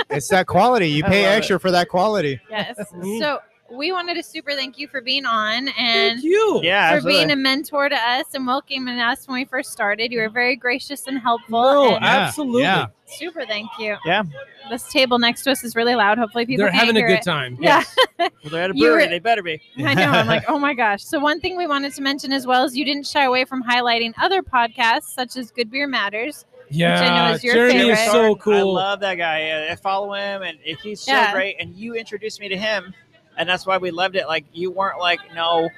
[SPEAKER 1] it's that quality. You
[SPEAKER 2] I
[SPEAKER 1] pay
[SPEAKER 2] love it.
[SPEAKER 1] extra for that quality.
[SPEAKER 3] Yes.
[SPEAKER 4] Mhm.
[SPEAKER 3] so we wanted to super thank you for being on and
[SPEAKER 4] Thank you.
[SPEAKER 2] Yeah,
[SPEAKER 3] for
[SPEAKER 2] absolutely.
[SPEAKER 3] being a mentor to us and welcoming us when we first started. You were very gracious and helpful.
[SPEAKER 4] No,
[SPEAKER 3] and
[SPEAKER 1] Yeah,
[SPEAKER 4] Oh, absolutely.
[SPEAKER 1] yeah.
[SPEAKER 3] super thank you.
[SPEAKER 2] Yeah.
[SPEAKER 3] This table next to us is really loud. Hopefully people
[SPEAKER 4] They're
[SPEAKER 3] can't
[SPEAKER 4] having a
[SPEAKER 3] hear
[SPEAKER 4] good
[SPEAKER 3] it.
[SPEAKER 4] time.
[SPEAKER 3] Yeah.
[SPEAKER 2] Well, they're at a
[SPEAKER 3] You
[SPEAKER 2] brewery.
[SPEAKER 3] were-
[SPEAKER 2] They better be.
[SPEAKER 3] I know. I'm like, oh my gosh. So, one thing we wanted to mention as well is you didn't shy away from highlighting other podcasts such as Good Beer Matters.
[SPEAKER 4] Yeah.
[SPEAKER 3] know is your
[SPEAKER 4] Jeremy is
[SPEAKER 3] favorite.
[SPEAKER 4] so
[SPEAKER 2] I
[SPEAKER 4] cool.
[SPEAKER 2] love that guy. I I follow him, and he's so
[SPEAKER 3] Yeah.
[SPEAKER 2] great. And you introduced me to him, and that's why we loved it. Like you weren't like, no,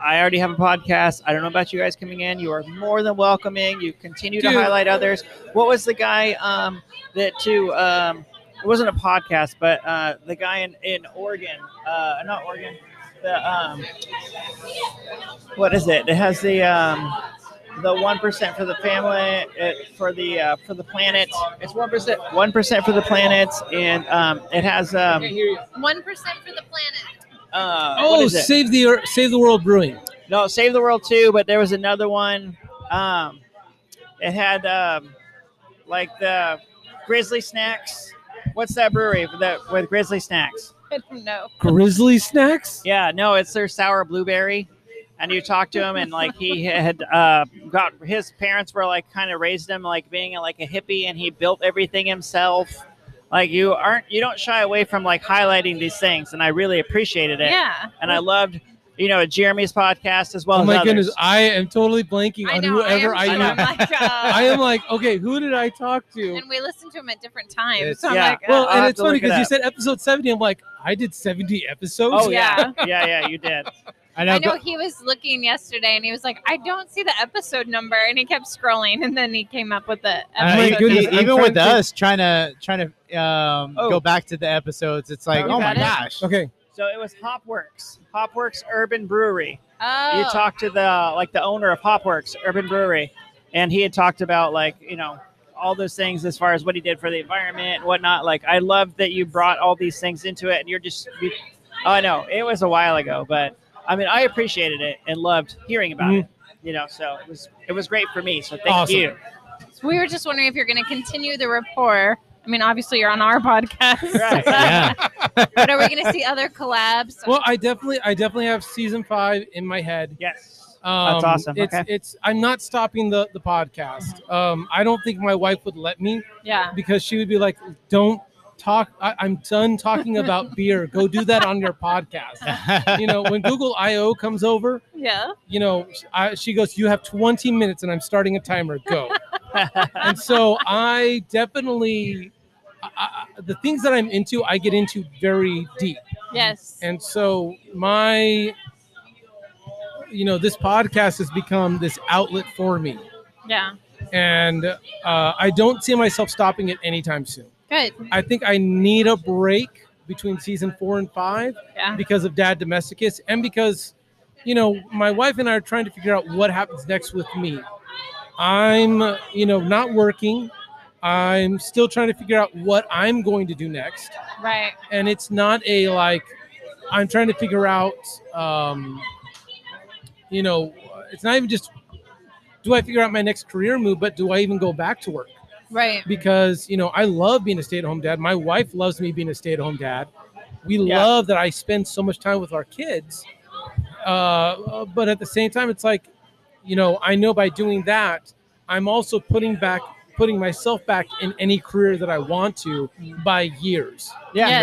[SPEAKER 2] I already have a podcast. I don't know about you guys coming in. You are more than welcoming. You continue
[SPEAKER 4] Dude.
[SPEAKER 2] to highlight others. What was the guy um, that too? Um, it wasn't a podcast, but uh, the guy in in Oregon, uh, not Oregon. The um, what is it? It has the um, the one percent for the family, it, for the uh, for the planet. It's one percent, one percent for the planet, and um, it has um,
[SPEAKER 3] One percent for the planet.
[SPEAKER 2] uh, what
[SPEAKER 4] Oh,
[SPEAKER 2] is it?
[SPEAKER 4] save the Ear- save the world brewing.
[SPEAKER 2] No, Save the World too, but there was another one. Um, it had um, like the Grizzly Snacks. What's that brewery that with Grizzly Snacks?
[SPEAKER 3] I don't know.
[SPEAKER 4] Grizzly snacks.
[SPEAKER 2] Yeah, no, it's their sour blueberry. And you talk to him, and like he had uh, got his parents were like kind of raised him like being like a hippie, and he built everything himself. Like you aren't, you don't shy away from like highlighting these things, and I really appreciated it.
[SPEAKER 3] Yeah.
[SPEAKER 2] And I loved, you know, Jeremy's podcast as well.
[SPEAKER 4] Oh
[SPEAKER 2] as
[SPEAKER 4] my
[SPEAKER 2] others.
[SPEAKER 4] goodness, I am totally blanking
[SPEAKER 3] I
[SPEAKER 4] on
[SPEAKER 3] know.
[SPEAKER 4] whoever
[SPEAKER 3] I
[SPEAKER 4] I
[SPEAKER 3] am,
[SPEAKER 4] am.
[SPEAKER 3] I'm like, uh,
[SPEAKER 4] I am like, okay, who did I talk to?
[SPEAKER 3] and we listen to them at different times.
[SPEAKER 1] It's-
[SPEAKER 3] so I'm
[SPEAKER 2] Yeah.
[SPEAKER 3] like,
[SPEAKER 4] Well,
[SPEAKER 3] uh,
[SPEAKER 2] I'll
[SPEAKER 4] and
[SPEAKER 2] Oh, have
[SPEAKER 4] it's
[SPEAKER 2] to
[SPEAKER 4] funny
[SPEAKER 2] look it
[SPEAKER 4] because you
[SPEAKER 2] up.
[SPEAKER 4] said episode seventy. I'm like, I did seventy episodes.
[SPEAKER 2] Oh yeah,
[SPEAKER 3] Yeah.
[SPEAKER 2] yeah, yeah. You did.
[SPEAKER 1] I know.
[SPEAKER 3] I know he was looking yesterday and he was like, I don't see the episode number. And he kept scrolling and then he came up with the
[SPEAKER 1] Uh,
[SPEAKER 4] my
[SPEAKER 1] e-
[SPEAKER 3] episode
[SPEAKER 4] goodness,
[SPEAKER 1] e-
[SPEAKER 4] I'm
[SPEAKER 1] even with
[SPEAKER 4] trying to-
[SPEAKER 1] us trying to trying to um,
[SPEAKER 2] Oh.
[SPEAKER 1] go back to the episodes, it's like,
[SPEAKER 2] Oh,
[SPEAKER 1] oh,
[SPEAKER 2] you
[SPEAKER 1] my
[SPEAKER 3] got it?
[SPEAKER 1] gosh.
[SPEAKER 4] Okay.
[SPEAKER 2] So it was Hopworks, Hopworks Urban Brewery.
[SPEAKER 3] number. Oh.
[SPEAKER 2] You talked to the like the owner of Hopworks Urban Brewery, and he had talked about like you know all those things as far as what he did for the environment and whatnot. Like I love that you brought all these things into it, and you're just. You, oh, I know it was a while ago, but I mean I appreciated it and loved hearing about
[SPEAKER 4] Mhm.
[SPEAKER 2] it. You know, so it was it was great for me. So thank
[SPEAKER 4] Awesome.
[SPEAKER 2] you.
[SPEAKER 3] we were just wondering if you're going to continue the rapport. I mean, obviously, you're on our podcast.
[SPEAKER 2] Right.
[SPEAKER 1] Yeah.
[SPEAKER 3] but are we going to see other collabs?
[SPEAKER 4] Well, I definitely, I definitely have season five in my head.
[SPEAKER 2] Yes.
[SPEAKER 4] Um,
[SPEAKER 2] That's awesome.
[SPEAKER 4] It's,
[SPEAKER 2] Okay.
[SPEAKER 4] it's. I'm not stopping the the podcast. Um, I don't think my wife would let me
[SPEAKER 3] yeah.
[SPEAKER 4] because she would be like, "Don't talk. I, I'm done talking about beer. Go do that on your podcast." You know, when Google I/O comes over,
[SPEAKER 3] Yeah.
[SPEAKER 4] you know, I, she goes, "You have 20 minutes, and I'm starting a timer. Go." and so I definitely, I, I, the things that I'm into, I get into very deep.
[SPEAKER 3] Yes.
[SPEAKER 4] And so my, you know, this podcast has become this outlet for me,
[SPEAKER 3] yeah.
[SPEAKER 4] and uh, I don't see myself stopping it anytime soon.
[SPEAKER 3] Good.
[SPEAKER 4] I think I need a break between season four and five
[SPEAKER 3] Yeah.
[SPEAKER 4] because of Dad Domesticus and because, you know, my wife and I are trying to figure out what happens next with me. I'm, you know, not working. I'm still trying to figure out what I'm going to do next.
[SPEAKER 3] Right.
[SPEAKER 4] And it's not a like, I'm trying to figure out, um, you know, it's not even just, do I figure out my next career move, but do I even go back to work?
[SPEAKER 3] Right.
[SPEAKER 4] because you know I love being a stay-at-home dad. My wife loves me being a stay-at-home dad. We
[SPEAKER 2] Yeah.
[SPEAKER 4] love that I spend so much time with our kids. Uh, but at the same time, it's like, you know, I know by doing that, I'm also putting back, putting myself back in any career that I want to by years.
[SPEAKER 2] Yeah.
[SPEAKER 4] you
[SPEAKER 3] yes.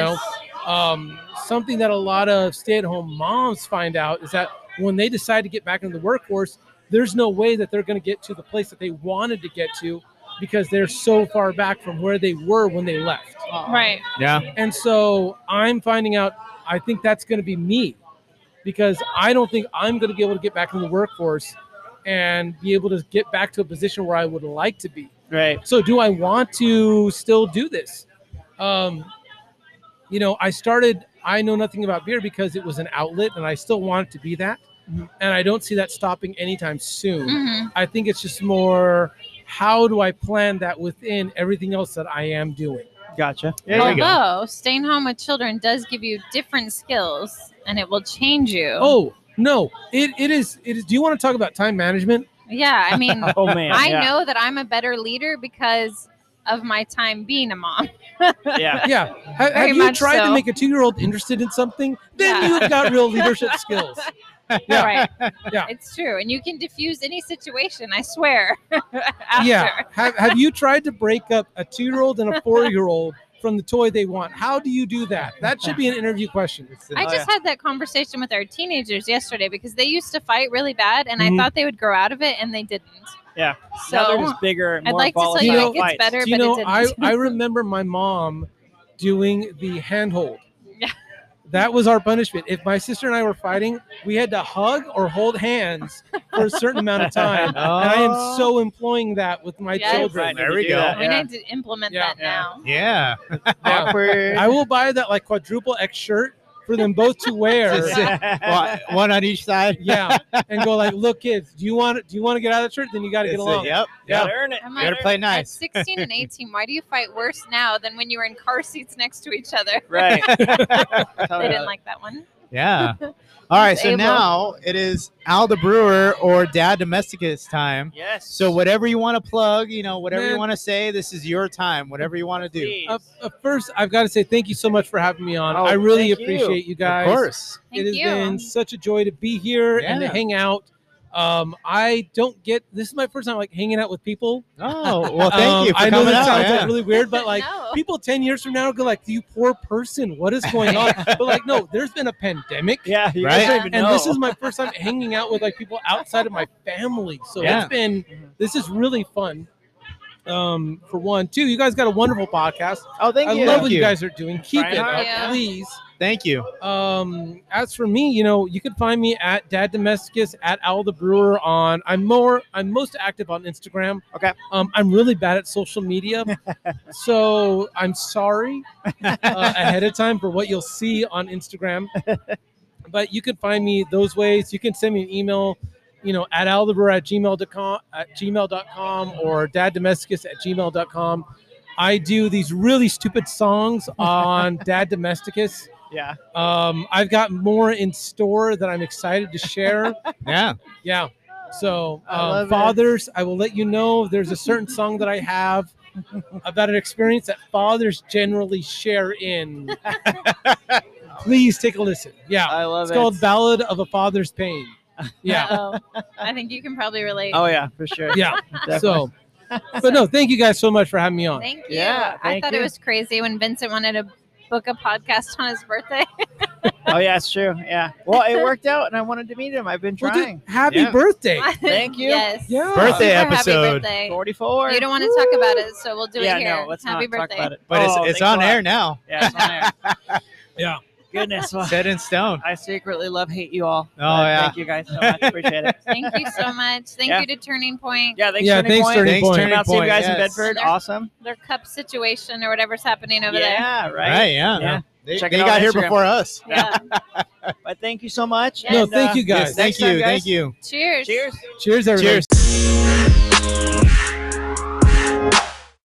[SPEAKER 4] know, Um, something that a lot of stay-at-home moms find out is that when they decide to get back into the workforce, there's no way that they're going to get to the place that they wanted to get to because they're so far back from where they were when they left.
[SPEAKER 3] Right.
[SPEAKER 1] yeah.
[SPEAKER 4] And so I'm finding out I think that's going to be me because I don't think I'm going to be able to get back in the workforce and be able to get back to a position where I would like to be.
[SPEAKER 2] Right.
[SPEAKER 4] So, do I want to still do this? Um, you know, I started I Know Nothing About Beer because it was an outlet and I still want it to be that.
[SPEAKER 3] Mm-hmm.
[SPEAKER 2] Mhm.
[SPEAKER 4] And I don't see that stopping anytime soon.
[SPEAKER 3] hmm
[SPEAKER 4] I think it's just more how do I plan that within everything else that I am doing?
[SPEAKER 2] Gotcha.
[SPEAKER 1] There we go.
[SPEAKER 3] Although staying home with children does give you different skills and it will change you.
[SPEAKER 4] Oh, no, it, it is. It is. Do you want to talk about time management?
[SPEAKER 3] yeah. I mean,
[SPEAKER 2] Oh man.
[SPEAKER 3] I
[SPEAKER 2] yeah.
[SPEAKER 3] know that I'm a better leader because of my time being a mom.
[SPEAKER 2] Yeah.
[SPEAKER 4] Yeah. Have,
[SPEAKER 3] Very
[SPEAKER 4] have you
[SPEAKER 3] much
[SPEAKER 4] tried to
[SPEAKER 3] so.
[SPEAKER 4] make a two year old interested in something? Then
[SPEAKER 3] Yeah.
[SPEAKER 4] you've got real leadership skills. Yeah.
[SPEAKER 3] Right.
[SPEAKER 4] Yeah.
[SPEAKER 3] It's true. And you can diffuse any situation, I swear. After.
[SPEAKER 4] Yeah. Have, have you tried to break up a two year old and a four year old from the toy they want? How do you do that? That should be an interview question. Uh,
[SPEAKER 3] I
[SPEAKER 2] Oh,
[SPEAKER 3] just had that conversation with our teenagers yesterday because they used to fight really bad and
[SPEAKER 4] Mhm.
[SPEAKER 3] I thought they would grow out of it and they didn't.
[SPEAKER 2] Yeah.
[SPEAKER 3] So
[SPEAKER 2] Now they're just bigger.
[SPEAKER 3] I'd
[SPEAKER 2] more
[SPEAKER 3] like to tell
[SPEAKER 4] you
[SPEAKER 3] you,
[SPEAKER 4] know,
[SPEAKER 3] it gets
[SPEAKER 2] fights.
[SPEAKER 3] better,
[SPEAKER 4] Do you
[SPEAKER 3] but
[SPEAKER 4] know,
[SPEAKER 3] it
[SPEAKER 4] I,
[SPEAKER 3] didn't.
[SPEAKER 4] I remember my mom doing the handhold.
[SPEAKER 3] Yeah.
[SPEAKER 4] That was our punishment. If my sister and I were fighting, we had to hug or hold hands for a certain amount of time.
[SPEAKER 1] Oh.
[SPEAKER 4] And I am so employing that with my
[SPEAKER 3] Yes.
[SPEAKER 4] children.
[SPEAKER 1] There we go.
[SPEAKER 3] we need to implement
[SPEAKER 4] Yeah.
[SPEAKER 3] that
[SPEAKER 2] Yeah.
[SPEAKER 3] now.
[SPEAKER 1] Yeah.
[SPEAKER 4] Yeah.
[SPEAKER 1] Awkward.
[SPEAKER 4] I will buy that like quadruple X shirt for them both to wear.
[SPEAKER 1] Just- Well, one on each side.
[SPEAKER 4] yeah, and go like, look, kids, do you want do you want to get out of the shirt? Then you got to get
[SPEAKER 1] It's a-
[SPEAKER 4] along.
[SPEAKER 1] Yep.
[SPEAKER 4] Yeah.
[SPEAKER 1] Yep.
[SPEAKER 2] Gotta earn it.
[SPEAKER 3] I'm
[SPEAKER 1] You
[SPEAKER 3] like,
[SPEAKER 1] gotta play
[SPEAKER 3] at
[SPEAKER 1] nice.
[SPEAKER 3] 16 and 18, why do you fight worse now than when you were in car seats next to each other?
[SPEAKER 2] Right. Oh,
[SPEAKER 3] They didn't like that one.
[SPEAKER 1] Yeah. All right. So
[SPEAKER 3] Able.
[SPEAKER 1] now it is Al the Brewer or Dad Domesticus time.
[SPEAKER 2] Yes.
[SPEAKER 1] So whatever you want to plug, you know, whatever
[SPEAKER 4] Man.
[SPEAKER 1] you want to say, this is your time. Whatever you want to do.
[SPEAKER 2] Please.
[SPEAKER 4] Uh, uh, first, I've got to say thank you so much for having me on.
[SPEAKER 2] Oh,
[SPEAKER 4] I
[SPEAKER 2] thank
[SPEAKER 4] really
[SPEAKER 2] you.
[SPEAKER 4] appreciate you, guys.
[SPEAKER 1] Of course.
[SPEAKER 3] Thank
[SPEAKER 4] it has
[SPEAKER 3] you.
[SPEAKER 4] been such a joy to be here and to
[SPEAKER 1] Yeah.
[SPEAKER 4] hang out. Um, I don't get this is my first time like hanging out with people.
[SPEAKER 1] Oh well, thank
[SPEAKER 4] Um,
[SPEAKER 1] you for
[SPEAKER 4] I know
[SPEAKER 1] coming
[SPEAKER 4] that
[SPEAKER 1] out.
[SPEAKER 4] sounds like,
[SPEAKER 1] yeah.
[SPEAKER 4] really weird, but like
[SPEAKER 3] No.
[SPEAKER 4] people ten years from now go like, "You poor person, what is going on?" but like, no, there's been a pandemic.
[SPEAKER 2] yeah. You
[SPEAKER 1] Right?
[SPEAKER 2] guys don't even
[SPEAKER 4] and
[SPEAKER 2] know.
[SPEAKER 4] this is my first time hanging out with like people outside of my family so
[SPEAKER 1] Yeah.
[SPEAKER 4] it's been this is really fun um for one two you guys got a wonderful podcast
[SPEAKER 1] Oh, thank
[SPEAKER 4] i
[SPEAKER 1] you.
[SPEAKER 4] love
[SPEAKER 1] Thank
[SPEAKER 4] what you. guys are doing keep
[SPEAKER 2] Trying
[SPEAKER 4] it
[SPEAKER 2] hard.
[SPEAKER 4] up
[SPEAKER 3] Yeah.
[SPEAKER 4] please
[SPEAKER 1] Thank you.
[SPEAKER 4] um as for me you know you can find me at dad domesticus at al the brewer on i'm more i'm most active on instagram
[SPEAKER 2] Okay.
[SPEAKER 4] um i'm really bad at social media so i'm sorry uh, ahead of time for what you'll see on instagram but you can find me those ways you can send me an email you know at al the brewer at gmail.com at gmail.com or dad domesticus at gmail.com i do these really stupid songs on dad domesticus
[SPEAKER 2] Yeah.
[SPEAKER 4] um, I've got more in store that I'm excited to share.
[SPEAKER 1] Yeah.
[SPEAKER 4] yeah. So,
[SPEAKER 2] I
[SPEAKER 4] um,
[SPEAKER 2] love it.
[SPEAKER 4] fathers, I will let you know there's a certain song that I have about an experience that fathers generally share in. Please take a listen. Yeah.
[SPEAKER 2] I love
[SPEAKER 4] It's
[SPEAKER 2] it.
[SPEAKER 4] called Ballad of a Father's Pain. Yeah.
[SPEAKER 3] Uh-oh. I think you can probably relate.
[SPEAKER 2] Oh yeah, for sure.
[SPEAKER 4] Yeah.
[SPEAKER 2] Definitely.
[SPEAKER 4] So, but no, thank you guys so much for having me on.
[SPEAKER 3] Thank you.
[SPEAKER 2] Yeah,
[SPEAKER 3] I
[SPEAKER 2] thank
[SPEAKER 3] thought
[SPEAKER 2] you.
[SPEAKER 3] it was crazy when Vincent wanted to book a podcast on his birthday.
[SPEAKER 2] Oh yeah, it's true. Yeah. Well, it worked out, and I wanted to meet him. I've been
[SPEAKER 4] Well, dude,
[SPEAKER 2] trying.
[SPEAKER 4] happy
[SPEAKER 1] Yeah.
[SPEAKER 4] birthday.
[SPEAKER 2] Thank you.
[SPEAKER 3] Yes.
[SPEAKER 4] Yeah.
[SPEAKER 1] Birthday
[SPEAKER 3] Super
[SPEAKER 1] episode.
[SPEAKER 3] Happy birthday.
[SPEAKER 2] Forty-four.
[SPEAKER 3] You don't want to talk about it, so we'll do
[SPEAKER 2] yeah,
[SPEAKER 3] it here.
[SPEAKER 2] no, let's
[SPEAKER 3] happy
[SPEAKER 2] not
[SPEAKER 3] birthday.
[SPEAKER 2] talk about it.
[SPEAKER 1] But
[SPEAKER 2] Oh,
[SPEAKER 1] it's it's
[SPEAKER 2] thanks a
[SPEAKER 1] on
[SPEAKER 2] lot.
[SPEAKER 1] air now.
[SPEAKER 2] Yeah, it's on air.
[SPEAKER 4] Yeah.
[SPEAKER 2] Oh, Goodness. Well,
[SPEAKER 1] Set in stone.
[SPEAKER 2] I secretly love hate you all.
[SPEAKER 1] Oh,
[SPEAKER 2] but
[SPEAKER 1] yeah.
[SPEAKER 2] Thank you guys so much. Appreciate it.
[SPEAKER 3] Thank you so much. Thank
[SPEAKER 2] Yeah.
[SPEAKER 3] you to Turning Point.
[SPEAKER 2] Yeah. Thanks.
[SPEAKER 4] Yeah,
[SPEAKER 2] Turning
[SPEAKER 4] thanks,
[SPEAKER 2] Point.
[SPEAKER 4] Turning
[SPEAKER 1] Thanks,
[SPEAKER 4] Point.
[SPEAKER 2] Came
[SPEAKER 1] Turning
[SPEAKER 2] out see you
[SPEAKER 1] Point,
[SPEAKER 2] guys in
[SPEAKER 1] yes.
[SPEAKER 2] Bedford.
[SPEAKER 3] They're-
[SPEAKER 2] Awesome.
[SPEAKER 3] Their cup situation or whatever's happening over
[SPEAKER 2] Yeah. Right.
[SPEAKER 1] Right. Yeah.
[SPEAKER 2] Yeah.
[SPEAKER 1] They,
[SPEAKER 2] Check
[SPEAKER 1] they
[SPEAKER 2] it out
[SPEAKER 1] got
[SPEAKER 2] on
[SPEAKER 1] here
[SPEAKER 2] Instagram.
[SPEAKER 1] before us.
[SPEAKER 3] there. Yeah.
[SPEAKER 2] But thank you so much.
[SPEAKER 3] Yes.
[SPEAKER 4] No,
[SPEAKER 2] and, uh,
[SPEAKER 4] thank you guys.
[SPEAKER 1] Yes. Thank
[SPEAKER 2] Next time,
[SPEAKER 1] you.
[SPEAKER 2] guys.
[SPEAKER 1] Thank you.
[SPEAKER 3] Cheers.
[SPEAKER 2] Cheers.
[SPEAKER 4] Cheers, everybody.
[SPEAKER 1] Cheers.